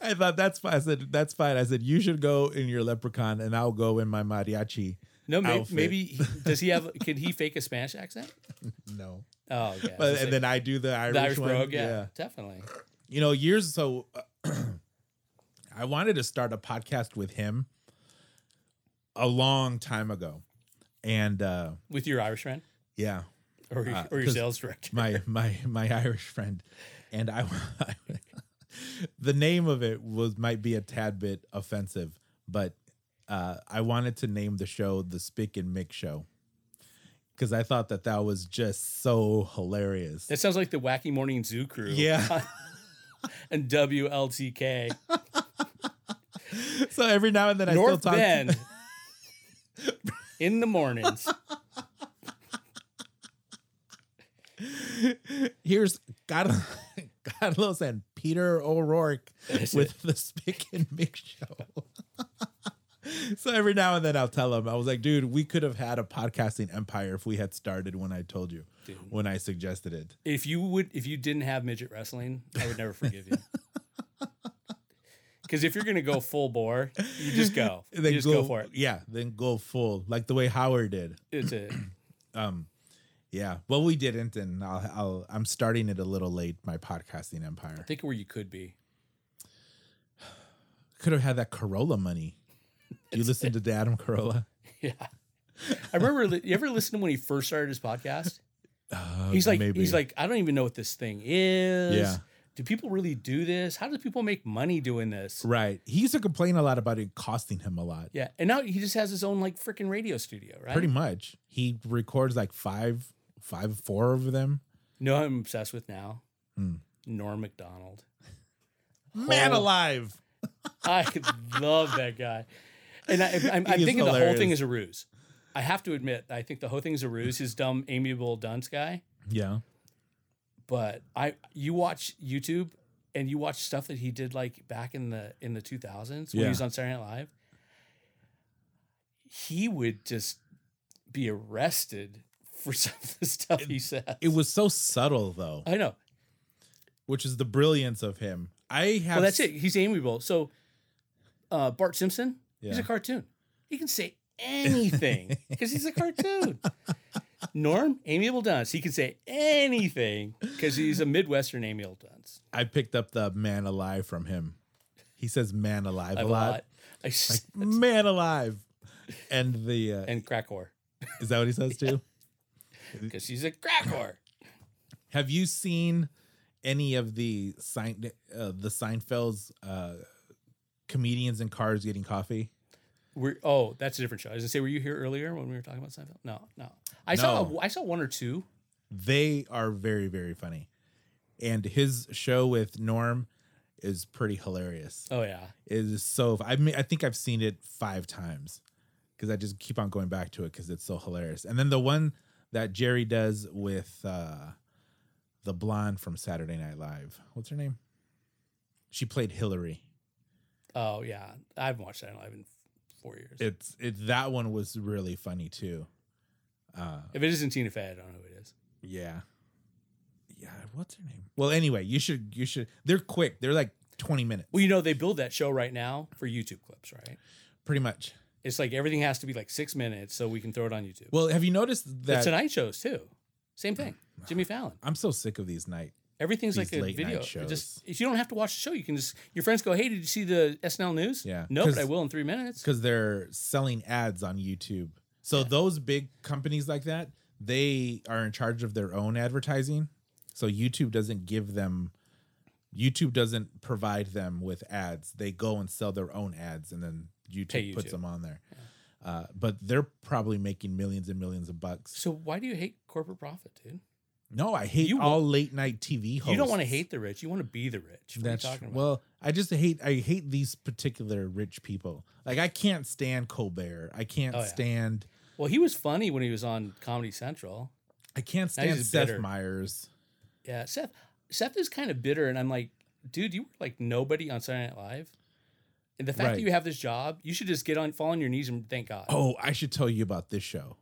Speaker 1: I thought that's fine. I said that's fine. I said you should go in your leprechaun, and I'll go in my mariachi.
Speaker 3: No, maybe,
Speaker 1: Outfit.
Speaker 3: maybe he- does he have? Can he fake a Spanish accent?
Speaker 1: No,
Speaker 3: Oh, yeah.
Speaker 1: but and then I do the Irish,
Speaker 3: the Irish
Speaker 1: one.
Speaker 3: brogue, yeah, definitely.
Speaker 1: you know, years so. I wanted to start a podcast with him a long time ago, and uh
Speaker 3: With your Irish friend
Speaker 1: yeah,
Speaker 3: or your,
Speaker 1: Uh,
Speaker 3: or your
Speaker 1: 'cause
Speaker 3: sales director.
Speaker 1: my my my Irish friend, and I. the name of it was might be a tad bit offensive, but uh, I wanted to name the show the Spick and Mick Show because I thought that that was just so hilarious.
Speaker 3: That sounds like the Wacky Morning Zoo crew.
Speaker 1: yeah.
Speaker 3: and WLTK
Speaker 1: so every now and then I still
Speaker 3: North
Speaker 1: talk.
Speaker 3: Bend in the mornings.
Speaker 1: Here's Carl- Carlos and Peter O'Rourke
Speaker 3: That's
Speaker 1: with the Spick and Mick show. so every now and then I'll tell him, I was like, dude, we could have had a podcasting empire if we had started when I told you,
Speaker 3: Dude.
Speaker 1: when I suggested it.
Speaker 3: If you would, if you didn't have midget wrestling, I would never forgive you. Because if you're gonna go full bore, you just go.
Speaker 1: And
Speaker 3: you just go, for it.
Speaker 1: Yeah, then go full, like the way Howard did.
Speaker 3: It's it.
Speaker 1: Yeah. Well, we didn't, and I'll, I'll I'm starting it a little late. My podcasting empire
Speaker 3: Think of where you could be.
Speaker 1: could have had that Corolla money. Do you listen to Adam Corolla?
Speaker 3: Yeah. I remember. li- You ever listen to when he first started his podcast? he's like,
Speaker 1: Uh, maybe.
Speaker 3: he's like, I don't even know what this thing is.
Speaker 1: Yeah.
Speaker 3: Do people really do this? How do people make money doing this?
Speaker 1: Right. He used to complain a lot about it costing him a lot.
Speaker 3: Yeah. And now he just has his own like freaking radio studio, right?
Speaker 1: Pretty much. He records like five, five, four of them.
Speaker 3: No, I'm obsessed with now.
Speaker 1: Hmm.
Speaker 3: Norm McDonald.
Speaker 1: Man alive.
Speaker 3: I love that guy. And I, I'm, I'm
Speaker 1: He is
Speaker 3: thinking the whole thing
Speaker 1: hilarious.
Speaker 3: is a ruse. I have to admit, I think the whole thing is a ruse. His dumb, amiable dunce guy.
Speaker 1: Yeah.
Speaker 3: But I, you watch YouTube and you watch stuff that he did like back in the in the 2000s when
Speaker 1: Yeah.
Speaker 3: he was on Saturday Night Live. He would just be arrested for some of the stuff he said.
Speaker 1: It was so subtle though,
Speaker 3: I know.
Speaker 1: which is the brilliance of him. I have
Speaker 3: Well, that's
Speaker 1: s-
Speaker 3: it. He's amiable. So, uh, Bart Simpson, he's
Speaker 1: Yeah.
Speaker 3: a cartoon. He can say anything because he's a cartoon. Norm, amiable dunce. He can say anything because he's a Midwestern amiable dunce.
Speaker 1: I picked up the man alive from him. He says man alive
Speaker 3: I
Speaker 1: a lot.
Speaker 3: I s-
Speaker 1: Man alive. And the uh,
Speaker 3: and crack whore
Speaker 1: is that what he says too?
Speaker 3: because he's a crack whore.
Speaker 1: Have you seen any of the Sein- uh, the Seinfeld's uh, comedians in cars getting coffee?
Speaker 3: We're, oh, that's a different show. I was gonna say, were you here earlier when we were talking about Seinfeld? No, no. I saw
Speaker 1: No.
Speaker 3: I saw one or two.
Speaker 1: They are very very funny, and his show with Norm is pretty hilarious.
Speaker 3: Oh yeah,
Speaker 1: It is so I mean I think I've seen it five times because I just keep on going back to it because it's so hilarious. And then the one that Jerry does with uh, the blonde from Saturday Night Live. What's her name? She played Hillary.
Speaker 3: oh yeah. I haven't watched that in Live in four years.
Speaker 1: It's it that one was really funny too. Uh,
Speaker 3: if it isn't Tina Fey, I don't know who it is.
Speaker 1: yeah, yeah. What's her name? Well, anyway, you should you should. They're quick. They're like twenty minutes,
Speaker 3: Well, you know, they build that show right now for YouTube clips, right?
Speaker 1: pretty much.
Speaker 3: It's like everything has to be like six minutes so we can throw it on YouTube.
Speaker 1: Well, have you noticed
Speaker 3: the
Speaker 1: that?
Speaker 3: Tonight shows too. Same thing. Jimmy Fallon.
Speaker 1: I'm so sick of these night
Speaker 3: Everything's like
Speaker 1: These
Speaker 3: a
Speaker 1: late
Speaker 3: video.
Speaker 1: night
Speaker 3: It Just
Speaker 1: shows.
Speaker 3: if you don't have to watch the show, you can just your friends go, "Hey, did you see the SNL news?"
Speaker 1: Yeah.
Speaker 3: No, but
Speaker 1: 'Cause-
Speaker 3: I will in three minutes.
Speaker 1: because they're selling ads on YouTube. So those big companies like that, they are in charge of their own advertising. So YouTube doesn't give them YouTube doesn't provide them with ads. They go and sell their own ads and then YouTube,
Speaker 3: Pay YouTube.
Speaker 1: puts them on there. Uh, but they're probably making millions and millions of bucks.
Speaker 3: So why do you hate corporate profit, dude?
Speaker 1: No, I hate
Speaker 3: You wa-
Speaker 1: all late night TV hosts.
Speaker 3: You don't want to hate the rich. You want to be the rich. What
Speaker 1: That's
Speaker 3: are you
Speaker 1: tr-
Speaker 3: talking about?
Speaker 1: well, I just hate I hate these particular rich people. Like I can't stand Colbert. I can't
Speaker 3: Oh, yeah.
Speaker 1: stand
Speaker 3: well, he was funny when he was on Comedy Central.
Speaker 1: I can't
Speaker 3: Now he's
Speaker 1: stand Seth
Speaker 3: bitter.
Speaker 1: Meyers.
Speaker 3: Yeah, Seth. Seth is kind of bitter, and I'm like, dude, you were like nobody on Saturday Night Live, and the fact
Speaker 1: Right.
Speaker 3: that you have this job, you should just get on, fall on your knees, and thank God.
Speaker 1: Oh, I should tell you about this show.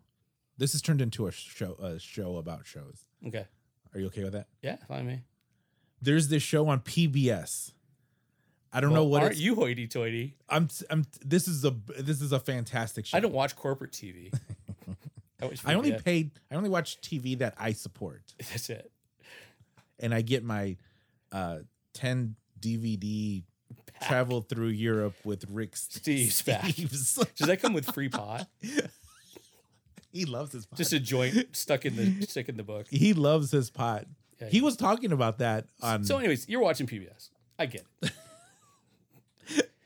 Speaker 1: This has turned into a show a show about shows.
Speaker 3: Okay.
Speaker 1: Are you okay with that?
Speaker 3: Yeah, fine me.
Speaker 1: There's this show on PBS I don't know
Speaker 3: Well,
Speaker 1: what
Speaker 3: aren't
Speaker 1: it's,
Speaker 3: you hoity-toity?
Speaker 1: I'm. I'm. This is a. This is a fantastic show.
Speaker 3: I don't watch corporate TV. I, watch
Speaker 1: I only
Speaker 3: VPN.
Speaker 1: paid. I only watch TV that I support,
Speaker 3: That's it.
Speaker 1: and I get my uh, ten DVD travel through Europe with Rick
Speaker 3: Steve's back.
Speaker 1: Steves.
Speaker 3: Does that come with free pot?
Speaker 1: he loves his pot.
Speaker 3: Just a joint stuck in the stick in the book.
Speaker 1: he loves his pot.
Speaker 3: Yeah,
Speaker 1: he
Speaker 3: yeah.
Speaker 1: was talking about that on.
Speaker 3: So, anyways, you're watching PBS. I get it.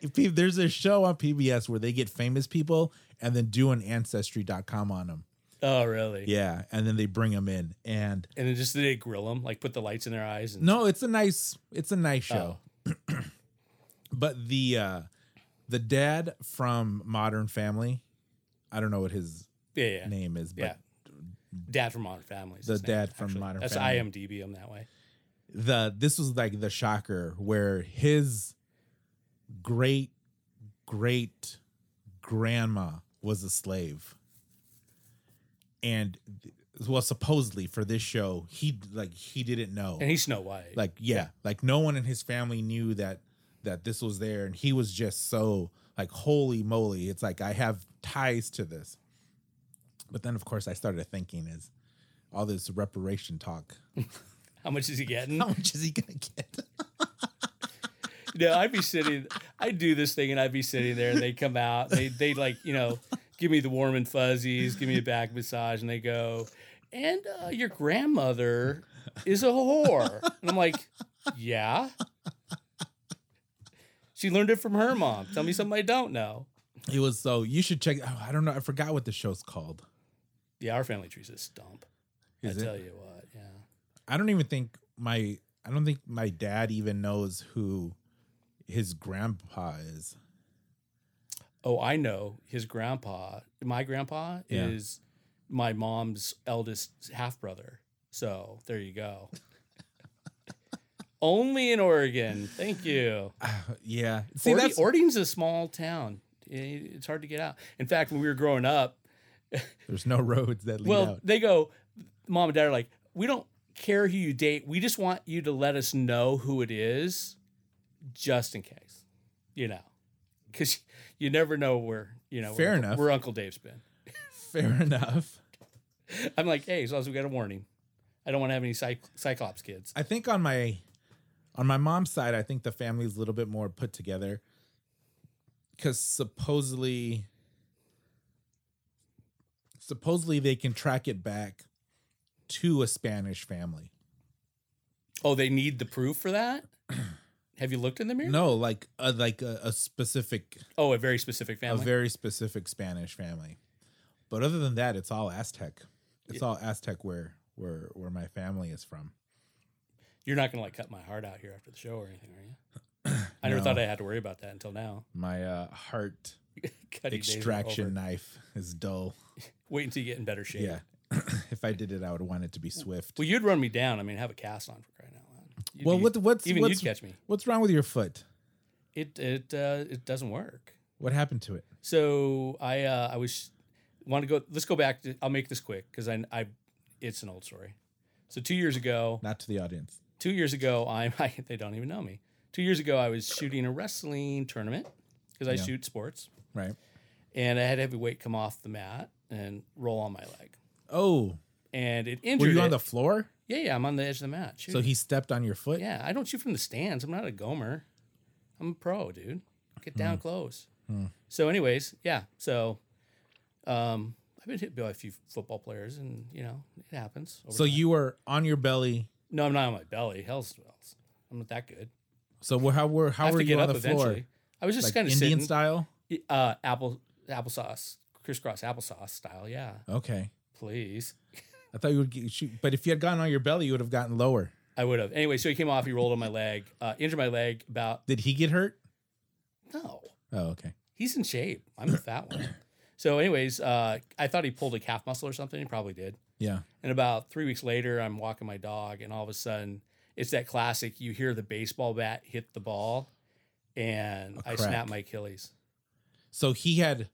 Speaker 1: If pe- there's a show on PBS where they get famous people and then do an ancestry.com on them.
Speaker 3: Oh, really?
Speaker 1: Yeah, and then they bring them in, and
Speaker 3: And then just they grill them, like put the lights in their eyes. And
Speaker 1: No, it's a nice it's a nice
Speaker 3: Oh.
Speaker 1: show. but the uh the dad from Modern Family, I don't know what his
Speaker 3: yeah, yeah,
Speaker 1: name is, but
Speaker 3: yeah. Dad from Modern Family. is
Speaker 1: The
Speaker 3: his name,
Speaker 1: dad from Modern
Speaker 3: That's
Speaker 1: Family.
Speaker 3: IMDb. I'm that way.
Speaker 1: the this was like the shocker where his great great grandma was a slave. And well supposedly for this show, he like he didn't know.
Speaker 3: And he's Snow White.
Speaker 1: like yeah, like no one in his family knew that that this was there and he was just so like holy moly it's like i have ties to this but then of course i started thinking is all this reparation talk
Speaker 3: How much is he getting?
Speaker 1: how much is he gonna get
Speaker 3: No, I'd be sitting. I'd do this thing, and I'd be sitting there, and they come out. They they like you know, give me the warm and fuzzies, give me a back massage, and they go, and uh, your grandmother is a whore, and I'm like, yeah. She learned it from her mom. Tell me something I don't know.
Speaker 1: it was so you should check oh, i don't know i forgot what the show's called
Speaker 3: Yeah, our family tree's a stump.
Speaker 1: Is
Speaker 3: I
Speaker 1: it?
Speaker 3: tell you what, yeah.
Speaker 1: i don't even think my i don't think my dad even knows who his grandpa is
Speaker 3: Oh, I know his grandpa. My grandpa
Speaker 1: Yeah.
Speaker 3: is my mom's eldest half brother. So there you go. Only in Oregon. Thank you.
Speaker 1: yeah
Speaker 3: Orde- Oregon's a small town. I- It's hard to get out. In fact, when we were growing up,
Speaker 1: there's no roads that lead
Speaker 3: well,
Speaker 1: out
Speaker 3: they go, mom and dad are like, we don't care who you date. We just want you to let us know who it is just in case, you know, because you never know where, you know,
Speaker 1: Fair
Speaker 3: where,
Speaker 1: enough.
Speaker 3: where Uncle Dave's been.
Speaker 1: fair enough
Speaker 3: I'm like, hey, as long as we got a warning, I don't want to have any cyc- Cyclops kids.
Speaker 1: I think on my on my mom's side, I think the family's a little bit more put together because supposedly supposedly they can track it back to a Spanish family.
Speaker 3: Oh, they need the proof for that. have you looked in the mirror?
Speaker 1: No, like a, like a, a specific
Speaker 3: Oh, a very specific family.
Speaker 1: a very specific Spanish family. But other than that, it's all Aztec. It's all Aztec where where where my family is from.
Speaker 3: You're not gonna like cut my heart out here after the show or anything, are you? I never
Speaker 1: No.
Speaker 3: thought I had to worry about that until now.
Speaker 1: My uh, heart
Speaker 3: Cutting days are
Speaker 1: extraction
Speaker 3: over.
Speaker 1: knife is dull.
Speaker 3: Wait until you get in better shape.
Speaker 1: Yeah. if I did it, I would want it to be swift.
Speaker 3: Well, you'd run me down. I mean, have a cast on for crying out loud. You'd
Speaker 1: Well,
Speaker 3: be-
Speaker 1: what what's
Speaker 3: even
Speaker 1: what's,
Speaker 3: you'd catch me.
Speaker 1: what's wrong with your foot?
Speaker 3: It it uh, it doesn't work.
Speaker 1: What happened to it?
Speaker 3: So I uh, I was want to go. Let's go back. To, I'll make this quick because I I it's an old story. So two years ago,
Speaker 1: Not to the audience.
Speaker 3: two years ago I'm I, they don't even know me. Two years ago I was shooting a wrestling tournament because I
Speaker 1: Yeah.
Speaker 3: shoot sports
Speaker 1: Right.
Speaker 3: and I had heavy weight come off the mat and roll on my leg
Speaker 1: Oh,
Speaker 3: and it
Speaker 1: were
Speaker 3: injured.
Speaker 1: you on
Speaker 3: it.
Speaker 1: the floor?
Speaker 3: yeah yeah I'm on the edge of the mat.
Speaker 1: So
Speaker 3: shooting.
Speaker 1: he stepped on your foot?
Speaker 3: yeah I don't shoot from the stands. I'm not a gomer. I'm a pro dude. Get
Speaker 1: Hmm.
Speaker 3: down close. So anyways yeah so um I've been hit by a few football players and you know it happens. over
Speaker 1: So
Speaker 3: time.
Speaker 1: you were on your belly.
Speaker 3: no I'm not on my belly. Hell's bells. I'm not that good.
Speaker 1: So wh- how were
Speaker 3: I
Speaker 1: how
Speaker 3: have
Speaker 1: were
Speaker 3: to
Speaker 1: you
Speaker 3: get
Speaker 1: on
Speaker 3: up
Speaker 1: the floor?
Speaker 3: eventually. I was just
Speaker 1: Like
Speaker 3: kind of
Speaker 1: Indian
Speaker 3: sitting.
Speaker 1: style?
Speaker 3: uh, apple applesauce, crisscross applesauce style. Yeah,
Speaker 1: Okay.
Speaker 3: please.
Speaker 1: I thought you would get, shoot, but if you had gotten on your belly, you would have gotten lower.
Speaker 3: I would have. Anyway, so he came off. He rolled on my leg, uh, injured my leg. About
Speaker 1: Did he get hurt?
Speaker 3: no,
Speaker 1: Oh, okay.
Speaker 3: he's in shape. I'm the fat one. So, anyways, uh, I thought he pulled a calf muscle or something. He probably did.
Speaker 1: Yeah.
Speaker 3: And about three weeks later, I'm walking my dog, and all of a sudden, it's that classic. You hear the baseball bat hit the ball, and
Speaker 1: A
Speaker 3: I
Speaker 1: crack.
Speaker 3: snapped my Achilles.
Speaker 1: So he had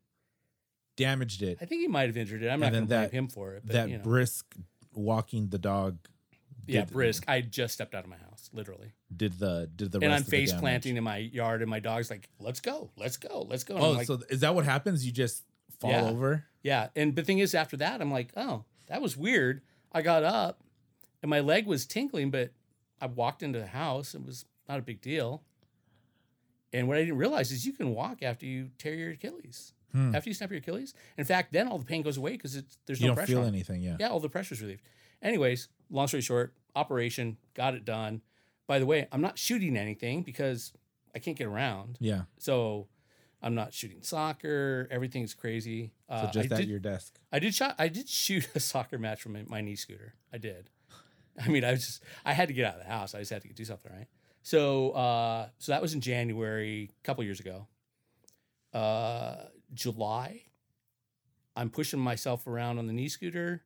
Speaker 1: damaged it.
Speaker 3: I think he might have injured it.
Speaker 1: And
Speaker 3: I'm not going
Speaker 1: then
Speaker 3: to blame
Speaker 1: that-
Speaker 3: him for it. But,
Speaker 1: that
Speaker 3: you know.
Speaker 1: brisk walking the dog
Speaker 3: yeah,
Speaker 1: Did-
Speaker 3: brisk. I just stepped out of my house, literally,
Speaker 1: Did the did the
Speaker 3: and
Speaker 1: rest
Speaker 3: I'm
Speaker 1: of the
Speaker 3: face
Speaker 1: damage-
Speaker 3: planting in my yard, and my dog's like, "Let's go, let's go, let's go." And
Speaker 1: Oh,
Speaker 3: I'm like,
Speaker 1: so is that what happens? You just fall
Speaker 3: Yeah.
Speaker 1: over?
Speaker 3: yeah. And the thing is, after that, I'm like, "Oh, that was weird." I got up, and my leg was tinkling, but I walked into the house. It was not a big deal. And what I didn't realize is you can walk after you tear your Achilles,
Speaker 1: Hmm.
Speaker 3: after you snap your Achilles. In fact, then all the pain goes away because there's
Speaker 1: You
Speaker 3: no
Speaker 1: don't
Speaker 3: pressure.
Speaker 1: feel
Speaker 3: on it.
Speaker 1: anything, yeah.
Speaker 3: yeah, all the pressure's relieved. Anyways, long story short, operation got it done. By the way, I'm not shooting anything because I can't get around,
Speaker 1: Yeah.
Speaker 3: so I'm not shooting soccer. Everything's crazy.
Speaker 1: So
Speaker 3: Uh,
Speaker 1: just
Speaker 3: I
Speaker 1: at
Speaker 3: did,
Speaker 1: your desk.
Speaker 3: I did shot. I did shoot a soccer match from my, my knee scooter. I did. I mean, I was just. I had to get out of the house. I just had to do something, right? So, uh, so that was in January, a couple years ago. Uh, July, I'm pushing myself around on the knee scooter,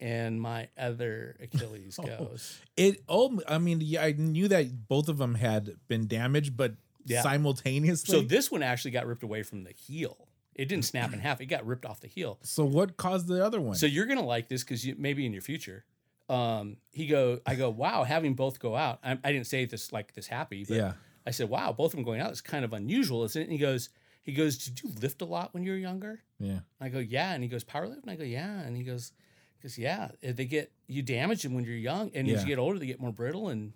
Speaker 3: and my other Achilles
Speaker 1: Oh.
Speaker 3: goes.
Speaker 1: It oh I mean, yeah, I knew that both of them had been damaged, but
Speaker 3: Yeah.
Speaker 1: simultaneously.
Speaker 3: So this one actually got ripped away from the heel. It didn't snap in half. It got ripped off the heel.
Speaker 1: So what caused the other one?
Speaker 3: So you're gonna like this because you maybe in your future. Um, he go, I go, wow, having both go out. I, I didn't say this like this happy, but
Speaker 1: yeah.
Speaker 3: I said, wow, both of them going out is kind of unusual, isn't it? And he goes, he goes, did you lift a lot when you were younger?
Speaker 1: Yeah.
Speaker 3: And I go, yeah. And he goes, power lift? And I go, yeah. And he goes, because yeah, eh, they get you damage them when you're young, and as
Speaker 1: Yeah.
Speaker 3: you get older, they get more brittle. And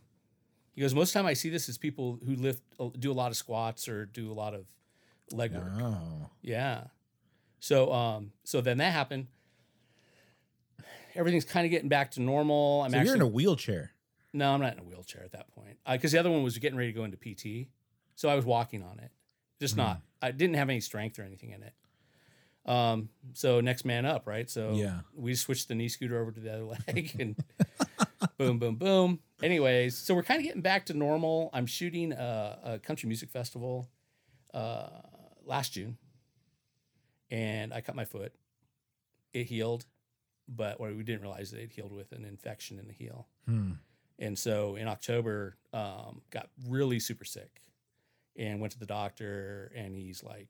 Speaker 3: he goes, most of the time I see this is people who lift, uh, do a lot of squats or do a lot of leg work.
Speaker 1: Oh.
Speaker 3: Yeah. So um so then that happened. Everything's kind of getting back to normal. I'm
Speaker 1: so
Speaker 3: actually
Speaker 1: you're in a wheelchair.
Speaker 3: no, I'm not in a wheelchair at that point because the other one was getting ready to go into PT, so I was walking on it, just not. I didn't have any strength or anything in it. Um, so next man up, right? So
Speaker 1: Yeah.
Speaker 3: we switched the knee scooter over to the other leg and boom, boom, boom. Anyways, so we're kind of getting back to normal. I'm shooting a, a country music festival uh, last June, and I cut my foot. It healed, but what we didn't realize is it healed with an infection in the heel.
Speaker 1: Hmm.
Speaker 3: And so in October, um, got really super sick and went to the doctor. And he's like,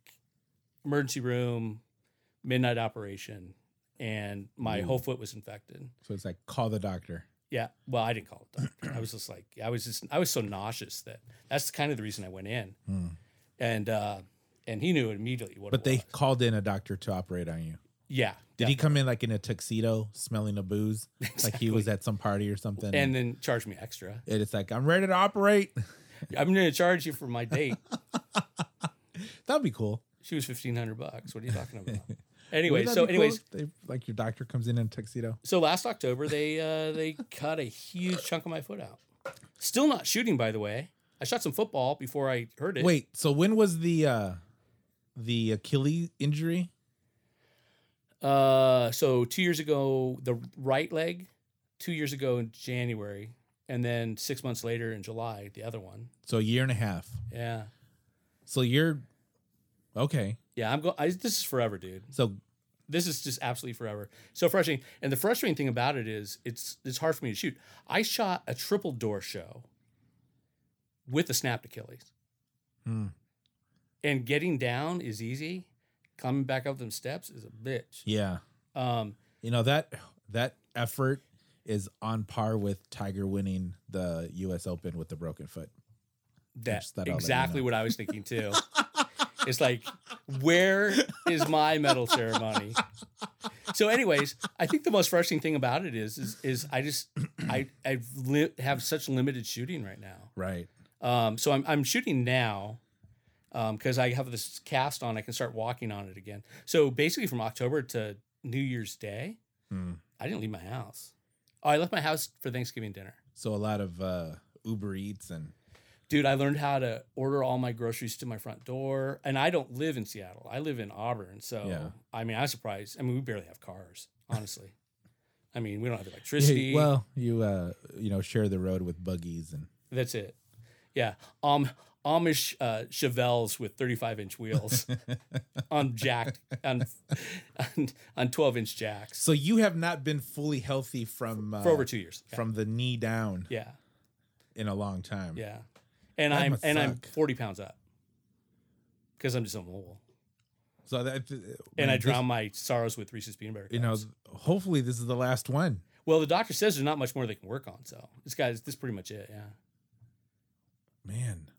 Speaker 3: emergency room, midnight operation. And
Speaker 1: Mm.
Speaker 3: my whole foot was infected.
Speaker 1: So it's like call the doctor.
Speaker 3: Yeah. Well, I didn't call it doctor. I was just like, I was just, I was so nauseous that that's kind of the reason I went in.
Speaker 1: Hmm.
Speaker 3: And, uh, and he knew immediately what
Speaker 1: But
Speaker 3: it
Speaker 1: they
Speaker 3: was.
Speaker 1: called in a doctor to operate on you.
Speaker 3: yeah.
Speaker 1: Did he come in like in a tuxedo, smelling a booze, like he was at some party or something?
Speaker 3: And then charged me extra.
Speaker 1: and it's like I'm ready to operate.
Speaker 3: I'm going to charge you for my date.
Speaker 1: That'd be cool.
Speaker 3: She was 1500 bucks. What are you talking about?
Speaker 1: Wouldn't
Speaker 3: Anyway,
Speaker 1: that
Speaker 3: so
Speaker 1: be cool
Speaker 3: anyways,
Speaker 1: if they, like your doctor comes in in a tuxedo.
Speaker 3: So last October, they uh, they cut a huge chunk of my foot out. Still not shooting, by the way. I shot some football before I heard it.
Speaker 1: Wait, so when was the uh the Achilles injury?
Speaker 3: Uh, so two years ago, the right leg. Two years ago in January, and then six months later in July, the other one.
Speaker 1: So a year and a half.
Speaker 3: Yeah,
Speaker 1: So you're okay.
Speaker 3: yeah. I'm going. This is forever, dude.
Speaker 1: So
Speaker 3: This is just absolutely forever. So frustrating. And the frustrating thing about it is, it's it's hard for me to shoot. I shot a triple door show with a snapped Achilles.
Speaker 1: hmm,
Speaker 3: and getting down is easy. Coming back up them steps is a bitch.
Speaker 1: yeah,
Speaker 3: Um,
Speaker 1: you know that that effort is on par with Tiger winning the U.S. Open with the broken foot.
Speaker 3: that's
Speaker 1: Just thought I'll let you
Speaker 3: exactly
Speaker 1: know.
Speaker 3: what I was thinking too. it's like, where is my medal ceremony? So, anyways, I think the most frustrating thing about it is, is, is I just, I, I li- have such limited shooting right now.
Speaker 1: Right.
Speaker 3: Um, so I'm, I'm shooting now because I have this cast on. I can start walking on it again. So basically, from October to New Year's Day,
Speaker 1: Hmm.
Speaker 3: I didn't leave my house. Oh, I left my house for Thanksgiving dinner.
Speaker 1: So a lot of uh Uber Eats and
Speaker 3: Dude, I learned how to order all my groceries to my front door. And I don't live in Seattle. I live in Auburn. So,
Speaker 1: Yeah.
Speaker 3: I mean, I was surprised. I mean, we barely have cars, honestly. I mean, we don't have electricity.
Speaker 1: well, you uh you know share the road with buggies and
Speaker 3: That's it. Yeah. Um, Amish uh, Chevelles with 35 inch wheels on jacked on, on on 12 inch jacks
Speaker 1: So you have not been fully healthy from uh,
Speaker 3: for over two years. Yeah.
Speaker 1: from the knee down
Speaker 3: yeah,
Speaker 1: in a long time.
Speaker 3: yeah. And
Speaker 1: That
Speaker 3: I'm
Speaker 1: must
Speaker 3: and I'm
Speaker 1: suck.
Speaker 3: 40 pounds up because I'm just a mobile.
Speaker 1: So that
Speaker 3: and I
Speaker 1: this-
Speaker 3: drown my sorrows with Reese's peanut butter.
Speaker 1: You know,
Speaker 3: cups.
Speaker 1: hopefully this is the last one.
Speaker 3: Well, the doctor says there's not much more they can work on, so this guy's this is pretty much it. Yeah,
Speaker 1: Man,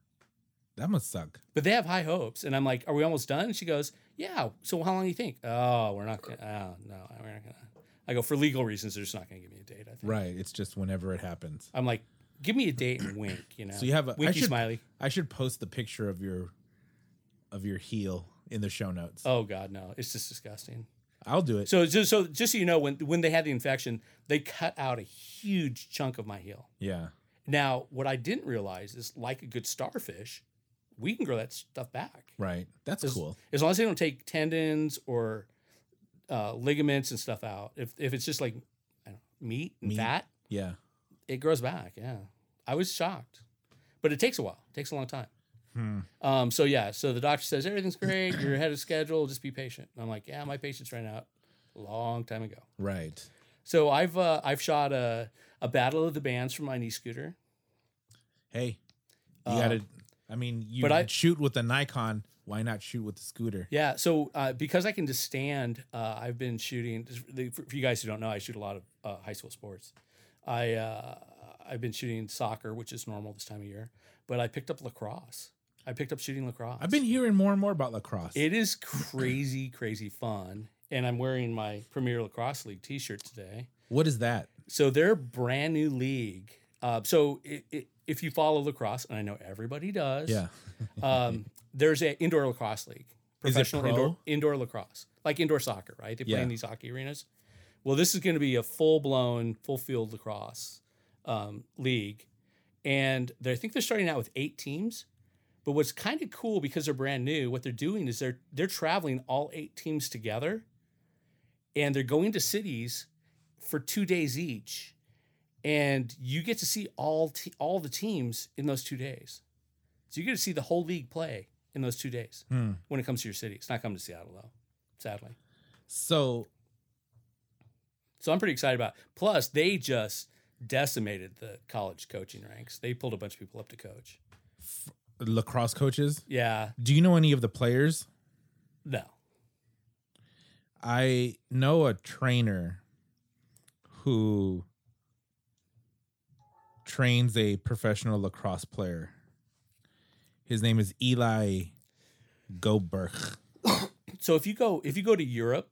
Speaker 1: that must suck.
Speaker 3: but they have high hopes, and I'm like, "Are we almost done?" And she goes, "Yeah." So how long do you think? Oh, we're not gonna. Oh, no, we're not gonna. I go for legal reasons. They're just not gonna give me a date. I think.
Speaker 1: Right. It's just whenever it happens.
Speaker 3: I'm like, give me a date and wink. You know.
Speaker 1: So you have a I
Speaker 3: winky
Speaker 1: should-
Speaker 3: smiley.
Speaker 1: I should post the picture of your of your heel in the show notes.
Speaker 3: Oh God, no! It's just disgusting.
Speaker 1: I'll do it.
Speaker 3: So just so just so you know, when when they had the infection, they cut out a huge chunk of my heel.
Speaker 1: yeah.
Speaker 3: Now, what I didn't realize is, like a good starfish, we can grow that stuff back.
Speaker 1: Right. That's
Speaker 3: As-
Speaker 1: cool.
Speaker 3: As long as they don't take tendons or uh, ligaments and stuff out. If if it's just like I don't know, meat and
Speaker 1: Meat.
Speaker 3: fat,
Speaker 1: Yeah.
Speaker 3: it grows back. Yeah, I was shocked, but it takes a while. It takes a long time.
Speaker 1: Hmm.
Speaker 3: Um, so yeah, so the doctor says everything's great. You're ahead of schedule. Just be patient. And I'm like, yeah, my patience ran out a long time ago.
Speaker 1: Right.
Speaker 3: So I've uh, I've shot a a battle of the bands from my knee scooter.
Speaker 1: Hey, you
Speaker 3: Uh,
Speaker 1: gotta. I mean, you
Speaker 3: but I-
Speaker 1: shoot with a Nikon. Why not shoot with the scooter?
Speaker 3: Yeah. So uh, because I can just stand, uh, I've been shooting. the- For you guys who don't know, I shoot a lot of uh, high school sports. I uh, I've been shooting soccer, which is normal this time of year. But I picked up lacrosse. I picked up shooting lacrosse.
Speaker 1: I've been hearing more and more about lacrosse.
Speaker 3: It is crazy, crazy fun. And I'm wearing my Premier Lacrosse League t shirt today.
Speaker 1: what is that?
Speaker 3: So they're a brand new league. Uh, so i i if you follow lacrosse, and I know everybody does,
Speaker 1: Yeah.
Speaker 3: um, there's an indoor lacrosse league,
Speaker 1: Is it
Speaker 3: professional
Speaker 1: pro?
Speaker 3: indoor indoor lacrosse, like indoor soccer, right? They play
Speaker 1: Yeah.
Speaker 3: in these hockey arenas. Well, this is going to be a full blown, full field lacrosse um, league, and they I think they're starting out with eight teams. But what's kind of cool because they're brand new, what they're doing is they're they're traveling all eight teams together, and they're going to cities for two days each, and you get to see all te- all the teams in those two days. So you get to see the whole league play in those two days
Speaker 1: Hmm.
Speaker 3: when it comes to your city. It's not coming to Seattle though, sadly.
Speaker 1: So
Speaker 3: So I'm pretty excited about. It. Plus, they just decimated the college coaching ranks. They pulled a bunch of people up to coach.
Speaker 1: lacrosse coaches.
Speaker 3: Yeah,
Speaker 1: Do you know any of the players?
Speaker 3: no.
Speaker 1: I know a trainer who trains a professional lacrosse player. His name is Eli Goberg.
Speaker 3: So if you go if you go to Europe,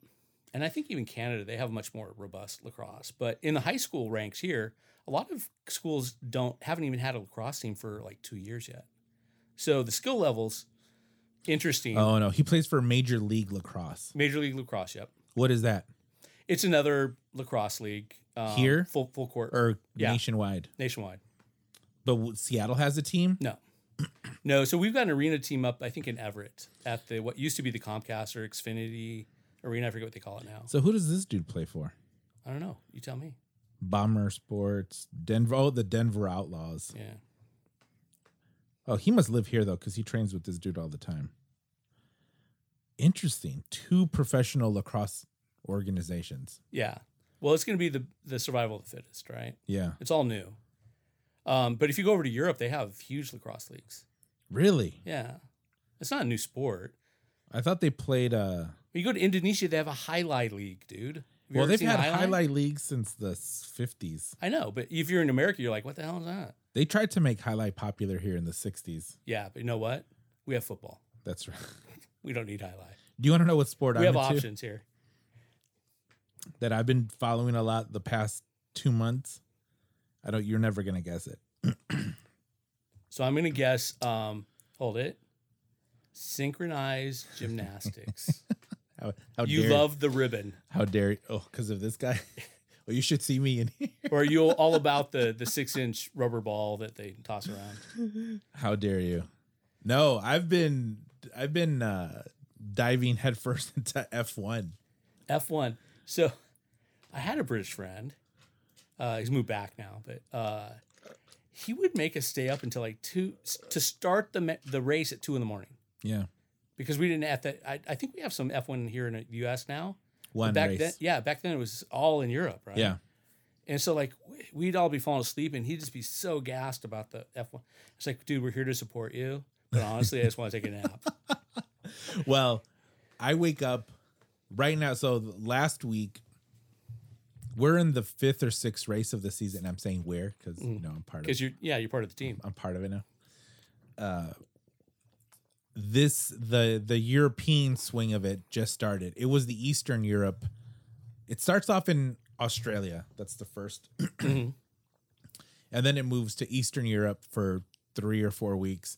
Speaker 3: and I think even Canada, they have much more robust lacrosse. But in the high school ranks here, a lot of schools don't haven't even had a lacrosse team for like two years yet. So the skill levels, interesting.
Speaker 1: Oh no, he plays for Major League Lacrosse.
Speaker 3: Major League Lacrosse, yep.
Speaker 1: What is that?
Speaker 3: It's another lacrosse league um,
Speaker 1: Here?
Speaker 3: full full court
Speaker 1: Or
Speaker 3: Yeah.
Speaker 1: nationwide?
Speaker 3: nationwide.
Speaker 1: But w- Seattle has a team.
Speaker 3: No, no. So we've got an arena team up, I think, in Everett at the what used to be the Comcast or Xfinity Arena. I forget what they call it now.
Speaker 1: So who does this dude play for?
Speaker 3: I don't know. You tell me.
Speaker 1: Bomber Sports, Denver. Oh, the Denver Outlaws.
Speaker 3: Yeah.
Speaker 1: Oh, he must live here though, because he trains with this dude all the time. Interesting. Two professional lacrosse organizations.
Speaker 3: Yeah. Well, it's going to be the the survival of the fittest, right?
Speaker 1: Yeah.
Speaker 3: It's all new. Um, but if you go over to Europe, they have huge lacrosse leagues.
Speaker 1: Really?
Speaker 3: Yeah. It's not a new sport.
Speaker 1: I thought they played. Uh,
Speaker 3: When you go to Indonesia, they have a highlight league, dude. Have you
Speaker 1: well,
Speaker 3: ever
Speaker 1: they've
Speaker 3: seen
Speaker 1: had
Speaker 3: High Line?
Speaker 1: highlight leagues since the fifties.
Speaker 3: I know, but if you're in America, you're like, what the hell is that?
Speaker 1: They tried to make highlight popular here in the sixties.
Speaker 3: Yeah, but you know what? We have football.
Speaker 1: That's right.
Speaker 3: We don't need highlight.
Speaker 1: Do you want to know what sport
Speaker 3: We
Speaker 1: I'm
Speaker 3: have
Speaker 1: into
Speaker 3: options here.
Speaker 1: that I've been following a lot the past two months? I don't. You're never gonna guess it.
Speaker 3: So I'm gonna guess. Um, hold it. Synchronized gymnastics.
Speaker 1: How, how
Speaker 3: you
Speaker 1: dare,
Speaker 3: love the ribbon,
Speaker 1: How dare? you- Oh, because of this guy. oh, you should see me in here.
Speaker 3: or are you all about the the six inch rubber ball that they toss around?
Speaker 1: How dare you? No, I've been I've been uh diving headfirst into F1.
Speaker 3: F one. So I had a British friend. Uh, he's moved back now, but uh, he would make us stay up until like two to start the ma- the race at two in the morning
Speaker 1: Yeah.
Speaker 3: because we didn't have that. I, I think we have some F one here in the U.S. now. But
Speaker 1: One
Speaker 3: back
Speaker 1: race.
Speaker 3: then, yeah, back then it was all in Europe, right?
Speaker 1: yeah.
Speaker 3: And so like w- we'd all be falling asleep and he'd just be so gassed about the F1. It's like, dude, we're here to support you. But honestly, I just want to take a nap.
Speaker 1: Well, I wake up right now so last week We're in the fifth or sixth race of the season. and I'm saying we're because
Speaker 3: Mm.
Speaker 1: you know I'm part of
Speaker 3: because you're yeah you're part of the team.
Speaker 1: I'm part of it now. Uh, this the the European swing of it just started. It was the Eastern Europe. It starts off in Australia. That's the first, and then it moves to Eastern Europe for three or four weeks,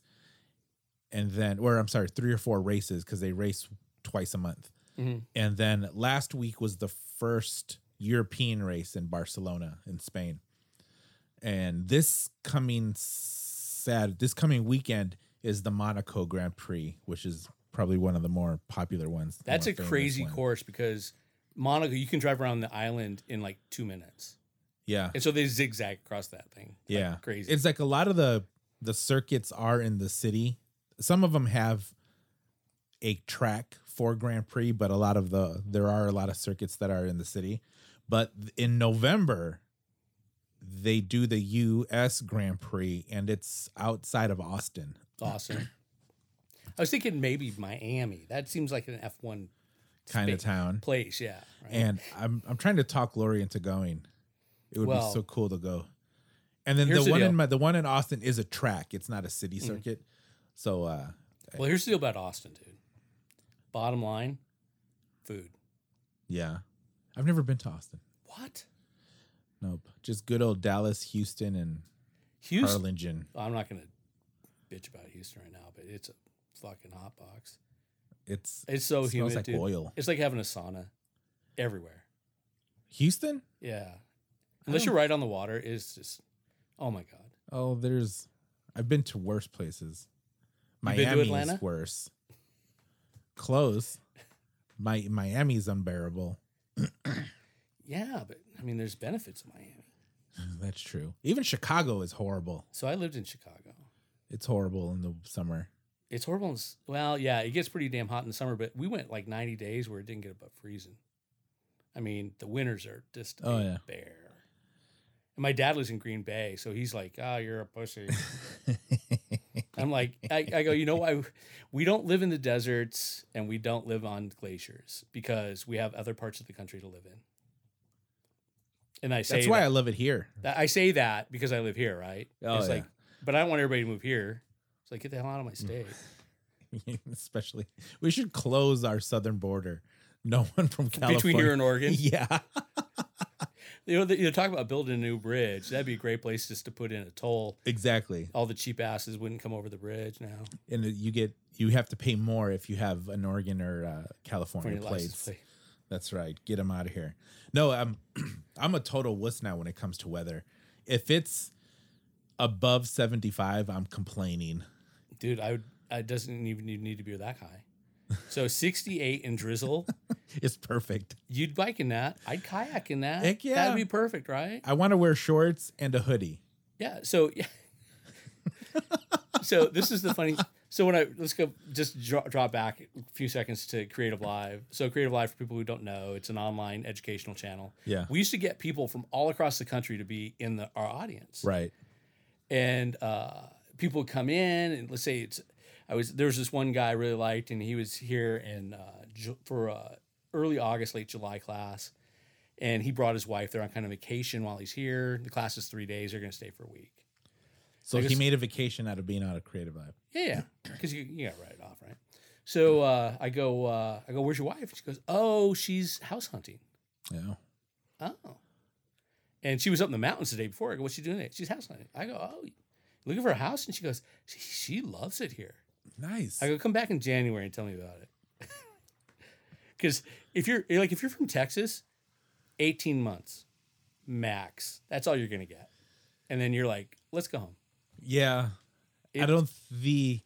Speaker 1: and then or I'm sorry, three or four races because they race twice a month.
Speaker 3: Mm-hmm.
Speaker 1: And then last week was the first European race in Barcelona in Spain and this coming sad this coming weekend is the Monaco Grand Prix, which is probably one of the more popular ones. the
Speaker 3: That's
Speaker 1: more
Speaker 3: a
Speaker 1: famous
Speaker 3: crazy
Speaker 1: one.
Speaker 3: course because Monaco you can drive around the island in like two minutes,
Speaker 1: Yeah,
Speaker 3: and so they zigzag across that thing. like
Speaker 1: yeah,
Speaker 3: crazy.
Speaker 1: It's like a lot of the the circuits are in the city. Some of them have a track for Grand Prix, but a lot of the there are a lot of circuits that are in the city. But in November, they do the U.S. Grand Prix, and it's outside of Austin.
Speaker 3: awesome. I was thinking maybe Miami. That seems like an F one
Speaker 1: Kind of
Speaker 3: Spain.
Speaker 1: town.
Speaker 3: place. Yeah, right?
Speaker 1: and I'm I'm trying to talk Lori into going. It would
Speaker 3: Well-
Speaker 1: be so cool to go. And then the
Speaker 3: Here's the
Speaker 1: one
Speaker 3: deal. Mm.
Speaker 1: in my, the one in Austin is a track. It's not a city circuit. So uh
Speaker 3: well, here's the deal about Austin, dude. Bottom line, food.
Speaker 1: yeah. I've never been to Austin.
Speaker 3: What?
Speaker 1: Nope. Just good old Dallas, Houston and
Speaker 3: Houston.
Speaker 1: Harlingen.
Speaker 3: I'm not gonna bitch about Houston right now, but it's a fucking hot box.
Speaker 1: It's
Speaker 3: It's so
Speaker 1: It smells
Speaker 3: humid,
Speaker 1: like
Speaker 3: dude.
Speaker 1: oil.
Speaker 3: It's like having a sauna everywhere.
Speaker 1: Houston?
Speaker 3: Yeah, unless you're right on the water, it's just oh my god.
Speaker 1: Oh, there's I've been to worse places.
Speaker 3: You been to
Speaker 1: Miami's
Speaker 3: Atlanta?
Speaker 1: worse. Close. My Miami's unbearable.
Speaker 3: Yeah, but I mean, there's benefits in Miami.
Speaker 1: That's true. Even Chicago is horrible.
Speaker 3: So I lived in Chicago.
Speaker 1: It's horrible in the summer.
Speaker 3: It's horrible. In, s- well, yeah, it gets pretty damn hot in the summer, but we went like 90 days where it didn't get above freezing. I mean, the winters are just
Speaker 1: Oh,
Speaker 3: a
Speaker 1: yeah.
Speaker 3: bear. And my dad lives in Green Bay, so he's like, "Ah, you're a pussy." I'm like, I, I go, you know, I we don't live in the deserts and we don't live on glaciers because we have other parts of the country to live in. And I say
Speaker 1: That's why
Speaker 3: that-
Speaker 1: I love it here.
Speaker 3: That- I say that because I live here, right?
Speaker 1: Oh,
Speaker 3: it's
Speaker 1: yeah. Mm.
Speaker 3: like, but I don't want everybody to move here. It's like, get the hell out of my state.
Speaker 1: Especially, we should close our southern border. No one from California.
Speaker 3: Between here and Oregon.
Speaker 1: yeah,
Speaker 3: You know, they- you talk about building a new bridge. That'd be a great place just to put in a toll.
Speaker 1: exactly.
Speaker 3: All the cheap asses wouldn't come over the bridge now.
Speaker 1: And you get you have to pay more if you have an Oregon or uh,
Speaker 3: For
Speaker 1: California
Speaker 3: your license
Speaker 1: plates.
Speaker 3: plate.
Speaker 1: That's right. Get them out of here. No, I'm I'm a total wuss now when it comes to weather. If it's above seventy five, I'm complaining.
Speaker 3: Dude, I would, I doesn't even you need to be that high. So 68 and drizzle.
Speaker 1: It's perfect.
Speaker 3: You'd bike in that. I'd kayak in that.
Speaker 1: Heck yeah.
Speaker 3: That'd be perfect, right?
Speaker 1: I want to wear shorts and a hoodie.
Speaker 3: Yeah. So yeah. so this is the funny. So when I let's go just dro- drop back a few seconds to Creative Live. So Creative Live for people who don't know, it's an online educational channel.
Speaker 1: Yeah.
Speaker 3: We used to get people from all across the country to be in the our audience.
Speaker 1: Right.
Speaker 3: And uh, people come in and let's say it's I was there was this one guy I really liked and he was here in uh, Ju- for uh, early August, late July class. And he brought his wife. They're on kind of vacation while he's here. The class is three days. They're going to stay for a week.
Speaker 1: So
Speaker 3: I
Speaker 1: he
Speaker 3: guess-
Speaker 1: made a vacation out of being out of Creative Lab.
Speaker 3: Yeah, because you, you got to write it off, right? So uh, I go, uh, I go, where's your wife? She goes, oh, she's house hunting.
Speaker 1: Yeah.
Speaker 3: Oh, and she was up in the mountains the day before. I go, what's she doing? Today? She's house hunting. I go, oh, looking for a house, and she goes, she, she loves it here.
Speaker 1: Nice.
Speaker 3: I go, come back in January and tell me about it. Because if you're like if you're from Texas, eighteen months max. That's all you're gonna get, and then you're like, let's go home.
Speaker 1: Yeah. I
Speaker 3: It-
Speaker 1: don't the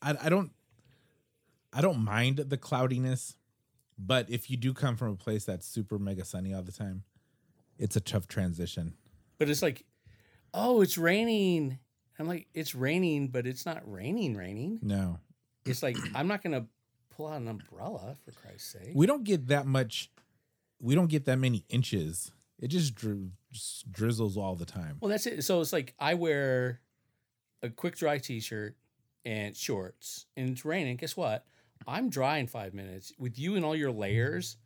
Speaker 1: I, I don't I don't mind the cloudiness, but if you do come from a place that's super mega sunny all the time, it's a tough transition.
Speaker 3: But it's like, oh, it's raining. I'm like, it's raining, but it's not raining, raining.
Speaker 1: No.
Speaker 3: It's like, I'm not going to pull out an umbrella for Christ's sake.
Speaker 1: We don't get that much we don't get that many inches. It just, dri- just drizzles all the time.
Speaker 3: well, that's it. So it's like, I wear a quick dry t shirt and shorts, and it's raining. Guess what? I'm dry in five minutes. With you and all your layers,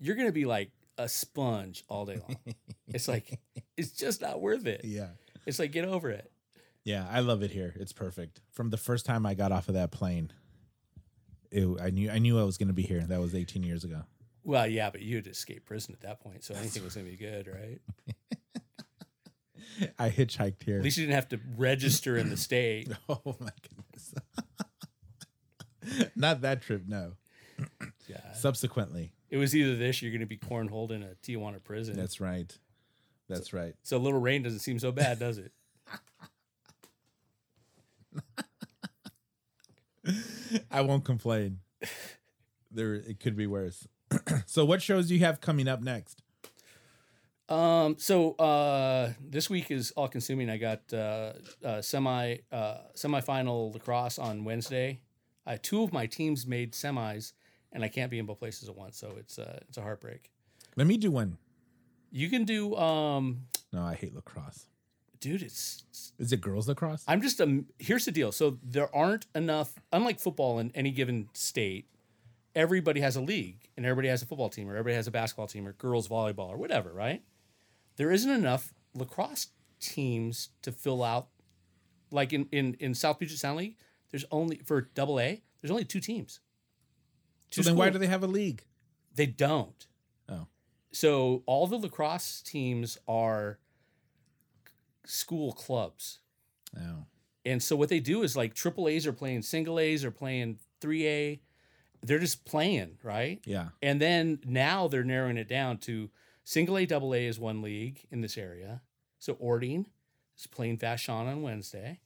Speaker 3: you're going to be like, a sponge all day long. it's like it's just not worth it.
Speaker 1: Yeah.
Speaker 3: It's like get over it.
Speaker 1: Yeah, I love it here. It's perfect. From the first time I got off of that plane, it, I knew I knew I was going to be here. That was 18 years ago.
Speaker 3: Well, yeah, but you had escaped prison at that point, so anything was gonna be good, right?
Speaker 1: I hitchhiked here.
Speaker 3: At least you didn't have to register in the state.
Speaker 1: oh my goodness. Not that trip, no.
Speaker 3: Yeah.
Speaker 1: Subsequently.
Speaker 3: It was either this, you're gonna be cornholed in a Tijuana prison.
Speaker 1: That's right. That's right.
Speaker 3: so little rain doesn't seem so bad, does it?
Speaker 1: I won't complain. There it could be worse. so what shows do you have coming up next?
Speaker 3: Um, so uh, this week is all consuming. I got uh, uh, semi uh, semifinal lacrosse on Wednesday. Uh, two of my teams made semis, and I can't be in both places at once, so it's uh, it's a heartbreak.
Speaker 1: Let me do one.
Speaker 3: You can do, um,
Speaker 1: No, I hate lacrosse.
Speaker 3: dude. It's, it's
Speaker 1: Is it girls lacrosse?
Speaker 3: I'm just um. Here's the deal. So there aren't enough. Unlike football in any given state, everybody has a league, and everybody has a football team, or everybody has a basketball team, or girls volleyball, or whatever. Right? There isn't enough lacrosse teams to fill out. Like in in in South Puget Sound League, there's only for Double A. There's only two teams.
Speaker 1: so then why
Speaker 3: schools.
Speaker 1: do they have a league?
Speaker 3: They don't.
Speaker 1: Oh.
Speaker 3: So all the lacrosse teams are school clubs.
Speaker 1: Oh.
Speaker 3: And so what they do is like triple A's are playing single A's or playing three A. They're just playing, right?
Speaker 1: Yeah.
Speaker 3: And then now they're narrowing it down to single A, double A is one league in this area. So Ording is playing Vashon on Wednesday.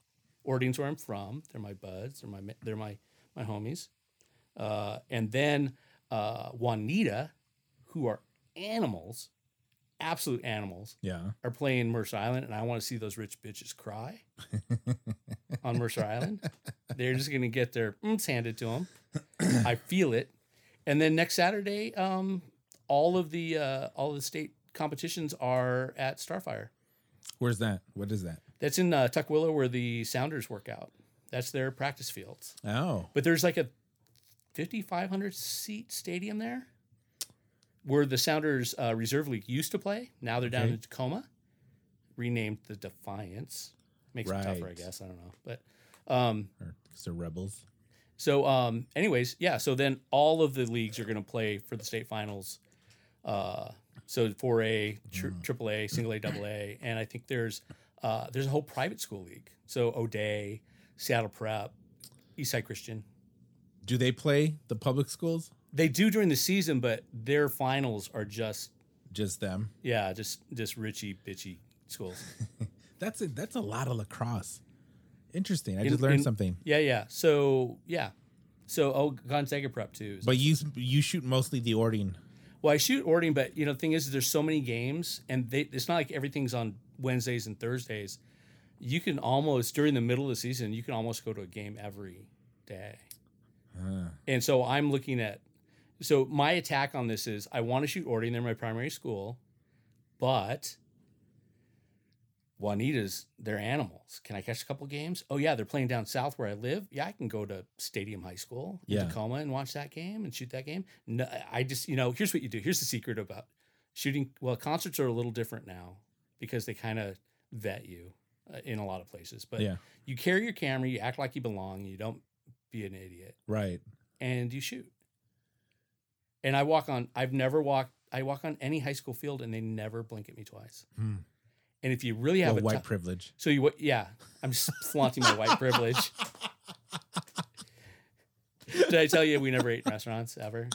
Speaker 3: Ording's where I'm from. They're my buds. They're my they're my my homies. Uh, and then uh, Juanita, who are animals, absolute animals
Speaker 1: Yeah.
Speaker 3: are playing Mercer Island, and I want to see those rich bitches cry on Mercer Island. They're just gonna get their mms handed to them. I feel it. And then next Saturday, um, all of the uh, all of the state competitions are at Starfire.
Speaker 1: Where's that? What is that?
Speaker 3: That's in uh, Tuckwillow, where the Sounders work out. That's their practice fields.
Speaker 1: Oh.
Speaker 3: But there's like a 5,500 seat stadium there where the Sounders uh, Reserve League used to play. Now they're down
Speaker 1: Okay.
Speaker 3: in Tacoma, renamed the Defiance. Makes it tougher, I
Speaker 1: Right.
Speaker 3: guess. I don't know. But um,
Speaker 1: Or so rebels.
Speaker 3: so, um, anyways, yeah. So then all of the leagues are going to play for the state finals. Uh, so 4A, tri-
Speaker 1: Hmm.
Speaker 3: triple A, single A, double A, and I think there's uh, there's a whole private school league. So O'Day, Seattle Prep, Eastside Christian.
Speaker 1: Do they play the public schools?
Speaker 3: They do during the season, but their finals are just
Speaker 1: Just them.
Speaker 3: yeah, just just richy bitchy schools.
Speaker 1: That's a, that's a lot of lacrosse. Interesting. I
Speaker 3: In-
Speaker 1: just learned
Speaker 3: in-
Speaker 1: something.
Speaker 3: Yeah, yeah. So yeah, so oh Gonzaga prep too.
Speaker 1: But you you shoot mostly the ording.
Speaker 3: well, I shoot Ording, but you know the thing is, there's so many games, and they, it's not like everything's on Wednesdays and Thursdays. You can almost during the middle of the season, you can almost go to a game every day. And so I'm looking at. So my attack on this is I want to shoot Ording. They're my primary school, but Juanita's they're animals. Can I catch a couple games? Oh yeah, they're playing down south where I live. Yeah, I can go to Stadium High School in
Speaker 1: Yeah.
Speaker 3: Tacoma and watch that game and shoot that game. No, I- I just you know here's what you do. Here's the secret about shooting. Well, concerts are a little different now because they kind of vet you uh, in a lot of places. But
Speaker 1: Yeah.
Speaker 3: you carry your camera, you act like you belong, you don't be an idiot
Speaker 1: Right.
Speaker 3: and you shoot. And I walk on, I've never walked, I walk on any high school field and they never blink at me twice.
Speaker 1: Hmm.
Speaker 3: And if you really have
Speaker 1: Well,
Speaker 3: a
Speaker 1: white
Speaker 3: tou-
Speaker 1: privilege.
Speaker 3: so you, wa- yeah, I'm just flaunting my white privilege. Did I tell you we never ate in restaurants ever?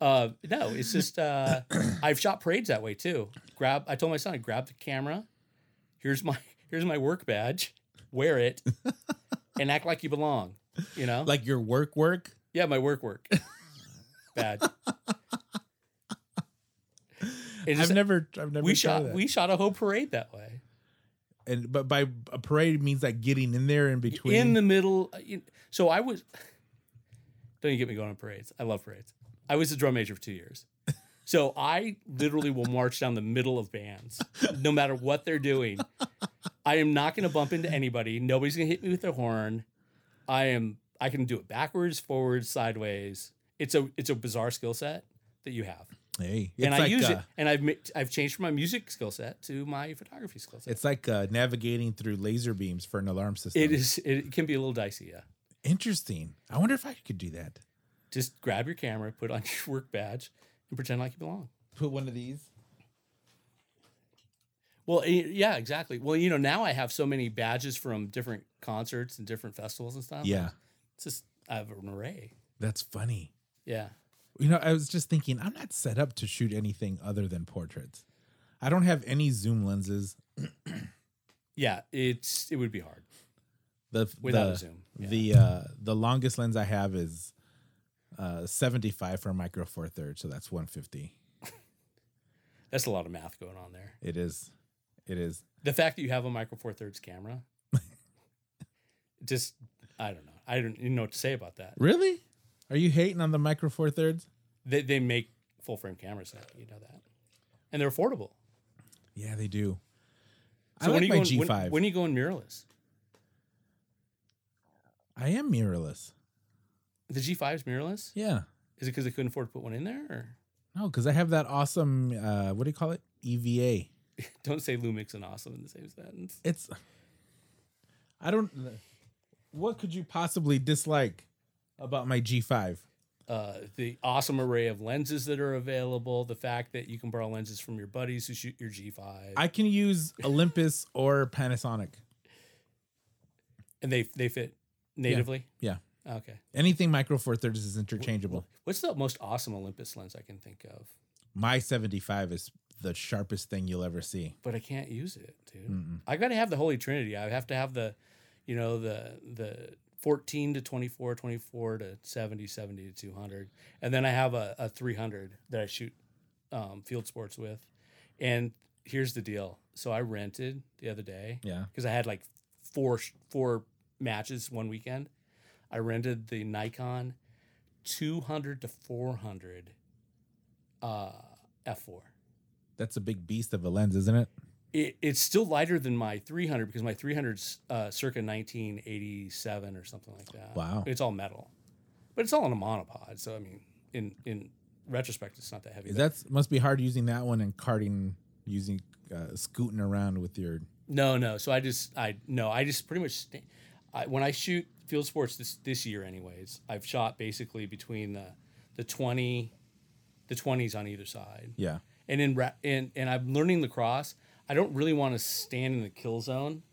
Speaker 3: Uh, no, it's just uh, I've shot parades that way too. Grab, I told my son, I grab the camera. Here's my here's my work badge. Wear it and act like you belong. You know,
Speaker 1: Like your work work.
Speaker 3: yeah, my work work. Bad. It just-
Speaker 1: I've never I've never
Speaker 3: we
Speaker 1: tried
Speaker 3: shot
Speaker 1: that.
Speaker 3: we shot a whole parade that way.
Speaker 1: and but by a parade means like getting in there in between.
Speaker 3: in the middle. uh, you- So I was. Don't you get me going on parades? I love parades. I was a drum major for two years, so I literally will march down the middle of bands, no matter what they're doing. I am not going to bump into anybody. Nobody's going to hit me with a horn. I am. I can do it backwards, forwards, sideways. It's a it's a bizarre skill set that you have.
Speaker 1: Hey, it's
Speaker 3: and I
Speaker 1: like
Speaker 3: use it.
Speaker 1: uh,
Speaker 3: And I've ma- I've changed from my music skill set to my photography skill set.
Speaker 1: It's like uh, navigating through laser beams for an alarm system.
Speaker 3: It is. It can be a little dicey. Yeah.
Speaker 1: interesting. I wonder if I could do that.
Speaker 3: Just grab your camera, put on your work badge, and pretend like you belong.
Speaker 1: Put one of these.
Speaker 3: Well, y- yeah, exactly. Well, you know, now I have so many badges from different concerts and different festivals and stuff.
Speaker 1: Yeah,
Speaker 3: It's just I have an array.
Speaker 1: that's funny.
Speaker 3: Yeah.
Speaker 1: You know, I was just thinking, I'm not set up to shoot anything other than portraits. I don't have any zoom lenses.
Speaker 3: Yeah. It's it would be hard
Speaker 1: The
Speaker 3: without
Speaker 1: the,
Speaker 3: a zoom. Yeah.
Speaker 1: the uh, the longest lens I have is uh, 75 for a micro four thirds, so that's 150.
Speaker 3: That's a lot of math going on there.
Speaker 1: It is, it is.
Speaker 3: The fact that you have a micro four thirds camera, just I don't know. I don't even know what to say about that.
Speaker 1: Really? Are you hating on the micro four thirds?
Speaker 3: They they make full frame cameras now. You know that, and they're affordable.
Speaker 1: Yeah, they do.
Speaker 3: So
Speaker 1: I
Speaker 3: when
Speaker 1: like my
Speaker 3: are you
Speaker 1: G5.
Speaker 3: going, when, when are you going mirrorless?
Speaker 1: I am mirrorless.
Speaker 3: The G5 is mirrorless.
Speaker 1: Yeah.
Speaker 3: Is it because they couldn't afford to put one in there? Or
Speaker 1: No, because I have that awesome. Uh, what do you call it? EVA.
Speaker 3: don't say Lumix and awesome in the same sentence.
Speaker 1: It's. I don't. What could you possibly dislike about my G5?
Speaker 3: Uh, the awesome array of lenses that are available. The fact that you can borrow lenses from your buddies who shoot your G5,
Speaker 1: I can use Olympus or Panasonic.
Speaker 3: and they they fit natively.
Speaker 1: Yeah.
Speaker 3: Okay.
Speaker 1: Anything micro four thirds is interchangeable.
Speaker 3: What's the most awesome Olympus lens I can think of?
Speaker 1: My 75 is the sharpest thing you'll ever see.
Speaker 3: But I can't use it, dude. I got to have the Holy Trinity. I have to have the, you know, the the 14 to 24, 24 to 70, 70 to 200. And then I have a, a 300 that I shoot um, field sports with. And here's the deal. So I rented the other day
Speaker 1: Yeah.
Speaker 3: because I had like four sh- four matches one weekend. I rented the Nikon 200 to 400 uh, f4.
Speaker 1: That's a big beast of a lens, isn't it?
Speaker 3: It, it's still lighter than my 300 because my 300's uh, circa 1987 or something like that.
Speaker 1: Wow.
Speaker 3: It's all metal, but it's all in a monopod. So I mean, in in retrospect, it's not that heavy.
Speaker 1: Is
Speaker 3: but-
Speaker 1: that must be hard using that one and carting, using, uh, scooting around with your.
Speaker 3: No, no. So I just, I no, I just pretty much. St- I, when I shoot field sports this this year, anyways, I've shot basically between the the twenty, the twenties on either side,
Speaker 1: Yeah.
Speaker 3: and in ra- and and I'm learning lacrosse. I don't really want to stand in the kill zone,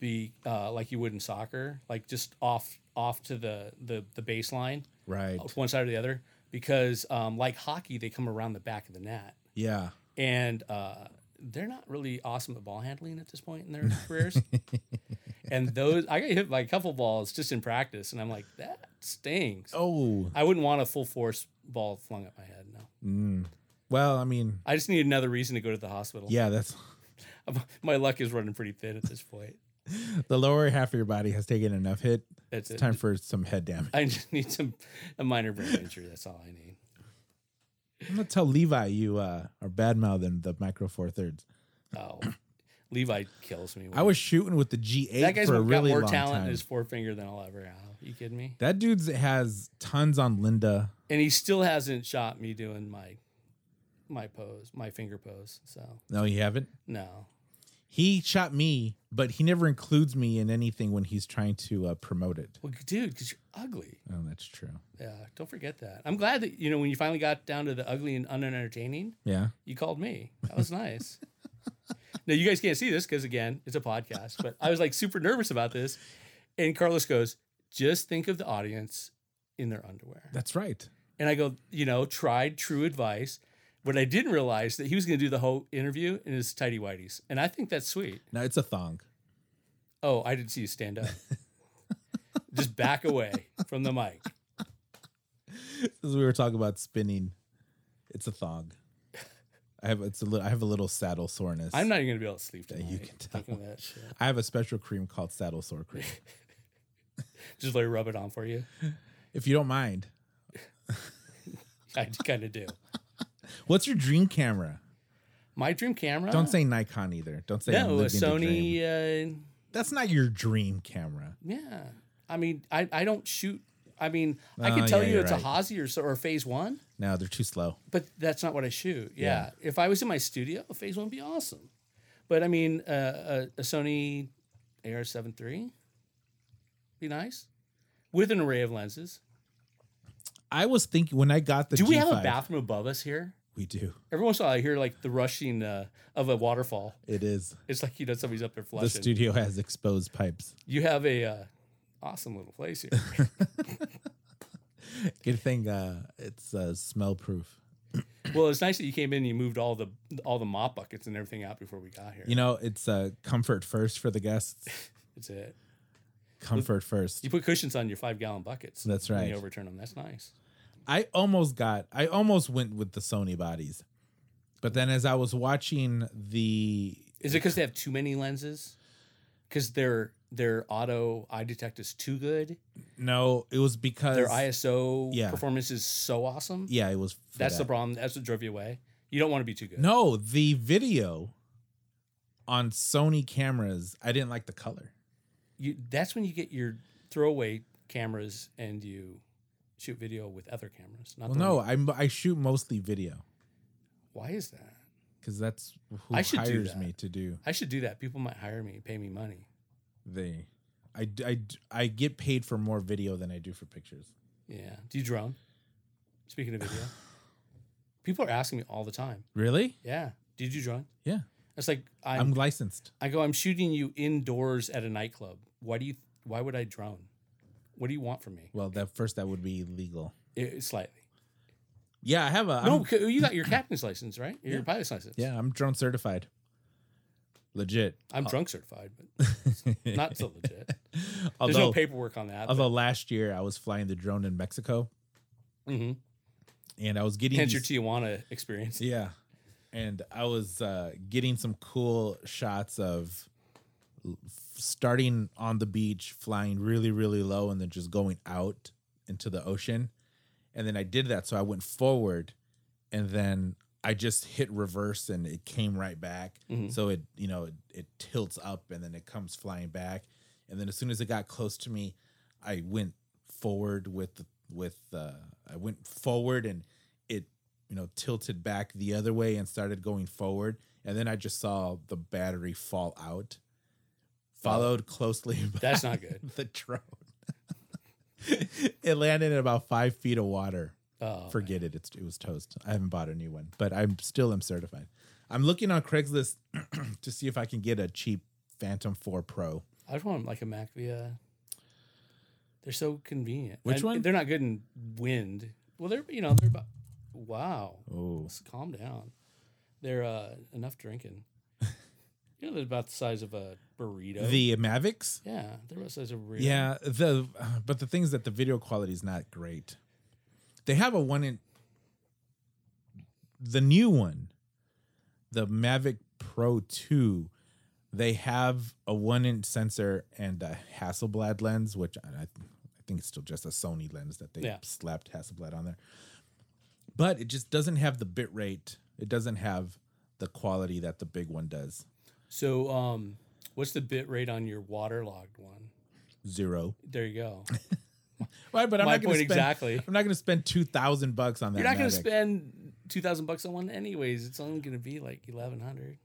Speaker 3: be uh, like you would in soccer, like just off off to the the the baseline,
Speaker 1: Right.
Speaker 3: to one side or the other, because um, like hockey, they come around the back of the net
Speaker 1: Yeah.
Speaker 3: and uh, they're not really awesome at ball handling at this point in their careers. and those, I got hit by a couple balls just in practice, and I'm like, that stings.
Speaker 1: Oh.
Speaker 3: I wouldn't want a full force ball flung at my head. No,
Speaker 1: Well, I mean,
Speaker 3: I just need another reason to go to the hospital.
Speaker 1: yeah, that's
Speaker 3: my luck is running pretty thin at this point.
Speaker 1: the lower half of your body has taken enough hit.
Speaker 3: That's
Speaker 1: It's
Speaker 3: it.
Speaker 1: time for some head damage.
Speaker 3: I just need some a minor brain injury. That's all I need.
Speaker 1: I'm gonna tell Levi you uh, are bad mouthing the micro four thirds.
Speaker 3: Oh, Levi kills me.
Speaker 1: I was shooting with the G8
Speaker 3: that guy's
Speaker 1: for a
Speaker 3: got
Speaker 1: really
Speaker 3: more
Speaker 1: long
Speaker 3: talent
Speaker 1: time.
Speaker 3: in his forefinger than I'll ever have. you kidding me?
Speaker 1: that dude's has tons on Linda.
Speaker 3: and he still hasn't shot me doing my my pose, my finger pose. So
Speaker 1: No, you haven't.
Speaker 3: no,
Speaker 1: He shot me, but he never includes me in anything when he's trying to uh, promote it.
Speaker 3: well, dude, because you're ugly.
Speaker 1: Oh, that's true.
Speaker 3: Yeah, don't forget that. I'm glad that you know when you finally got down to the ugly and unentertaining,
Speaker 1: Yeah.
Speaker 3: you called me. That was nice. now you guys can't see this because again, it's a podcast. But I was like super nervous about this, and Carlos goes, "Just think of the audience in their underwear."
Speaker 1: That's right.
Speaker 3: And I go, you know, tried true advice. But I didn't realize that he was going to do the whole interview in his tidy whities, and I think that's sweet.
Speaker 1: Now it's a thong.
Speaker 3: Oh, I didn't see you stand up. Just back away from the mic.
Speaker 1: As we were talking about spinning, it's a thong. I have it's a little I have a little saddle soreness.
Speaker 3: I'm not even gonna be able to sleep tonight.
Speaker 1: you can tell.
Speaker 3: Thinking of that shit.
Speaker 1: I have a special cream called saddle sore cream.
Speaker 3: Just let me rub it on for you.
Speaker 1: if you don't mind.
Speaker 3: I kind of do.
Speaker 1: What's your dream camera?
Speaker 3: My dream camera.
Speaker 1: Don't say Nikon either. Don't say I'm
Speaker 3: no. A
Speaker 1: living the
Speaker 3: Sony.
Speaker 1: dream.
Speaker 3: Uh,
Speaker 1: That's not your dream camera.
Speaker 3: yeah. I mean, I, I don't shoot. I mean, I
Speaker 1: Oh,
Speaker 3: could tell
Speaker 1: Ah, yeah,
Speaker 3: you
Speaker 1: you're
Speaker 3: it's
Speaker 1: right.
Speaker 3: a Hazy or so, or Phase One.
Speaker 1: No, they're too slow.
Speaker 3: But that's not what I shoot. Yeah. If I was in my studio, phase one would be awesome. But I mean, uh, a, a Sony AR7 III be nice with an array of lenses.
Speaker 1: I was thinking when I got the
Speaker 3: Do we have a
Speaker 1: G5
Speaker 3: bathroom above us here?
Speaker 1: We do.
Speaker 3: Every once in a while, I hear like the rushing uh, of a waterfall.
Speaker 1: It is.
Speaker 3: It's like you know somebody's up there
Speaker 1: The
Speaker 3: flushing.
Speaker 1: studio has exposed pipes.
Speaker 3: you have a uh, awesome little place here.
Speaker 1: Good thing uh, it's uh, smell proof.
Speaker 3: well, it's nice that you came in and you moved all the all the mop buckets and everything out before we got here.
Speaker 1: You know, it's uh, comfort first for the guests.
Speaker 3: That's it.
Speaker 1: Comfort first.
Speaker 3: You put cushions on your five gallon buckets.
Speaker 1: That's
Speaker 3: when
Speaker 1: right.
Speaker 3: You overturn them. That's nice.
Speaker 1: I almost got I almost went with the Sony bodies. But then as I was watching the
Speaker 3: Is it because they have too many lenses? Because their their auto eye detect is too good.
Speaker 1: no, it was because
Speaker 3: Their
Speaker 1: Uh,
Speaker 3: ISO
Speaker 1: yeah.
Speaker 3: performance is so awesome.
Speaker 1: yeah, it was for
Speaker 3: that's
Speaker 1: that.
Speaker 3: the problem. That's what drove you away. You don't want to be too good.
Speaker 1: No, the video on Sony cameras, I didn't like the color.
Speaker 3: you, that's when you get your throwaway cameras and you shoot video with other cameras. Not
Speaker 1: Well,
Speaker 3: the
Speaker 1: no,
Speaker 3: one-
Speaker 1: I I shoot mostly video
Speaker 3: Why is that?
Speaker 1: because that's who
Speaker 3: I should do
Speaker 1: hires
Speaker 3: that.
Speaker 1: me to do
Speaker 3: I should do that. People might hire me, pay me money.
Speaker 1: the. I, d- I d- I get paid for more video than I do for pictures.
Speaker 3: Yeah. Do you drone? Speaking of video, people are asking me all the time.
Speaker 1: Really?
Speaker 3: Yeah. Did you drone?
Speaker 1: Yeah,
Speaker 3: It's like
Speaker 1: I'm,
Speaker 3: I'm,
Speaker 1: licensed.
Speaker 3: I go. I'm shooting you indoors at a nightclub. Why do you? Why would I drone? What do you want from me?
Speaker 1: Well, that first that would be legal.
Speaker 3: It, slightly.
Speaker 1: Yeah, I have a.
Speaker 3: No,
Speaker 1: I'm-
Speaker 3: c- you got your captain's license, right? Your pilot's license.
Speaker 1: yeah, Uh, I'm drone certified. Legit.
Speaker 3: I'm drunk certified, but not so legit.
Speaker 1: although,
Speaker 3: There's no paperwork on that.
Speaker 1: although last year I was flying the drone in Mexico,
Speaker 3: Mhm.
Speaker 1: and I was getting
Speaker 3: Hence your
Speaker 1: these-
Speaker 3: Tijuana experience.
Speaker 1: Yeah. And I was uh, getting some cool shots of l- starting on the beach, flying really, really low, and then just going out into the ocean. And then I did that. So I went forward and then I just hit reverse and it came right back.
Speaker 3: Mhm.
Speaker 1: So it, you know, it, it tilts up and then it comes flying back. And then as soon as it got close to me, I went forward with the- with uh, I went forward and it you know tilted back the other way and started going forward and then I just saw the battery fall out followed closely by
Speaker 3: That's not good.
Speaker 1: the drone it landed at about five feet of water
Speaker 3: Oh,
Speaker 1: forget it it's, it was toast I haven't bought a new one but I'm still am certified I'm looking on Craigslist to see if I can get a cheap Phantom 4 Pro
Speaker 3: I just want like a Mac Via. They're so convenient.
Speaker 1: Which
Speaker 3: And
Speaker 1: one?
Speaker 3: They're not good in wind. Well, they're you know they're about. Wow.
Speaker 1: oh
Speaker 3: Let's calm down. They're uh, enough drinking. you know they're about the size of a burrito.
Speaker 1: the Mavics
Speaker 3: yeah, they're about the size of a burrito.
Speaker 1: Yeah, the but the thing is that the video quality is not great. They have a one in the new one, the Mavic Pro 2, they have a one inch sensor and a Hasselblad lens, which I, I think it's still just a Sony lens that they
Speaker 3: Yeah.
Speaker 1: slapped Hasselblad on there. But it just doesn't have the bit rate. It doesn't have the quality that the big one does.
Speaker 3: So um, what's the bit rate on your waterlogged one?
Speaker 1: Zero.
Speaker 3: There you go.
Speaker 1: Right, but I'm
Speaker 3: My
Speaker 1: not going
Speaker 3: point
Speaker 1: to spend.
Speaker 3: exactly.
Speaker 1: I'm not going to spend two thousand bucks on that.
Speaker 3: You're not going
Speaker 1: Mavic.
Speaker 3: to spend two thousand bucks on one anyways. It's only going to be like eleven hundred.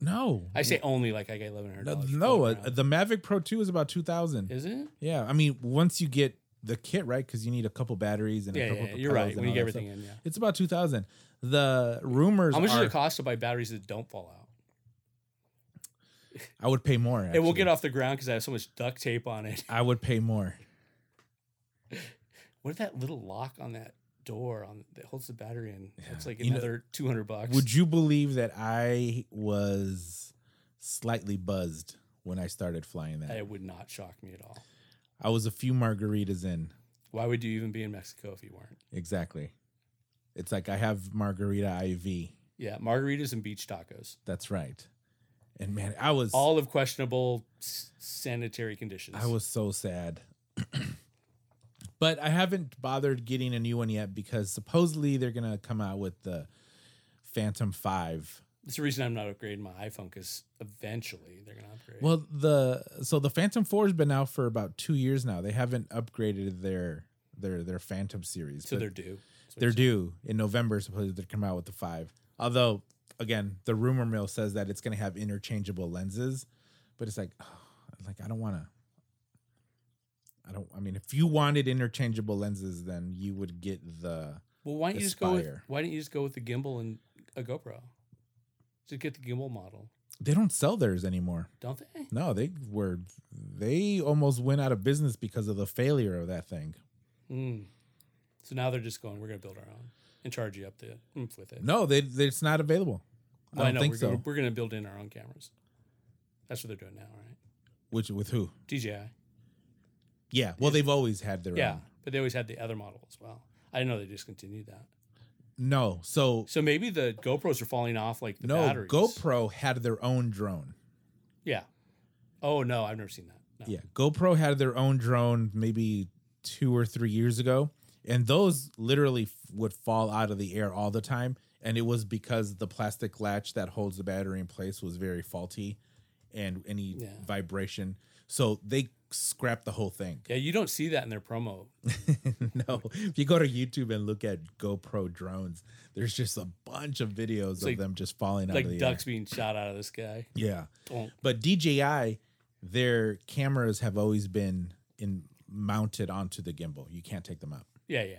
Speaker 1: No,
Speaker 3: I say only like I got eleven hundred.
Speaker 1: no,
Speaker 3: dollars.
Speaker 1: no, uh, the Mavic Pro Two is about two thousand.
Speaker 3: is it?
Speaker 1: Yeah, I mean, once you get the kit right, because you need a couple batteries and
Speaker 3: Yeah,
Speaker 1: a
Speaker 3: yeah,
Speaker 1: couple.
Speaker 3: yeah, you're
Speaker 1: propellers
Speaker 3: right.
Speaker 1: and
Speaker 3: When you
Speaker 1: all
Speaker 3: get
Speaker 1: that stuff.
Speaker 3: everything in, yeah.
Speaker 1: it's about two thousand. The rumors
Speaker 3: How much
Speaker 1: are
Speaker 3: does it cost to buy batteries that don't fall out?
Speaker 1: I would pay more.
Speaker 3: It will
Speaker 1: actually.
Speaker 3: get off the ground because I have so much duct tape on it.
Speaker 1: I would pay more.
Speaker 3: What is that little lock on that door on that holds the battery in? It's like
Speaker 1: You know-
Speaker 3: another two hundred bucks.
Speaker 1: Would you believe that I was slightly buzzed when I started flying that?
Speaker 3: That would not shock me at all.
Speaker 1: I was a few margaritas in.
Speaker 3: Why would you even be in Mexico if you weren't?
Speaker 1: Exactly. It's like I have margarita IV.
Speaker 3: Yeah, margaritas and beach tacos,
Speaker 1: That's right. And man, I was
Speaker 3: all of questionable s- sanitary conditions.
Speaker 1: I was so sad. but I haven't bothered getting a new one yet because supposedly they're gonna come out with the Phantom Five.
Speaker 3: That's the reason I'm not upgrading my iPhone because eventually they're gonna upgrade.
Speaker 1: Well, the so the Phantom Four has been out for about two years now. They haven't upgraded their their their Phantom series.
Speaker 3: so
Speaker 1: but
Speaker 3: they're due. That's
Speaker 1: They're due in November, supposedly to come out with the five. Although, again, the rumor mill says that it's going to have interchangeable lenses, but it's like, like I don't want to. I don't. I mean, if you wanted interchangeable lenses, then you would get the.
Speaker 3: Well, why don't you just go with
Speaker 1: Aspire.
Speaker 3: why don't you just go with the gimbal and a GoPro? Just get the gimbal model,
Speaker 1: They don't sell theirs anymore.
Speaker 3: don't they?
Speaker 1: No, they were. They almost went out of business because of the failure of that thing.
Speaker 3: Mm. So now they're just going. We're going to build our own and charge you up the oomph with it.
Speaker 1: No, they, they it's not available.
Speaker 3: Well,
Speaker 1: I don't think
Speaker 3: we're,
Speaker 1: so.
Speaker 3: gonna- We're going to build in our own cameras. That's what they're doing now, right?
Speaker 1: Which with who?
Speaker 3: DJI.
Speaker 1: Yeah. Well, they've always had their
Speaker 3: Yeah,
Speaker 1: own.
Speaker 3: but they always had the other model as well. I didn't know they discontinued that.
Speaker 1: No. So
Speaker 3: So maybe the GoPros are falling off like the
Speaker 1: no,
Speaker 3: batteries.
Speaker 1: GoPro had their own drone.
Speaker 3: Yeah. Oh no, I've never seen that. No.
Speaker 1: Yeah, GoPro had their own drone maybe two or three years ago, and those literally f- would fall out of the air all the time. And it was because the plastic latch that holds the battery in place was very faulty, and any
Speaker 3: Yeah.
Speaker 1: vibration. So they scrapped the whole thing.
Speaker 3: Yeah, you don't see that in their promo.
Speaker 1: no, if you go to YouTube and look at GoPro drones, there's just a bunch of videos of
Speaker 3: like-
Speaker 1: them just falling out of
Speaker 3: like
Speaker 1: the
Speaker 3: ducks being shot out of the sky.
Speaker 1: air. Yeah.
Speaker 3: Don't.
Speaker 1: But DJI, their cameras have always been in mounted onto the gimbal. You can't take them out.
Speaker 3: Yeah, yeah.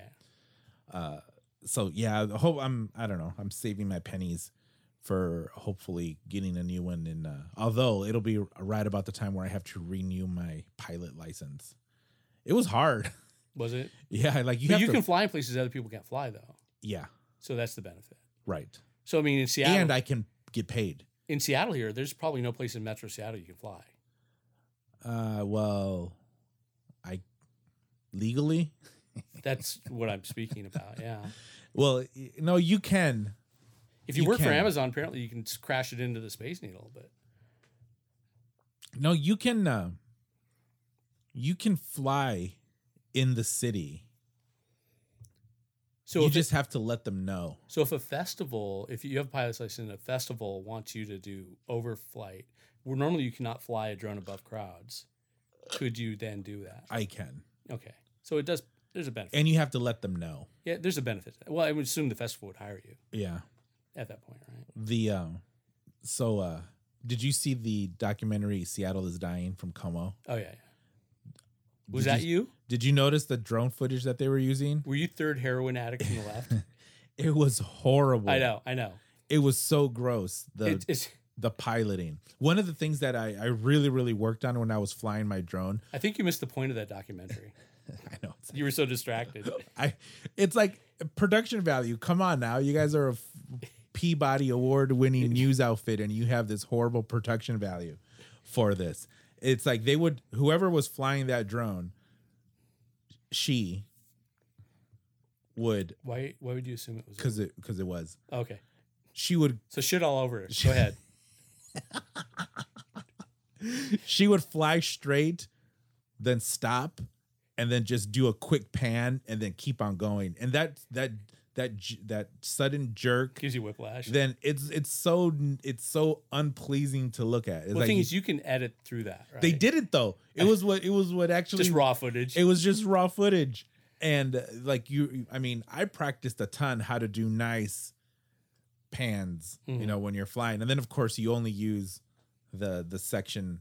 Speaker 1: So yeah, I hope I'm I don't know. I'm saving my pennies for hopefully getting a new one. In uh, although it'll be right about the time where I have to renew my pilot license. It was hard.
Speaker 3: Was it?
Speaker 1: yeah, like you
Speaker 3: but
Speaker 1: have
Speaker 3: you
Speaker 1: to.
Speaker 3: can fly in places other people can't fly though.
Speaker 1: yeah,
Speaker 3: So that's the benefit.
Speaker 1: right.
Speaker 3: So I mean, in Seattle,
Speaker 1: And I can get paid.
Speaker 3: in Seattle here, there's probably no place in Metro Seattle you can fly.
Speaker 1: Uh, well, I legally.
Speaker 3: That's what I'm speaking about. Yeah.
Speaker 1: Well, y- no, you can.
Speaker 3: If you,
Speaker 1: You
Speaker 3: work for
Speaker 1: can.
Speaker 3: Amazon, apparently you can s- crash it into the Space Needle. But
Speaker 1: No, you can. Uh, you can fly in the city.
Speaker 3: so
Speaker 1: you
Speaker 3: if it-
Speaker 1: just have to let them know.
Speaker 3: So if a festival, if you have a pilot's license, and a festival wants you to do overflight, where normally you cannot fly a drone above crowds, could you then do that?
Speaker 1: I can,
Speaker 3: Okay, so it does. There's a benefit.
Speaker 1: and you have to let them know.
Speaker 3: yeah, there's a benefit. Well, I would assume the festival would hire you
Speaker 1: Yeah.
Speaker 3: at that point, right?
Speaker 1: The um. So uh, did you see the documentary "Seattle Is Dying" from Como?
Speaker 3: Oh yeah. yeah. Was
Speaker 1: Did
Speaker 3: that you?
Speaker 1: Did you notice the drone footage that they were using?
Speaker 3: Were you third heroin addict from the left?
Speaker 1: It was horrible.
Speaker 3: I know, I know.
Speaker 1: It was so gross. The
Speaker 3: It, it's.
Speaker 1: the piloting. One of the things that I, I really, really worked on when I was flying my drone.
Speaker 3: I think you missed the point of that documentary.
Speaker 1: I know it's
Speaker 3: You were so distracted.
Speaker 1: I it's like production value. Come on now. You guys are a f- Peabody award winning news outfit and you have this horrible production value for this. It's like they would whoever was flying that drone, she would
Speaker 3: Why? Why would you assume it was?
Speaker 1: cause it cause it was.
Speaker 3: Okay.
Speaker 1: She would
Speaker 3: So shit all over it. Go ahead.
Speaker 1: she would fly straight, then stop, and then just do a quick pan and then keep on going. And that that that j- that sudden jerk,
Speaker 3: Gives you whiplash.
Speaker 1: then it's it's so it's so unpleasing to look at. It's
Speaker 3: Well, the
Speaker 1: like
Speaker 3: thing
Speaker 1: you-
Speaker 3: is, you can edit through that. Right?
Speaker 1: they did it though. It was what it was what actually
Speaker 3: just raw footage.
Speaker 1: it was just raw footage. And uh, like you, I mean, I practiced a ton how to do nice pans, you
Speaker 3: Mm-hmm.
Speaker 1: know, when you're flying. And then of course you only use the the section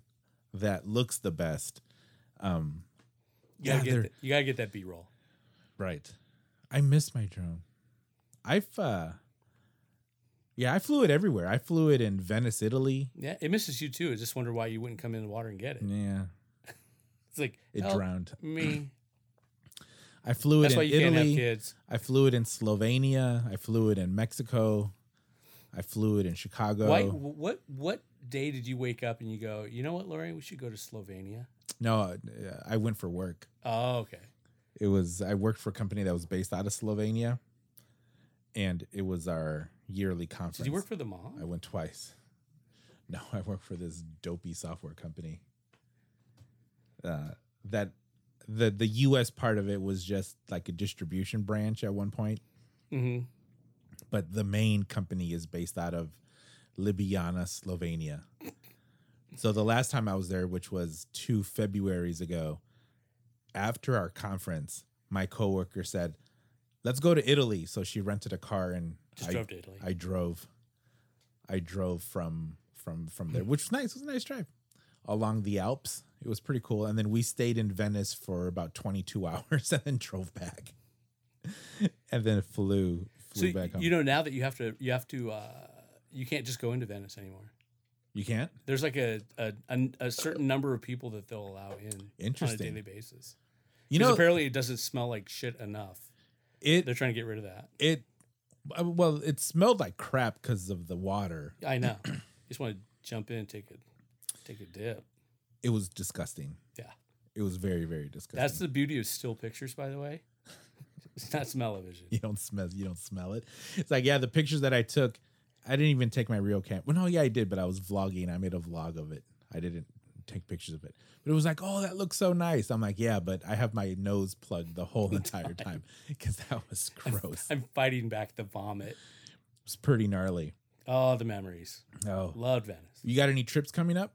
Speaker 1: that looks the best. Um,
Speaker 3: you, gotta
Speaker 1: yeah,
Speaker 3: get
Speaker 1: they're-
Speaker 3: that, you gotta get that B roll.
Speaker 1: right. I miss my drone. I've uh, yeah, I flew it everywhere. I flew it in Venice, Italy.
Speaker 3: Yeah, it misses you too. I just wonder why you wouldn't come in the water and get it.
Speaker 1: Yeah,
Speaker 3: It's like
Speaker 1: Mm. it
Speaker 3: help
Speaker 1: drowned.
Speaker 3: me.
Speaker 1: I flew it
Speaker 3: That's
Speaker 1: in
Speaker 3: why you
Speaker 1: Italy.
Speaker 3: can't have kids.
Speaker 1: I flew it in Slovenia. I flew it in Mexico. I flew it in Chicago.
Speaker 3: Why? What? What day did you wake up and you go? You know what, Lori? We should go to Slovenia.
Speaker 1: No, uh, I went for work.
Speaker 3: Oh, okay.
Speaker 1: It was I worked for a company that was based out of Slovenia, and it was our yearly conference.
Speaker 3: Did you work for the
Speaker 1: I
Speaker 3: mom?
Speaker 1: went twice. No, I worked for this dopey software company. Uh, that the the U.S. part of it was just like a distribution branch at one point.
Speaker 3: Mm-hmm.
Speaker 1: but the main company is based out of Ljubljana, Slovenia. So the last time I was there, which was two Februaries ago, after our conference, my coworker said, let's go to Italy. So she rented a car and
Speaker 3: Just
Speaker 1: I,
Speaker 3: drove to Italy.
Speaker 1: I drove. I drove from from from there, which was nice. It was a nice drive along the Alps. It was pretty cool. And then we stayed in Venice for about 22 hours and then drove back. and then flew
Speaker 3: so
Speaker 1: flew back home.
Speaker 3: you know now that you have to you have to uh, you can't just go into Venice anymore.
Speaker 1: you can't?
Speaker 3: There's like a a, a a certain number of people that they'll allow in on a
Speaker 1: Interesting.
Speaker 3: daily basis.
Speaker 1: You
Speaker 3: Because
Speaker 1: know
Speaker 3: apparently it doesn't smell like shit enough.
Speaker 1: it
Speaker 3: They're trying to get rid of that.
Speaker 1: it uh, well it smelled like crap because of the water
Speaker 3: I know. You just want to jump in, and take a take a dip.
Speaker 1: it was disgusting
Speaker 3: Yeah.
Speaker 1: it was very very disgusting
Speaker 3: That's the beauty of still pictures, by the way. It's not smell-o-vision.
Speaker 1: you don't smell you don't smell it it's like yeah the pictures that i took i didn't even take my real cam well no yeah i did but i was vlogging i made a vlog of it i didn't take pictures of it but it was like oh that looks so nice i'm like yeah but i have my nose plugged the whole entire time because that was gross it
Speaker 3: I'm fighting back the vomit.
Speaker 1: was pretty gnarly
Speaker 3: Oh, the memories.
Speaker 1: oh
Speaker 3: Loved Venice.
Speaker 1: you got any trips coming up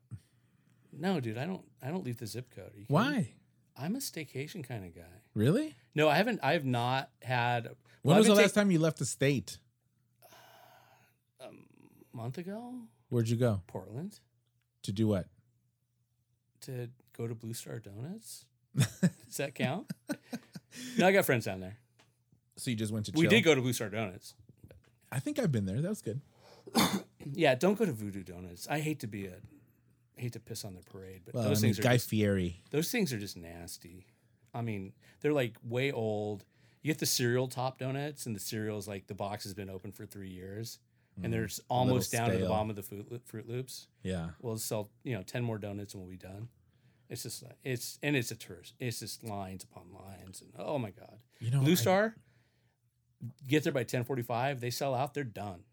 Speaker 3: No, dude, I don't. I don't leave the zip code. Are you kidding me?
Speaker 1: why
Speaker 3: I'm a staycation kind of guy.
Speaker 1: really
Speaker 3: No, I haven't. I have not had.
Speaker 1: when
Speaker 3: Well, I've
Speaker 1: was the
Speaker 3: been
Speaker 1: last
Speaker 3: take-
Speaker 1: time you left the state
Speaker 3: month ago,
Speaker 1: where'd you go
Speaker 3: Portland
Speaker 1: to do what
Speaker 3: to go to Blue Star Donuts. Does that count? no, I got friends down there.
Speaker 1: So you just went to
Speaker 3: We
Speaker 1: chill?
Speaker 3: did go to Blue Star Donuts.
Speaker 1: I think I've been there. That was good.
Speaker 3: Yeah, don't go to Voodoo Donuts. I hate to be a I hate to piss on the parade, but
Speaker 1: Well,
Speaker 3: those
Speaker 1: I mean,
Speaker 3: things are
Speaker 1: Guy
Speaker 3: just,
Speaker 1: Fieri.
Speaker 3: those things are just nasty. I mean, they're like way old. You get the cereal top donuts, and the cereal's like the box has been open for three years, and they're s- almost down to the
Speaker 1: Mm, stale.
Speaker 3: bottom of the Fruit, Loop, Fruit Loops.
Speaker 1: Yeah.
Speaker 3: We'll sell you know ten more donuts, and we'll be done. It's just like- it's and it's a tourist. It's just lines upon lines, and oh my god,
Speaker 1: You know, I-
Speaker 3: Blue Star. Get there by ten forty five. They sell out. They're done.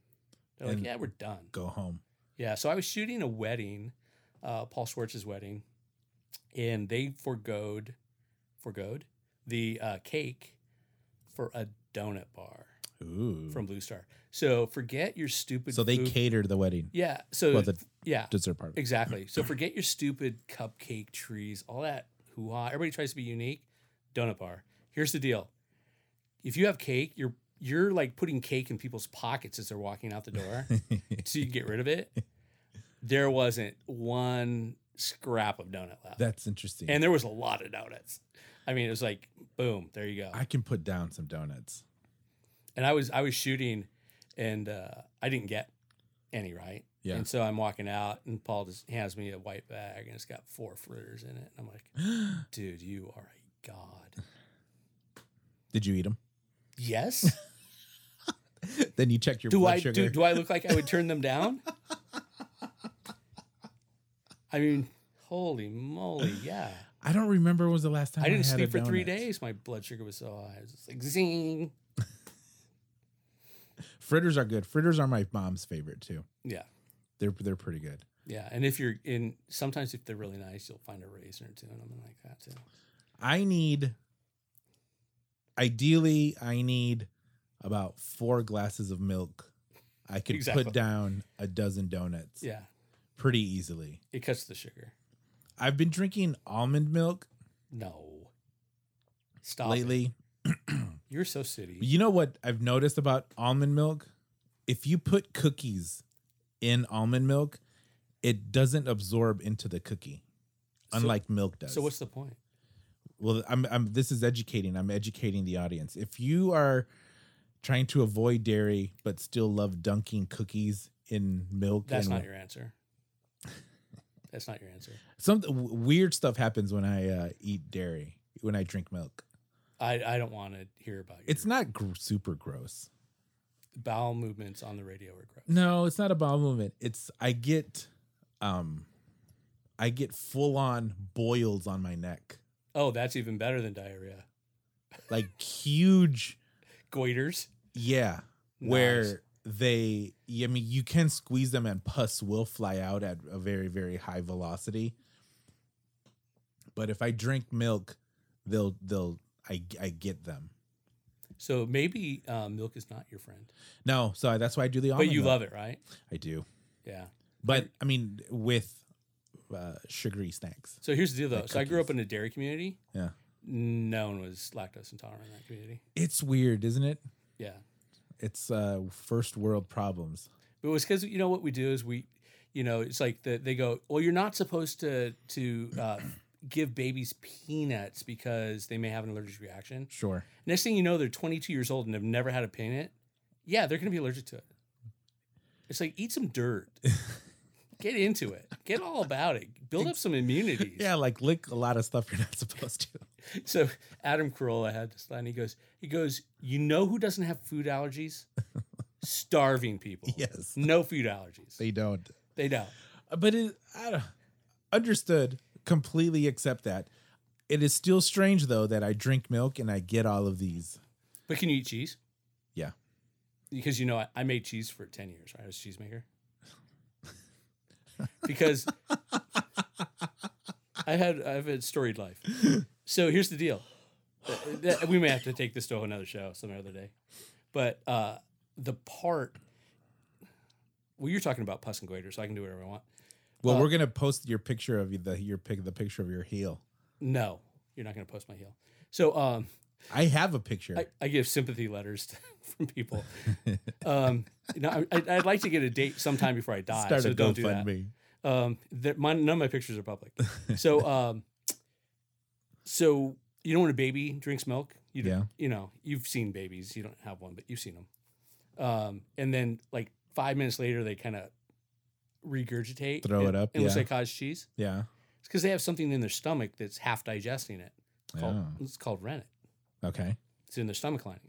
Speaker 3: They're like,
Speaker 1: And-
Speaker 3: yeah, we're done.
Speaker 1: Go home.
Speaker 3: Yeah, so I was shooting a wedding, uh, Paul Schwartz's wedding, and they forgoed, forgoed the uh, cake for a donut bar
Speaker 1: Ooh.
Speaker 3: from Blue Star. So forget your stupid.
Speaker 1: Mm. so they
Speaker 3: food-
Speaker 1: catered the wedding.
Speaker 3: Yeah. So
Speaker 1: Well, the
Speaker 3: yeah,
Speaker 1: dessert part.
Speaker 3: exactly. So forget your stupid cupcake trees, all that hoo ha. Everybody tries to be unique. Donut bar. Here's the deal: if you have cake, you're you're like putting cake in people's pockets as they're walking out the door so you can get rid of it. There wasn't one scrap of donut left.
Speaker 1: That's interesting.
Speaker 3: and there was a lot of donuts. I mean, it was like boom, there you go.
Speaker 1: I can put down some donuts.
Speaker 3: and I was I was shooting, and uh, I didn't get any right.
Speaker 1: Yeah.
Speaker 3: And so I'm walking out, and Paul just hands me a white bag, and it's got four fritters in it. And I'm like, dude, you are a god.
Speaker 1: Did you eat them?
Speaker 3: Yes.
Speaker 1: then you checked your
Speaker 3: do
Speaker 1: blood
Speaker 3: I
Speaker 1: sugar.
Speaker 3: do, do I look like I would turn them down? I mean, holy moly, yeah.
Speaker 1: I don't remember when was the last time
Speaker 3: I didn't
Speaker 1: had a
Speaker 3: sleep for three
Speaker 1: donut.
Speaker 3: days. My blood sugar was so high. It's like zing.
Speaker 1: Fritters are good. Fritters are my mom's favorite too.
Speaker 3: Yeah,
Speaker 1: They're they're pretty good.
Speaker 3: yeah. And if you're in, sometimes if they're really nice, you'll find a raisin or two and something like that too.
Speaker 1: I need ideally I need about four glasses of milk. I could
Speaker 3: Exactly.
Speaker 1: put down a dozen donuts
Speaker 3: Yeah,
Speaker 1: pretty easily.
Speaker 3: it cuts the sugar.
Speaker 1: I've been drinking almond milk
Speaker 3: No, stop it.
Speaker 1: lately.
Speaker 3: You're so city.
Speaker 1: You know what I've noticed about almond milk? If you put cookies in almond milk, it doesn't absorb into the cookie,
Speaker 3: So-
Speaker 1: unlike milk does.
Speaker 3: So what's the point?
Speaker 1: well? I'm, I'm. This is educating. I'm educating the audience. If you are trying to avoid dairy but still love dunking cookies in milk,
Speaker 3: That's
Speaker 1: and
Speaker 3: not your answer. That's not your answer.
Speaker 1: some w- weird stuff happens when I uh, eat dairy when I drink milk.
Speaker 3: I, I don't want to hear about your
Speaker 1: It's not gr- super gross.
Speaker 3: bowel movements on the radio are gross.
Speaker 1: No, it's not a bowel movement. It's I get um I get full on boils on my neck.
Speaker 3: Oh, that's even better than diarrhea.
Speaker 1: Like huge
Speaker 3: Goiters.
Speaker 1: yeah.
Speaker 3: Nice.
Speaker 1: Where they I mean you can squeeze them and pus will fly out at a very, very high velocity. But if I drink milk, they'll they'll I I get them.
Speaker 3: So maybe um, milk is not your friend,
Speaker 1: No, so that's why I do the almond
Speaker 3: but you
Speaker 1: milk.
Speaker 3: love it, right?
Speaker 1: I do.
Speaker 3: Yeah.
Speaker 1: But I mean with uh sugary snacks.
Speaker 3: So here's the deal, though.
Speaker 1: Like
Speaker 3: so I grew up
Speaker 1: cookies.
Speaker 3: in a dairy community.
Speaker 1: Yeah.
Speaker 3: no one was lactose intolerant in that community.
Speaker 1: It's weird, isn't it?
Speaker 3: Yeah.
Speaker 1: It's uh, first world problems.
Speaker 3: But it was because you know what we do is we, you know, it's like the, they go, well, you're not supposed to to uh, give babies peanuts because they may have an allergic reaction.
Speaker 1: Sure.
Speaker 3: Next thing you know, they're 22 years old and have never had a peanut. Yeah, they're going to be allergic to it. It's like eat some dirt. Get into it. Get all about it. Build up some immunities.
Speaker 1: Yeah, like lick a lot of stuff you're not supposed to.
Speaker 3: So Adam Carolla had this line. He goes, he goes, you know who doesn't have food allergies? Starving people.
Speaker 1: Yes.
Speaker 3: No food allergies. They,
Speaker 1: They don't.
Speaker 3: don't.
Speaker 1: Uh, But it, I don't, understood. Completely accept that. It is still strange though that I drink milk and I get all of these.
Speaker 3: But can you eat cheese?
Speaker 1: Yeah.
Speaker 3: Because you know, I, I made cheese for 10 years, right? I was a cheesemaker. because I had I've had storied life. So here's the deal. Uh, that- we may have to take this to another show some other day. But uh the part well, you're talking about pus and goiter, so I can do whatever I want.
Speaker 1: Well,
Speaker 3: Uh,
Speaker 1: we're gonna post your picture of the your pic the picture of your heel.
Speaker 3: No, you're not going to post my heel. So um,
Speaker 1: I have a picture.
Speaker 3: I, I give sympathy letters to, from people. Um, you know, I, I'd- I'd like to get a date sometime before I die.
Speaker 1: Start
Speaker 3: so
Speaker 1: a
Speaker 3: don't do that.
Speaker 1: GoFundMe.
Speaker 3: Um, that my, none of my pictures are public. So, um, so you know when a baby drinks milk, you
Speaker 1: Yeah.
Speaker 3: you know you've seen babies. You don't have one, but you've seen them. Um, and then like five minutes later, they kind of regurgitate,
Speaker 1: Throw it
Speaker 3: and-
Speaker 1: up,
Speaker 3: unless
Speaker 1: yeah.
Speaker 3: they cause cheese.
Speaker 1: Yeah.
Speaker 3: It's because they have something in their stomach that's half digesting it. It's called,
Speaker 1: Oh.
Speaker 3: it's called rennet.
Speaker 1: Okay.
Speaker 3: It's in their stomach lining.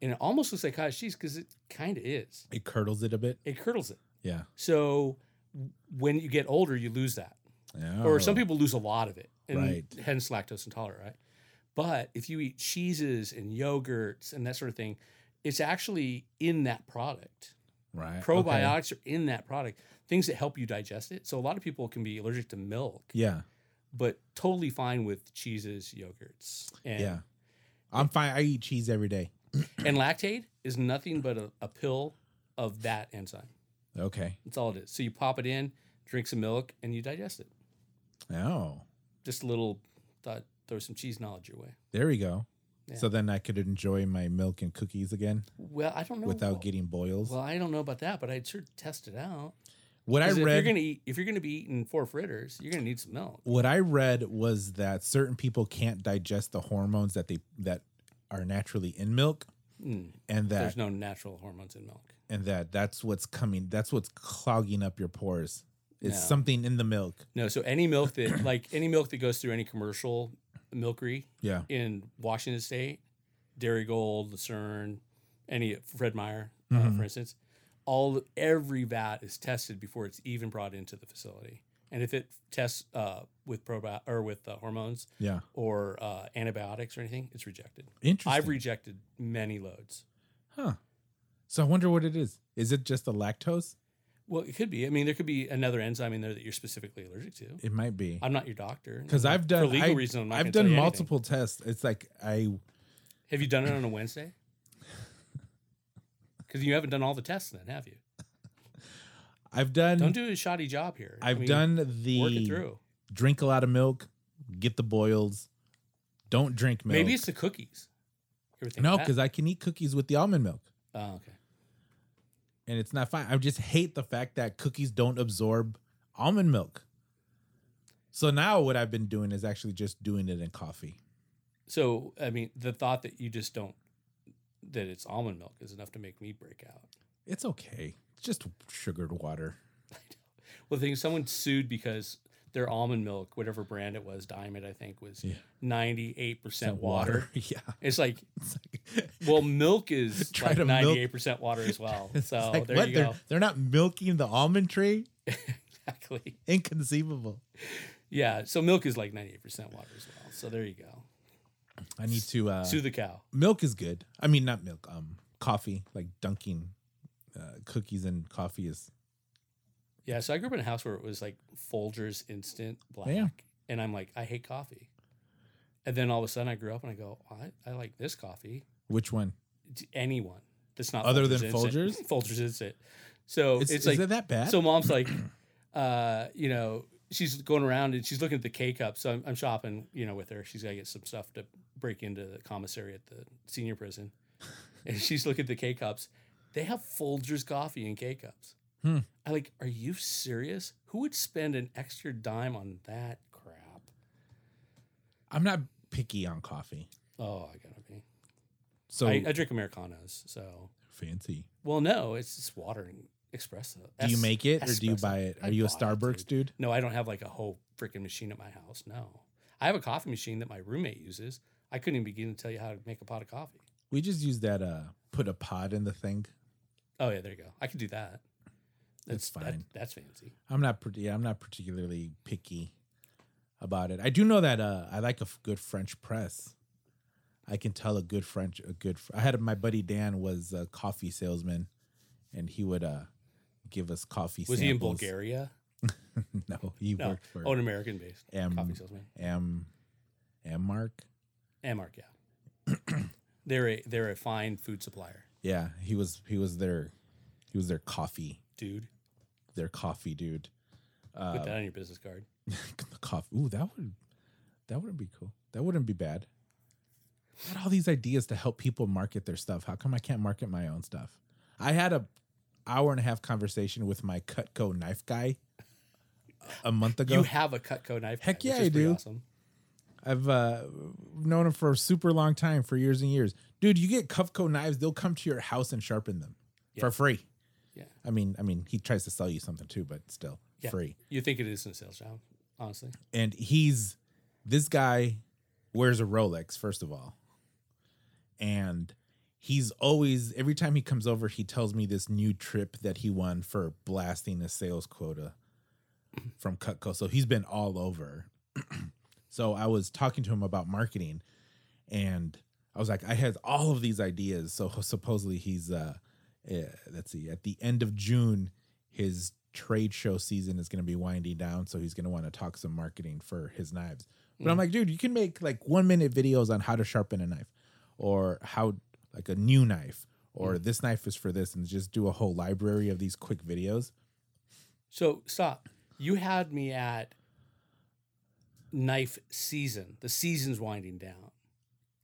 Speaker 3: And it almost looks like cottage cheese because it kind of is.
Speaker 1: It curdles it a bit.
Speaker 3: It curdles it.
Speaker 1: Yeah.
Speaker 3: So w- when you get older, you lose that. Or some
Speaker 1: Oh.
Speaker 3: people lose a lot of it. And
Speaker 1: Right.
Speaker 3: hence lactose intolerant, right? But if you eat cheeses and yogurts and that sort of thing, it's actually in that product.
Speaker 1: Oh, right Uh, Okay.
Speaker 3: Probiotics are in that product, things that help you digest it. So a lot of people can be allergic to milk,
Speaker 1: Yeah.
Speaker 3: but totally fine with cheeses, yogurts, and
Speaker 1: Yeah. I'm fine. I eat cheese every day.
Speaker 3: And lactate is nothing but a, a pill of that enzyme.
Speaker 1: Okay.
Speaker 3: That's all it is. So you pop it in, drink some milk, and you digest it.
Speaker 1: Oh,
Speaker 3: Just a little thought, throw some cheese knowledge your way.
Speaker 1: there we go.
Speaker 3: Yeah.
Speaker 1: So then I could enjoy my milk and cookies again
Speaker 3: Well, I don't know
Speaker 1: without
Speaker 3: well,
Speaker 1: getting boils.
Speaker 3: Well, I don't know about that, but I'd sure test it out.
Speaker 1: what I
Speaker 3: 'Cause if you're
Speaker 1: read,
Speaker 3: gonna eat, if you're gonna be eating four fritters, you're gonna need some milk.
Speaker 1: what I read was that certain people can't digest the hormones that they that are naturally in milk,
Speaker 3: Mm,
Speaker 1: and that
Speaker 3: There's no natural hormones in milk.
Speaker 1: and that that's what's coming. That's what's clogging up your pores. It's
Speaker 3: No.
Speaker 1: something in the milk.
Speaker 3: No, so any milk that like any milk that goes through any commercial milkery
Speaker 1: Yeah.
Speaker 3: in Washington State, Dairy Gold, Lucerne, any Fred Meyer, uh,
Speaker 1: Mhm.
Speaker 3: for instance, all every vat is tested before it's even brought into the facility. And if it tests uh, with probi- or with uh, hormones
Speaker 1: Yeah.
Speaker 3: or uh, antibiotics or anything, it's rejected.
Speaker 1: Interesting.
Speaker 3: I've rejected many loads.
Speaker 1: huh. So I wonder what it is. Is it just the lactose?
Speaker 3: Well, it could be. I mean, there could be another enzyme in there that you're specifically allergic to.
Speaker 1: It might be.
Speaker 3: I'm not your doctor
Speaker 1: Because I've done
Speaker 3: for legal
Speaker 1: I,
Speaker 3: reasons. I'm not
Speaker 1: I've
Speaker 3: gonna tell
Speaker 1: done
Speaker 3: you anything.
Speaker 1: multiple tests. It's like I
Speaker 3: Have you done it on a Wednesday? Because you haven't done all the tests then, have you?
Speaker 1: I've done
Speaker 3: Don't do a shoddy job here. I
Speaker 1: Mm. I've
Speaker 3: mean,
Speaker 1: done
Speaker 3: work it
Speaker 1: the
Speaker 3: through.
Speaker 1: drink a lot of milk, get the boils, don't drink milk.
Speaker 3: Maybe it's the cookies. You ever think
Speaker 1: no,
Speaker 3: of that?
Speaker 1: because I can eat cookies with the almond milk,
Speaker 3: oh, okay.
Speaker 1: and it's not fine. I just hate the fact that cookies don't absorb almond milk. So now what I've been doing is actually just doing it in coffee.
Speaker 3: So I mean, the thought that you just don't that it's almond milk is enough to make me break out.
Speaker 1: It's okay. It's just sugared water.
Speaker 3: Well, the thing is, someone sued because their almond milk, whatever brand it was, Diamond, I think, was
Speaker 1: Yeah.
Speaker 3: ninety eight percent water.
Speaker 1: yeah.
Speaker 3: It's like,
Speaker 1: It's like-
Speaker 3: well, milk is
Speaker 1: Try
Speaker 3: like
Speaker 1: to milk-
Speaker 3: ninety eight percent water as well.
Speaker 1: it's
Speaker 3: So
Speaker 1: like,
Speaker 3: there
Speaker 1: what?
Speaker 3: you
Speaker 1: They're-
Speaker 3: go.
Speaker 1: they're not milking the almond tree.
Speaker 3: exactly.
Speaker 1: Inconceivable.
Speaker 3: Yeah. So milk is like ninety eight percent water as well. So there you go.
Speaker 1: I need to uh
Speaker 3: Sue the cow.
Speaker 1: milk is good. I mean not milk, um coffee, like dunking uh cookies and coffee is
Speaker 3: Yeah, so I grew up in a house where it was like Folgers instant black,
Speaker 1: Yeah.
Speaker 3: and I'm like, I hate coffee. And then all of a sudden, I grew up and I go, I, I like this coffee.
Speaker 1: which one?
Speaker 3: To anyone that's not
Speaker 1: Other than
Speaker 3: Instant. Folgers instant. So
Speaker 1: It's,
Speaker 3: it's, like
Speaker 1: is it that bad?
Speaker 3: so. Mom's like, uh, you know, she's going around and she's looking at the K cup. So I'm, I'm shopping, you know, with her. She's got to get some stuff to break into the commissary at the senior prison. and she's looking at the K cups. They have Folgers coffee in K cups.
Speaker 1: Hmm.
Speaker 3: I like, are you serious? Who would spend an extra dime on that crap?
Speaker 1: I'm not picky on coffee.
Speaker 3: Oh, I gotta be.
Speaker 1: So
Speaker 3: I, I drink Americanos. So,
Speaker 1: fancy.
Speaker 3: well, no, it's just water and espresso.
Speaker 1: Do you
Speaker 3: Es-
Speaker 1: make it or do you
Speaker 3: espresso.
Speaker 1: buy it?
Speaker 3: I
Speaker 1: Are you a
Speaker 3: bought it,
Speaker 1: Starbucks dude?
Speaker 3: No, I don't have like a whole freaking machine at my house. No, I have a coffee machine that my roommate uses. I couldn't even begin to tell you how to make a pot of coffee.
Speaker 1: We just use that uh put a pod in the thing.
Speaker 3: Oh yeah, there you go. I could do that.
Speaker 1: That's
Speaker 3: that-
Speaker 1: fine.
Speaker 3: that's fancy.
Speaker 1: I'm not pretty I'm not particularly picky about it. I do know that uh I like a f- good French press. I can tell a good French a good fr- I had my buddy Dan was a coffee salesman and he would uh give us coffee
Speaker 3: Was he in
Speaker 1: samples.
Speaker 3: Bulgaria?
Speaker 1: no, he
Speaker 3: No,
Speaker 1: worked for
Speaker 3: oh, an American based
Speaker 1: Am-
Speaker 3: coffee salesman.
Speaker 1: Am Ammark.
Speaker 3: Amark, yeah. they're a they're a fine food supplier,
Speaker 1: Yeah, he was he was their he was their coffee
Speaker 3: dude.
Speaker 1: their coffee dude. Uh,
Speaker 3: Put that on your business card.
Speaker 1: the coffee. Ooh, that would that wouldn't be cool. That wouldn't be bad. I had all these ideas to help people market their stuff. How come I can't market my own stuff? I had a hour and a half conversation with my Cutco knife guy a month ago.
Speaker 3: You have a Cutco knife.
Speaker 1: Heck
Speaker 3: guy, which
Speaker 1: yeah,
Speaker 3: is
Speaker 1: I
Speaker 3: pretty
Speaker 1: do.
Speaker 3: Awesome.
Speaker 1: I've uh, known him for a super long time, for years and years. Dude, you get Cutco knives, they'll come to your house and sharpen them for free.
Speaker 3: Yeah.
Speaker 1: I mean, I mean, he tries to sell you something too, but still
Speaker 3: Yeah.
Speaker 1: free.
Speaker 3: You think it is in a sales job, honestly?
Speaker 1: and he's this guy wears a Rolex first of all, and he's always every time he comes over, he tells me this new trip that he won for blasting a sales quota from Cutco. So he's been all over. so I was talking to him about marketing, and I was like, I had all of these ideas. So supposedly he's uh, eh, let's see, at the end of June, his trade show season is going to be winding down, so he's going to want to talk some marketing for his knives. But
Speaker 3: Mm.
Speaker 1: I'm like, dude, you can make like one minute videos on how to sharpen a knife, or how like a new knife, or
Speaker 3: Mm.
Speaker 1: this knife is for this, and just do a whole library of these quick videos.
Speaker 3: So stop. You had me at knife season. The season's winding down.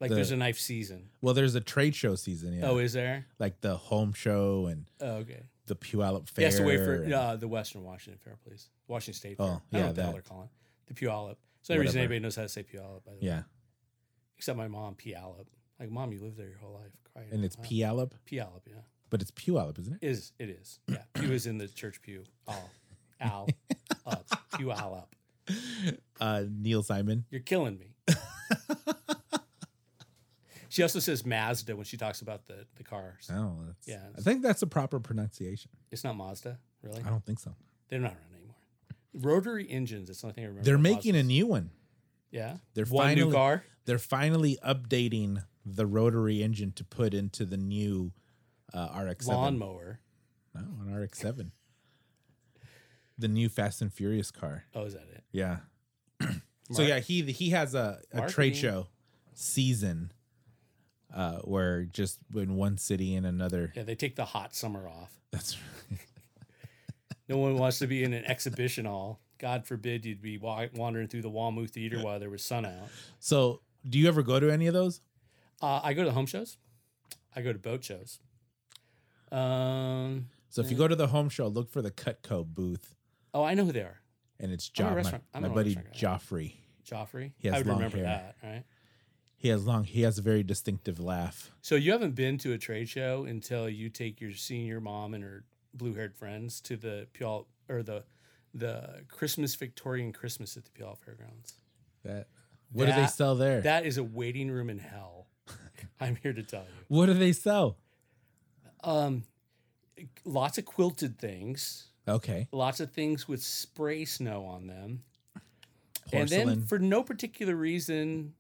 Speaker 3: Like
Speaker 1: The-
Speaker 3: there's a knife season.
Speaker 1: Well, there's a trade show season, yeah,
Speaker 3: Oh, is there?
Speaker 1: like the home show and
Speaker 3: Oh, okay.
Speaker 1: the Puyallup Fair.
Speaker 3: He has to wait for
Speaker 1: and-
Speaker 3: uh, the Western Washington Fair, please. Washington State Fair.
Speaker 1: Oh,
Speaker 3: I don't know
Speaker 1: yeah,
Speaker 3: what the hell
Speaker 1: that.
Speaker 3: they're calling it. The Puyallup. It's the only reason
Speaker 1: Whatever.
Speaker 3: anybody knows how to say Puyallup, by the way.
Speaker 1: yeah,
Speaker 3: Except my mom, Puyallup. Like, mom, you lived there your whole life. Crying
Speaker 1: and
Speaker 3: out
Speaker 1: it's
Speaker 3: loud.
Speaker 1: Puyallup,
Speaker 3: Puyallup, yeah.
Speaker 1: but it's Puyallup, isn't it?
Speaker 3: Is it is. Yeah. Pew is in the church pew. All. Ow. Up. Puyallup.
Speaker 1: Uh, Neil Simon.
Speaker 3: You're killing me. she also says Mazda when she talks about the, the cars.
Speaker 1: Oh, that's,
Speaker 3: Yeah,
Speaker 1: I
Speaker 3: it's-
Speaker 1: think that's the proper pronunciation.
Speaker 3: It's not Mazda, really.
Speaker 1: I don't think so.
Speaker 3: They're not around anymore. Rotary engines. It's something I remember.
Speaker 1: They're
Speaker 3: about
Speaker 1: making a
Speaker 3: Mazdas.
Speaker 1: new one.
Speaker 3: yeah.
Speaker 1: They're
Speaker 3: one
Speaker 1: finally
Speaker 3: new car.
Speaker 1: they're finally updating the rotary engine to put into the new uh, RX7.
Speaker 3: Lawnmower.
Speaker 1: No, an RX7. the new Fast and Furious car.
Speaker 3: Oh, is that it?
Speaker 1: Yeah. so yeah, he he has a, a
Speaker 3: Marketing.
Speaker 1: trade show season uh, where just in one city and another.
Speaker 3: Yeah, they take the hot summer off.
Speaker 1: That's
Speaker 3: No one wants to be in an exhibition hall. God forbid you'd be wa- wandering through the Wamu Theater while there was sun out.
Speaker 1: so. Do you ever go to any of those?
Speaker 3: Uh, I go to home shows. I go to boat shows. Um.
Speaker 1: So if you go to the home show, look for the Cutco booth,
Speaker 3: Oh, I know who they are.
Speaker 1: and it's
Speaker 3: I'm a
Speaker 1: Joff,
Speaker 3: restaurant-
Speaker 1: my,
Speaker 3: I'm
Speaker 1: my
Speaker 3: a
Speaker 1: buddy
Speaker 3: restaurant guy.
Speaker 1: Joffrey.
Speaker 3: Joffrey.
Speaker 1: He has
Speaker 3: I would
Speaker 1: long
Speaker 3: remember
Speaker 1: hair.
Speaker 3: that, right?
Speaker 1: He has long. He has a very distinctive laugh.
Speaker 3: So you haven't been to a trade show until you take your senior mom and her blue-haired friends to the Puyallup or the the Christmas Victorian Christmas at the Puyallup Fairgrounds.
Speaker 1: That what do they
Speaker 3: That-
Speaker 1: sell there?
Speaker 3: That is a waiting room in hell. I'm here to tell you.
Speaker 1: what do they sell?
Speaker 3: Um, lots of quilted things,
Speaker 1: Okay,
Speaker 3: lots of things with spray snow on them, and
Speaker 1: porcelain.
Speaker 3: then for no particular reason,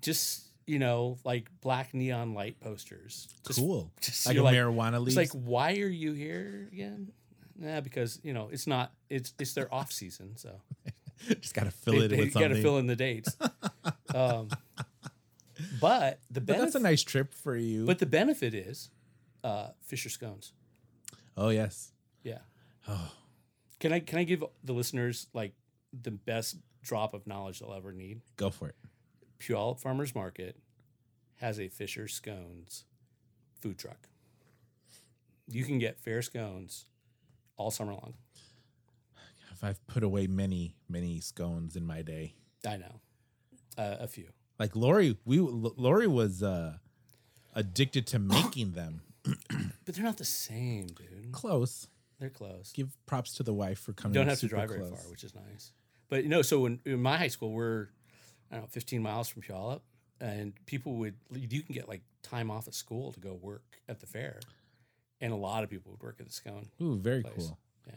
Speaker 3: just you know, like black neon light posters. Just
Speaker 1: cool,
Speaker 3: just
Speaker 1: like a
Speaker 3: you're like-
Speaker 1: marijuana leaf.
Speaker 3: It's like, why are you here again? Nah, because you know it's not. It's it's their off season, so
Speaker 1: just gotta fill
Speaker 3: they,
Speaker 1: it
Speaker 3: they
Speaker 1: with
Speaker 3: got
Speaker 1: something.
Speaker 3: to fill in the dates. um, but the
Speaker 1: but
Speaker 3: benefit,
Speaker 1: that's a nice trip for you.
Speaker 3: but the benefit is uh, Fisher scones.
Speaker 1: oh yes,
Speaker 3: Yeah.
Speaker 1: oh
Speaker 3: Can I can I give the listeners like the best drop of knowledge they'll ever need.
Speaker 1: Go for it.
Speaker 3: Puyallup Farmers Market has a Fisher Scones food truck. You can get fair scones all summer long.
Speaker 1: If I've put away many, many scones in my day.
Speaker 3: I know. Uh, a few.
Speaker 1: Like Lori, we Lori was uh addicted to making them.
Speaker 3: But they're not the same, dude.
Speaker 1: Close.
Speaker 3: They're close.
Speaker 1: Give props to the wife for coming.
Speaker 3: don't have to
Speaker 1: super
Speaker 3: drive very
Speaker 1: close.
Speaker 3: far, which is nice. But you know, so when in my high school, we're I don't know, 15 miles from Puyallup, and people would you can get like time off at school to go work at the fair, and a lot of people would work at the scone,
Speaker 1: Ooh, very
Speaker 3: place.
Speaker 1: cool.
Speaker 3: Yeah.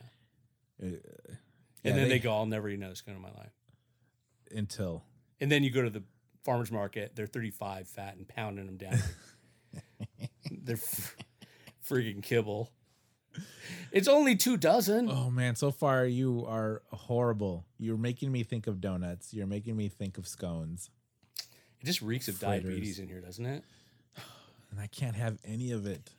Speaker 1: Uh, yeah,
Speaker 3: and then they, go, "I'll never eat another scone in my life."
Speaker 1: until
Speaker 3: And then you go to the farmers market; they're 35 fat and pounding them down. they're f- freaking kibble. It's only two dozen.
Speaker 1: Oh man, so far you are horrible. You're making me think of donuts. You're making me think of scones.
Speaker 3: it just reeks of
Speaker 1: fritters.
Speaker 3: diabetes in here, doesn't it?
Speaker 1: And I can't have any of it.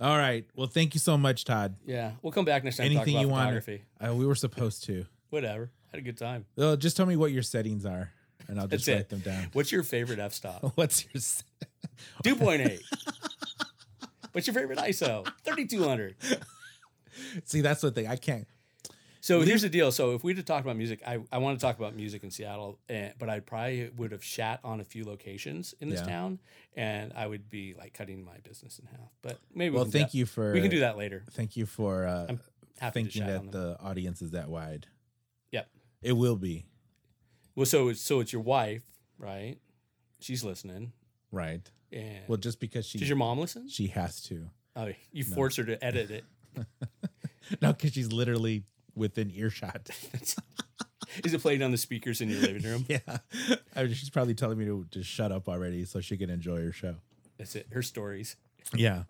Speaker 1: All right. Well, thank you so much, Todd.
Speaker 3: Yeah, we'll come back next time. and
Speaker 1: Anything
Speaker 3: talk
Speaker 1: you
Speaker 3: about
Speaker 1: want?
Speaker 3: photography.
Speaker 1: Uh, we were supposed to.
Speaker 3: Whatever. Had a good time.
Speaker 1: Uh, just tell me what your settings are, and I'll just
Speaker 3: That's
Speaker 1: write
Speaker 3: it.
Speaker 1: them down.
Speaker 3: What's your favorite f stop?
Speaker 1: What's your? s-
Speaker 3: Two point eight. What's your favorite ISO? Thirty two hundred.
Speaker 1: See, that's the thing. I can't.
Speaker 3: So here's the deal. So if we'd have talked about music, I, I want to talk about music in Seattle, and, but I probably would have shat on a few locations in this
Speaker 1: Yeah.
Speaker 3: town, and I would be like cutting my business in half. But maybe
Speaker 1: Well,
Speaker 3: we can
Speaker 1: thank
Speaker 3: do
Speaker 1: you for.
Speaker 3: that. we can do that later.
Speaker 1: Thank you for uh,
Speaker 3: I'm happy to
Speaker 1: thinking
Speaker 3: chat on
Speaker 1: that
Speaker 3: them.
Speaker 1: the audience is that wide.
Speaker 3: Yep.
Speaker 1: It will be
Speaker 3: Well, so it's so it's your wife, right? She's listening,
Speaker 1: right.
Speaker 3: and
Speaker 1: Well, just because she
Speaker 3: does your mom listen?
Speaker 1: she has to.
Speaker 3: Oh, you force her to edit it.
Speaker 1: No, because she's literally within earshot.
Speaker 3: Is it played on the speakers in your living room?
Speaker 1: yeah. I mean, she's probably telling me to just shut up already so she can enjoy her show.
Speaker 3: That's it. Her stories.
Speaker 1: Yeah.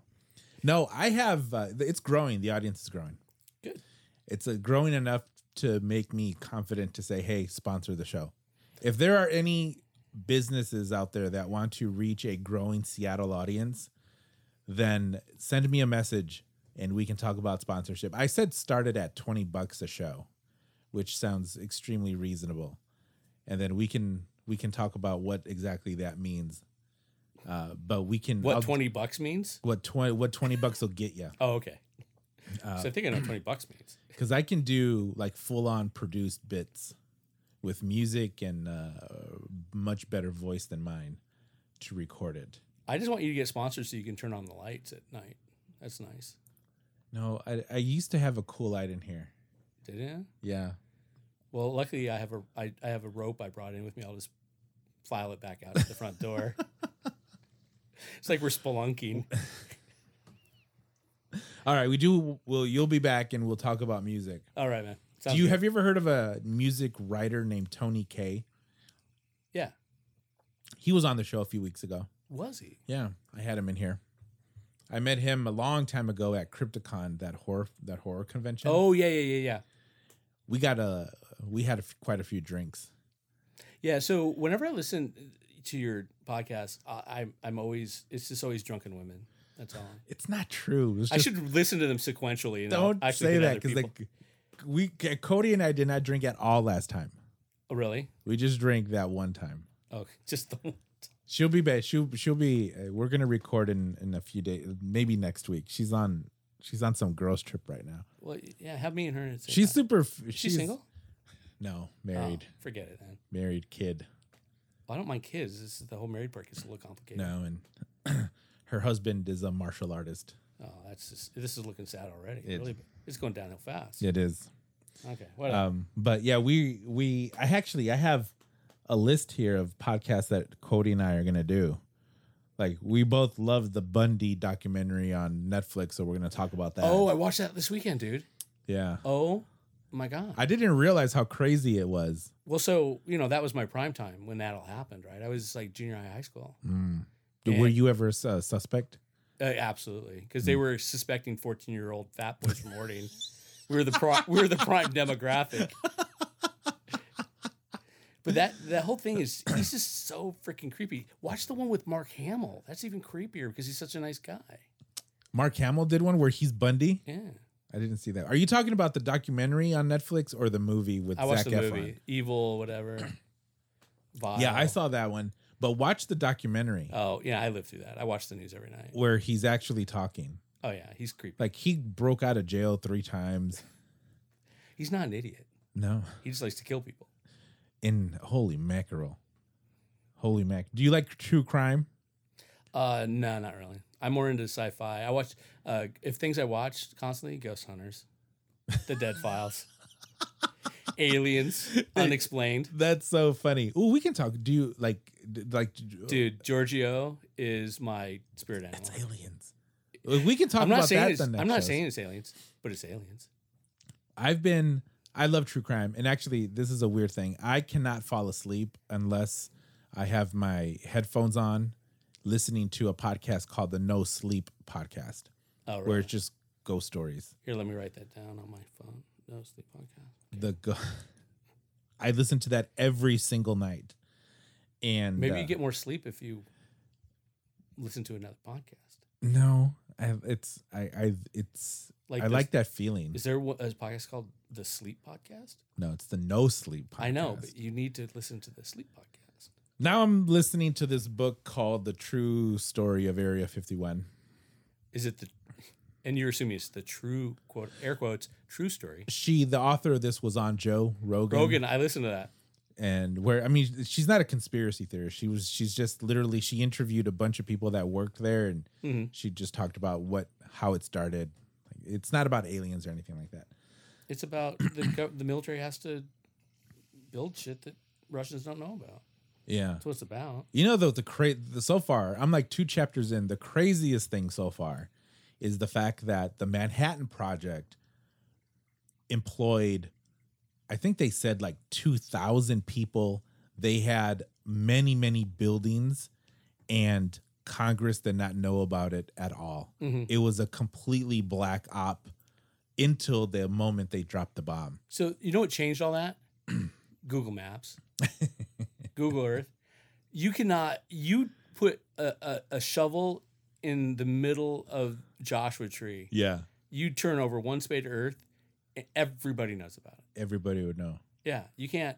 Speaker 1: No, I have, uh, th- it's growing. The audience is growing.
Speaker 3: Good.
Speaker 1: It's uh, growing enough to make me confident to say, hey, sponsor the show. If there are any businesses out there that want to reach a growing Seattle audience, then send me a message and we can talk about sponsorship. I said started at 20 bucks a show, which sounds extremely reasonable. And then we can we can talk about what exactly that means. Uh, but we can
Speaker 3: What
Speaker 1: I'll-
Speaker 3: twenty bucks means?
Speaker 1: what 20 what 20 bucks will get you.
Speaker 3: Oh, okay.
Speaker 1: Uh,
Speaker 3: so I think I know what twenty bucks means.
Speaker 1: because I can do like full on produced bits with music and uh, much better voice than mine to record it.
Speaker 3: I just want you to get sponsors so you can turn on the lights at night. That's nice.
Speaker 1: No, I, I used to have a cool light in here.
Speaker 3: Did it?
Speaker 1: Yeah.
Speaker 3: Well, luckily I have a I, I have a rope I brought in with me. I'll just file it back out at the front door. it's like we're spelunking.
Speaker 1: All right, we do. Well, you'll be back and we'll talk about music.
Speaker 3: All right, man.
Speaker 1: Do
Speaker 3: Sounds
Speaker 1: you
Speaker 3: good.
Speaker 1: have you ever heard of a music writer named Tony K?
Speaker 3: Yeah.
Speaker 1: He was on the show a few weeks ago.
Speaker 3: Was he?
Speaker 1: Yeah, I had him in here. I met him a long time ago at Crypticon, that horror that horror convention.
Speaker 3: Oh yeah, yeah, yeah, yeah.
Speaker 1: we got a we had a f quite a few drinks.
Speaker 3: Yeah. So whenever I listen to your podcast, I, I'm I'm always it's just always drunken women. That's all.
Speaker 1: It's not true. It's
Speaker 3: I
Speaker 1: just-
Speaker 3: should listen to them sequentially. And I'll
Speaker 1: don't
Speaker 3: actually
Speaker 1: say
Speaker 3: hit
Speaker 1: that
Speaker 3: other
Speaker 1: because
Speaker 3: people.
Speaker 1: like we Cody and I did not drink at all last time.
Speaker 3: Oh, really?
Speaker 1: We just drank that one time.
Speaker 3: Oh, just the
Speaker 1: She'll be back. She'll she'll be. Uh, we're gonna record in in a few days, maybe next week. She's on she's on some girls trip right now.
Speaker 3: well, yeah. Have me and her. at the same
Speaker 1: She's
Speaker 3: time.
Speaker 1: super. f- She's,
Speaker 3: Is she single?
Speaker 1: No,
Speaker 3: Oh,
Speaker 1: married,
Speaker 3: forget it then.
Speaker 1: married kid.
Speaker 3: Well, I don't mind kids. This is the whole married part gets a little complicated.
Speaker 1: No, and her husband is a martial artist.
Speaker 3: Oh, that's just this is looking sad already.
Speaker 1: It-
Speaker 3: really, it's going downhill fast.
Speaker 1: It is.
Speaker 3: Okay. Whatever.
Speaker 1: Um, but yeah, we we I actually I have a list here of podcasts that Cody and I are gonna do. Like we both love the Bundy documentary on Netflix, so we're gonna talk about that.
Speaker 3: oh, I watched that this weekend, dude.
Speaker 1: yeah.
Speaker 3: Oh my god.
Speaker 1: I didn't realize how crazy it was.
Speaker 3: well, so you know that was my prime time when that all happened, right? I was like junior high, high school.
Speaker 1: Dude, Were
Speaker 3: And-
Speaker 1: you ever a su- suspect?
Speaker 3: Uh, absolutely, because
Speaker 1: Hmm.
Speaker 3: they were suspecting fourteen-year-old fat boys from hoarding. we were the pro- we were the prime demographic. But that that whole thing is he's just so freaking creepy. Watch the one with Mark Hamill. That's even creepier because he's such a nice guy.
Speaker 1: Mark Hamill did one where he's Bundy.
Speaker 3: Yeah,
Speaker 1: I didn't see that. Are you talking about the documentary on Netflix or the movie with
Speaker 3: I watched
Speaker 1: Zac
Speaker 3: the
Speaker 1: Efron?
Speaker 3: movie, Evil, whatever. Vile.
Speaker 1: Yeah, I saw that one. But watch the documentary
Speaker 3: Oh yeah, I lived through that. I watched the news every night.
Speaker 1: where he's actually talking.
Speaker 3: Oh yeah, he's creepy.
Speaker 1: Like he broke out of jail three times.
Speaker 3: He's not an idiot.
Speaker 1: No,
Speaker 3: He just likes to kill people.
Speaker 1: in holy mackerel, holy mac. Do you like true crime?
Speaker 3: Uh, no, not really. I'm more into sci-fi. I watch uh, if things I watched constantly: Ghost Hunters, The Dead Files, Aliens, Unexplained.
Speaker 1: That's so funny. Oh, we can talk. Do you like d- like
Speaker 3: Dude, Giorgio is my spirit animal.
Speaker 1: It's oh, aliens. We can talk
Speaker 3: I'm not
Speaker 1: about
Speaker 3: saying
Speaker 1: that.
Speaker 3: it's,
Speaker 1: the next
Speaker 3: I'm not
Speaker 1: shows.
Speaker 3: saying it's aliens, but it's aliens.
Speaker 1: I've been I love true crime and actually this is a weird thing. I cannot fall asleep unless I have my headphones on listening to a podcast called the No Sleep podcast
Speaker 3: Oh,
Speaker 1: where
Speaker 3: right.
Speaker 1: it's just ghost stories.
Speaker 3: Here, let me write that down on my phone. No sleep podcast.
Speaker 1: The go- I listen to that every single night. And
Speaker 3: Maybe
Speaker 1: uh,
Speaker 3: you get more sleep if you listen to another podcast.
Speaker 1: No, I it's I I it's
Speaker 3: Like
Speaker 1: I
Speaker 3: this-
Speaker 1: like that feeling.
Speaker 3: Is there one- a podcast called the Sleep Podcast?
Speaker 1: no, it's the No Sleep podcast.
Speaker 3: I know, but you need to listen to the Sleep Podcast.
Speaker 1: now I'm listening to this book called The True Story of Area 51.
Speaker 3: Is it the? And you're assuming it's the true quote air quotes true story.
Speaker 1: she the author of this was on Joe Rogan.
Speaker 3: Rogan, I listened to that.
Speaker 1: and where I mean she's not a conspiracy theorist. She was she's just literally she interviewed a bunch of people that worked there and
Speaker 3: Mhm.
Speaker 1: she just talked about what how it started. Like, it's not about aliens or anything like that.
Speaker 3: It's about the gov- the military has to build shit that Russians don't know about.
Speaker 1: Yeah.
Speaker 3: That's what it's about.
Speaker 1: You know though the cra- the so far I'm like two chapters in the craziest thing so far is the fact that the Manhattan Project employed I think they said like 2000 people they had many many buildings and Congress did not know about it at all.
Speaker 3: Mhm.
Speaker 1: It was a completely black op until the moment they dropped the bomb.
Speaker 3: So you know what changed all that? Google Maps, Google Earth. You cannot. You put a, a, a shovel in the middle of Joshua Tree.
Speaker 1: Yeah.
Speaker 3: You turn over one spade of earth, and everybody knows about it.
Speaker 1: Everybody would know.
Speaker 3: Yeah, you can't.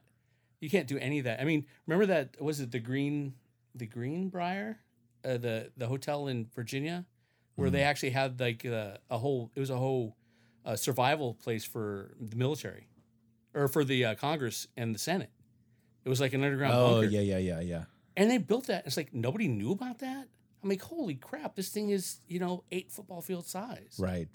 Speaker 3: You can't do any of that. I mean, remember that was it the green, the Greenbrier, uh, the the hotel in Virginia, where
Speaker 1: Mm-hmm.
Speaker 3: they actually had like uh, a whole. It was a whole uh, survival place for the military, or for the uh, Congress and the Senate. It was like an underground
Speaker 1: Oh,
Speaker 3: bunker,
Speaker 1: yeah, yeah, yeah, yeah.
Speaker 3: and they built that. It's like nobody knew about that. I'm like, holy crap! This thing is you know eight football field size,
Speaker 1: Right.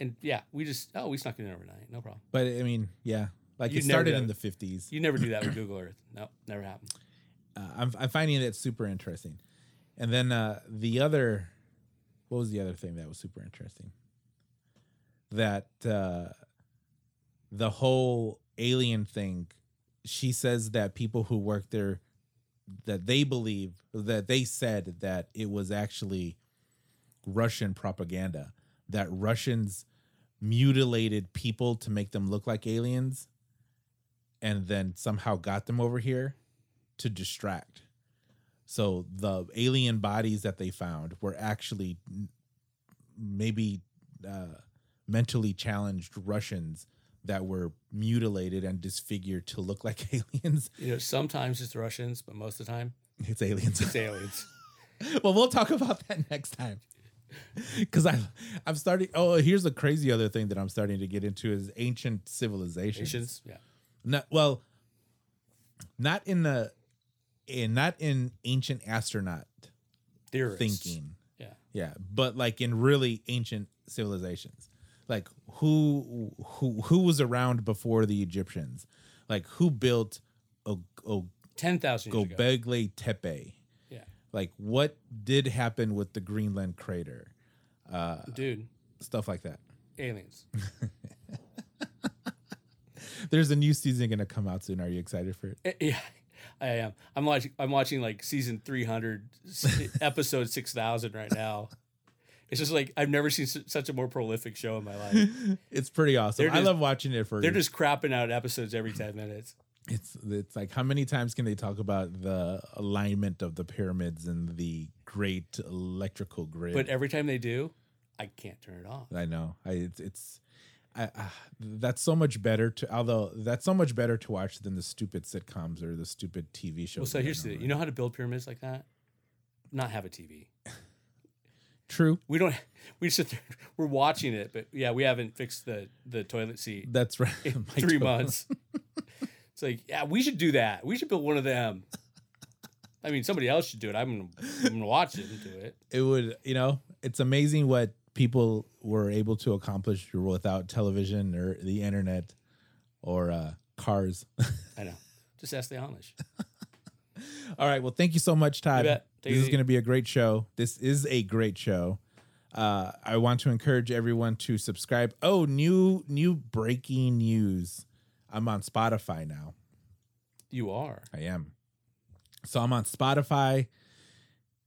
Speaker 3: and yeah, we just oh we snuck it in overnight, no problem.
Speaker 1: But I mean, yeah, like
Speaker 3: You'd
Speaker 1: it
Speaker 3: never
Speaker 1: started
Speaker 3: do
Speaker 1: in
Speaker 3: it.
Speaker 1: the fifties.
Speaker 3: You never do that with Google Earth. No, never happened.
Speaker 1: Uh, I'm I'm finding it super interesting. And then uh, the other, what was the other thing that was super interesting? That uh, the whole alien thing. She says that people who work there, that they believe that they said that it was actually Russian propaganda. That Russians mutilated people to make them look like aliens and then somehow got them over here to distract. So the alien bodies that they found were actually m- maybe uh, mentally challenged Russians that were mutilated and disfigured to look like aliens.
Speaker 3: You know, sometimes it's Russians, but most of the time
Speaker 1: It's aliens.
Speaker 3: it's aliens.
Speaker 1: well, we'll talk about that next time. Because I, I'm starting. Oh, here's a crazy other thing that I'm starting to get into is ancient civilizations.
Speaker 3: Asians, yeah.
Speaker 1: not well not in the in not in ancient astronaut
Speaker 3: Theorists.
Speaker 1: thinking
Speaker 3: Yeah.
Speaker 1: yeah but like in really ancient civilizations like who who who was around before the egyptians like who built O- O-
Speaker 3: 10,000 years ago.
Speaker 1: gobekli tepe
Speaker 3: Yeah.
Speaker 1: like what did happen with the greenland crater
Speaker 3: Dude,
Speaker 1: stuff like that
Speaker 3: aliens.
Speaker 1: there's a new season gonna come out soon are you excited for it
Speaker 3: Eh, yeah. I am. I'm watching I'm watching like season 300 s- episode 6000 right now. It's just like I've never seen su- such a more prolific show in my life.
Speaker 1: it's pretty awesome
Speaker 3: They're
Speaker 1: i
Speaker 3: just-
Speaker 1: love watching it for
Speaker 3: They're just crapping out episodes every 10 minutes.
Speaker 1: It's it's like how many times can they talk about the alignment of the pyramids and the great electrical grid?
Speaker 3: But every time they do, I can't turn it off.
Speaker 1: I know. I it's, it's I, uh, that's so much better to although that's so much better to watch than the stupid sitcoms or the stupid TV shows.
Speaker 3: Well, so
Speaker 1: that I
Speaker 3: here's the
Speaker 1: don't
Speaker 3: thing. You know how to build pyramids like that? Not have a TV.
Speaker 1: true.
Speaker 3: We don't. We sit there. We're watching it, but yeah, we haven't fixed the the toilet seat
Speaker 1: That's right.
Speaker 3: in
Speaker 1: My
Speaker 3: three
Speaker 1: toe-
Speaker 3: months. it's like, yeah, we should do that. We should build one of them. I mean, somebody else should do it. I'm gonna, I'm gonna watch it and do it.
Speaker 1: It would you know it's amazing what people were able to accomplish without television or the internet or uh, cars.
Speaker 3: I know. Just ask the Amish.
Speaker 1: All right. Well, thank you so much, Todd.
Speaker 3: bet. Take
Speaker 1: This
Speaker 3: it
Speaker 1: is
Speaker 3: easy.
Speaker 1: going to be a great show. This is a great show. Uh, I want to encourage everyone to subscribe. Oh, new new breaking news. I'm on Spotify now.
Speaker 3: You are.
Speaker 1: I am. So I'm on Spotify,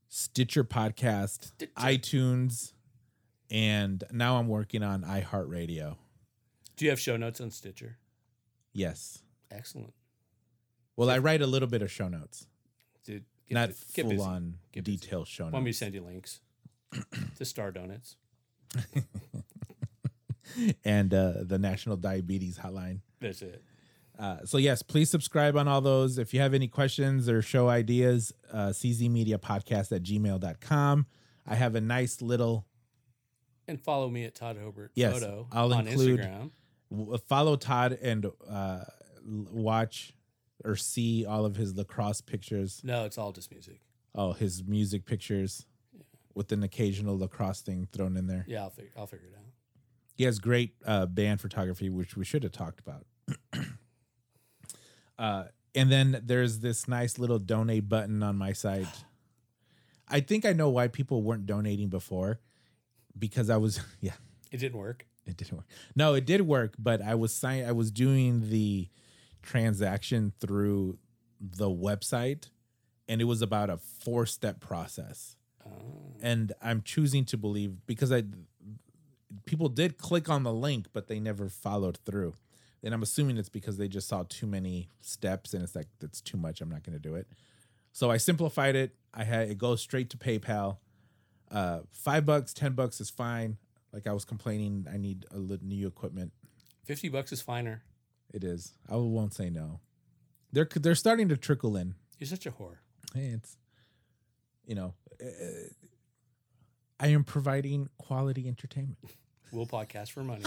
Speaker 1: Stitcher Podcast, iTunes, and now I'm working on iHeartRadio.
Speaker 3: Do you have show notes on Stitcher?
Speaker 1: Yes.
Speaker 3: Excellent.
Speaker 1: Well, I write a little bit of show notes,
Speaker 3: Dude, get
Speaker 1: not
Speaker 3: bu- get
Speaker 1: full
Speaker 3: busy.
Speaker 1: on
Speaker 3: Get busy.
Speaker 1: detail show notes.
Speaker 3: Want me to send you links to Star Donuts?
Speaker 1: and uh, the National Diabetes Hotline.
Speaker 3: That's it.
Speaker 1: Uh, so yes, please subscribe on all those. If you have any questions or show ideas, uh, czmediapodcast at gmail.com. I have a nice little
Speaker 3: And follow me at Todd Hobart
Speaker 1: Yes,
Speaker 3: Photo
Speaker 1: I'll
Speaker 3: on
Speaker 1: include-
Speaker 3: Instagram.
Speaker 1: w- follow Todd and uh, l- watch or see all of his lacrosse pictures.
Speaker 3: No, it's all just music.
Speaker 1: Oh, his music pictures with an occasional lacrosse thing thrown in there.
Speaker 3: Yeah, I'll figure, I'll figure it out.
Speaker 1: He has great uh, band photography, which we should have talked about. uh, and then there's this nice little donate button on my site. I think I know why people weren't donating before because I was, yeah,
Speaker 3: It didn't work.
Speaker 1: it didn't work. No, it did work, but I was sign- I was doing the transaction through the website and it was about a four step process. And I'm choosing to believe because I people did click on the link but they never followed through. And I'm assuming it's because they just saw too many steps and it's like that's too much, I'm not going to do it. So I simplified it. I had it goes straight to PayPal. Uh, five bucks, ten bucks is fine. Like I was complaining, I need a lit- new equipment.
Speaker 3: Fifty bucks is finer.
Speaker 1: It is. I won't say no. They're they're starting to trickle in.
Speaker 3: You're such a whore.
Speaker 1: Hey, it's you know, uh, I am providing quality entertainment.
Speaker 3: We'll podcast for money.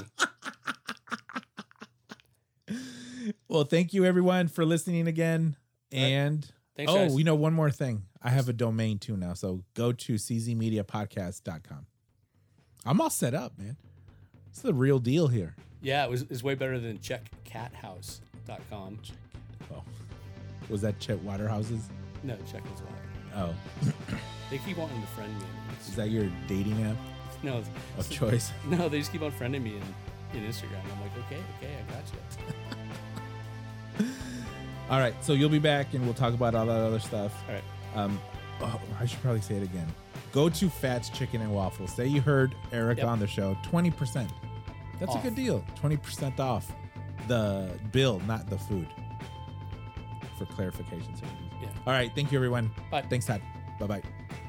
Speaker 1: Well, thank you everyone for listening again. And
Speaker 3: Thanks,
Speaker 1: oh,
Speaker 3: guys.
Speaker 1: you know one more thing. I have a domain too now. So go to czmediapodcast.com. I'm all set up, man. It's the real deal here.
Speaker 3: Yeah, it was is way better than checkcathouse.com.
Speaker 1: Oh, was that Chet Waterhouse's?
Speaker 3: No, check is why.
Speaker 1: Oh,
Speaker 3: They keep wanting to friend me.
Speaker 1: is that your dating app
Speaker 3: No,
Speaker 1: of
Speaker 3: so-
Speaker 1: choice?
Speaker 3: No, they just keep on friending me in, in Instagram. I'm like, okay, okay, I got you.
Speaker 1: All right, so you'll be back and we'll talk about all that other stuff.
Speaker 3: All right.
Speaker 1: Um, oh, I should probably say it again. Go to Fats Chicken and Waffles. Say you heard Eric
Speaker 3: Yep.
Speaker 1: on the show. Twenty percent. That's a
Speaker 3: Off.
Speaker 1: good deal. Twenty percent off the bill, not the food. For clarification.
Speaker 3: Yeah.
Speaker 1: All right. Thank you, everyone.
Speaker 3: Bye.
Speaker 1: Thanks, Todd. Bye bye.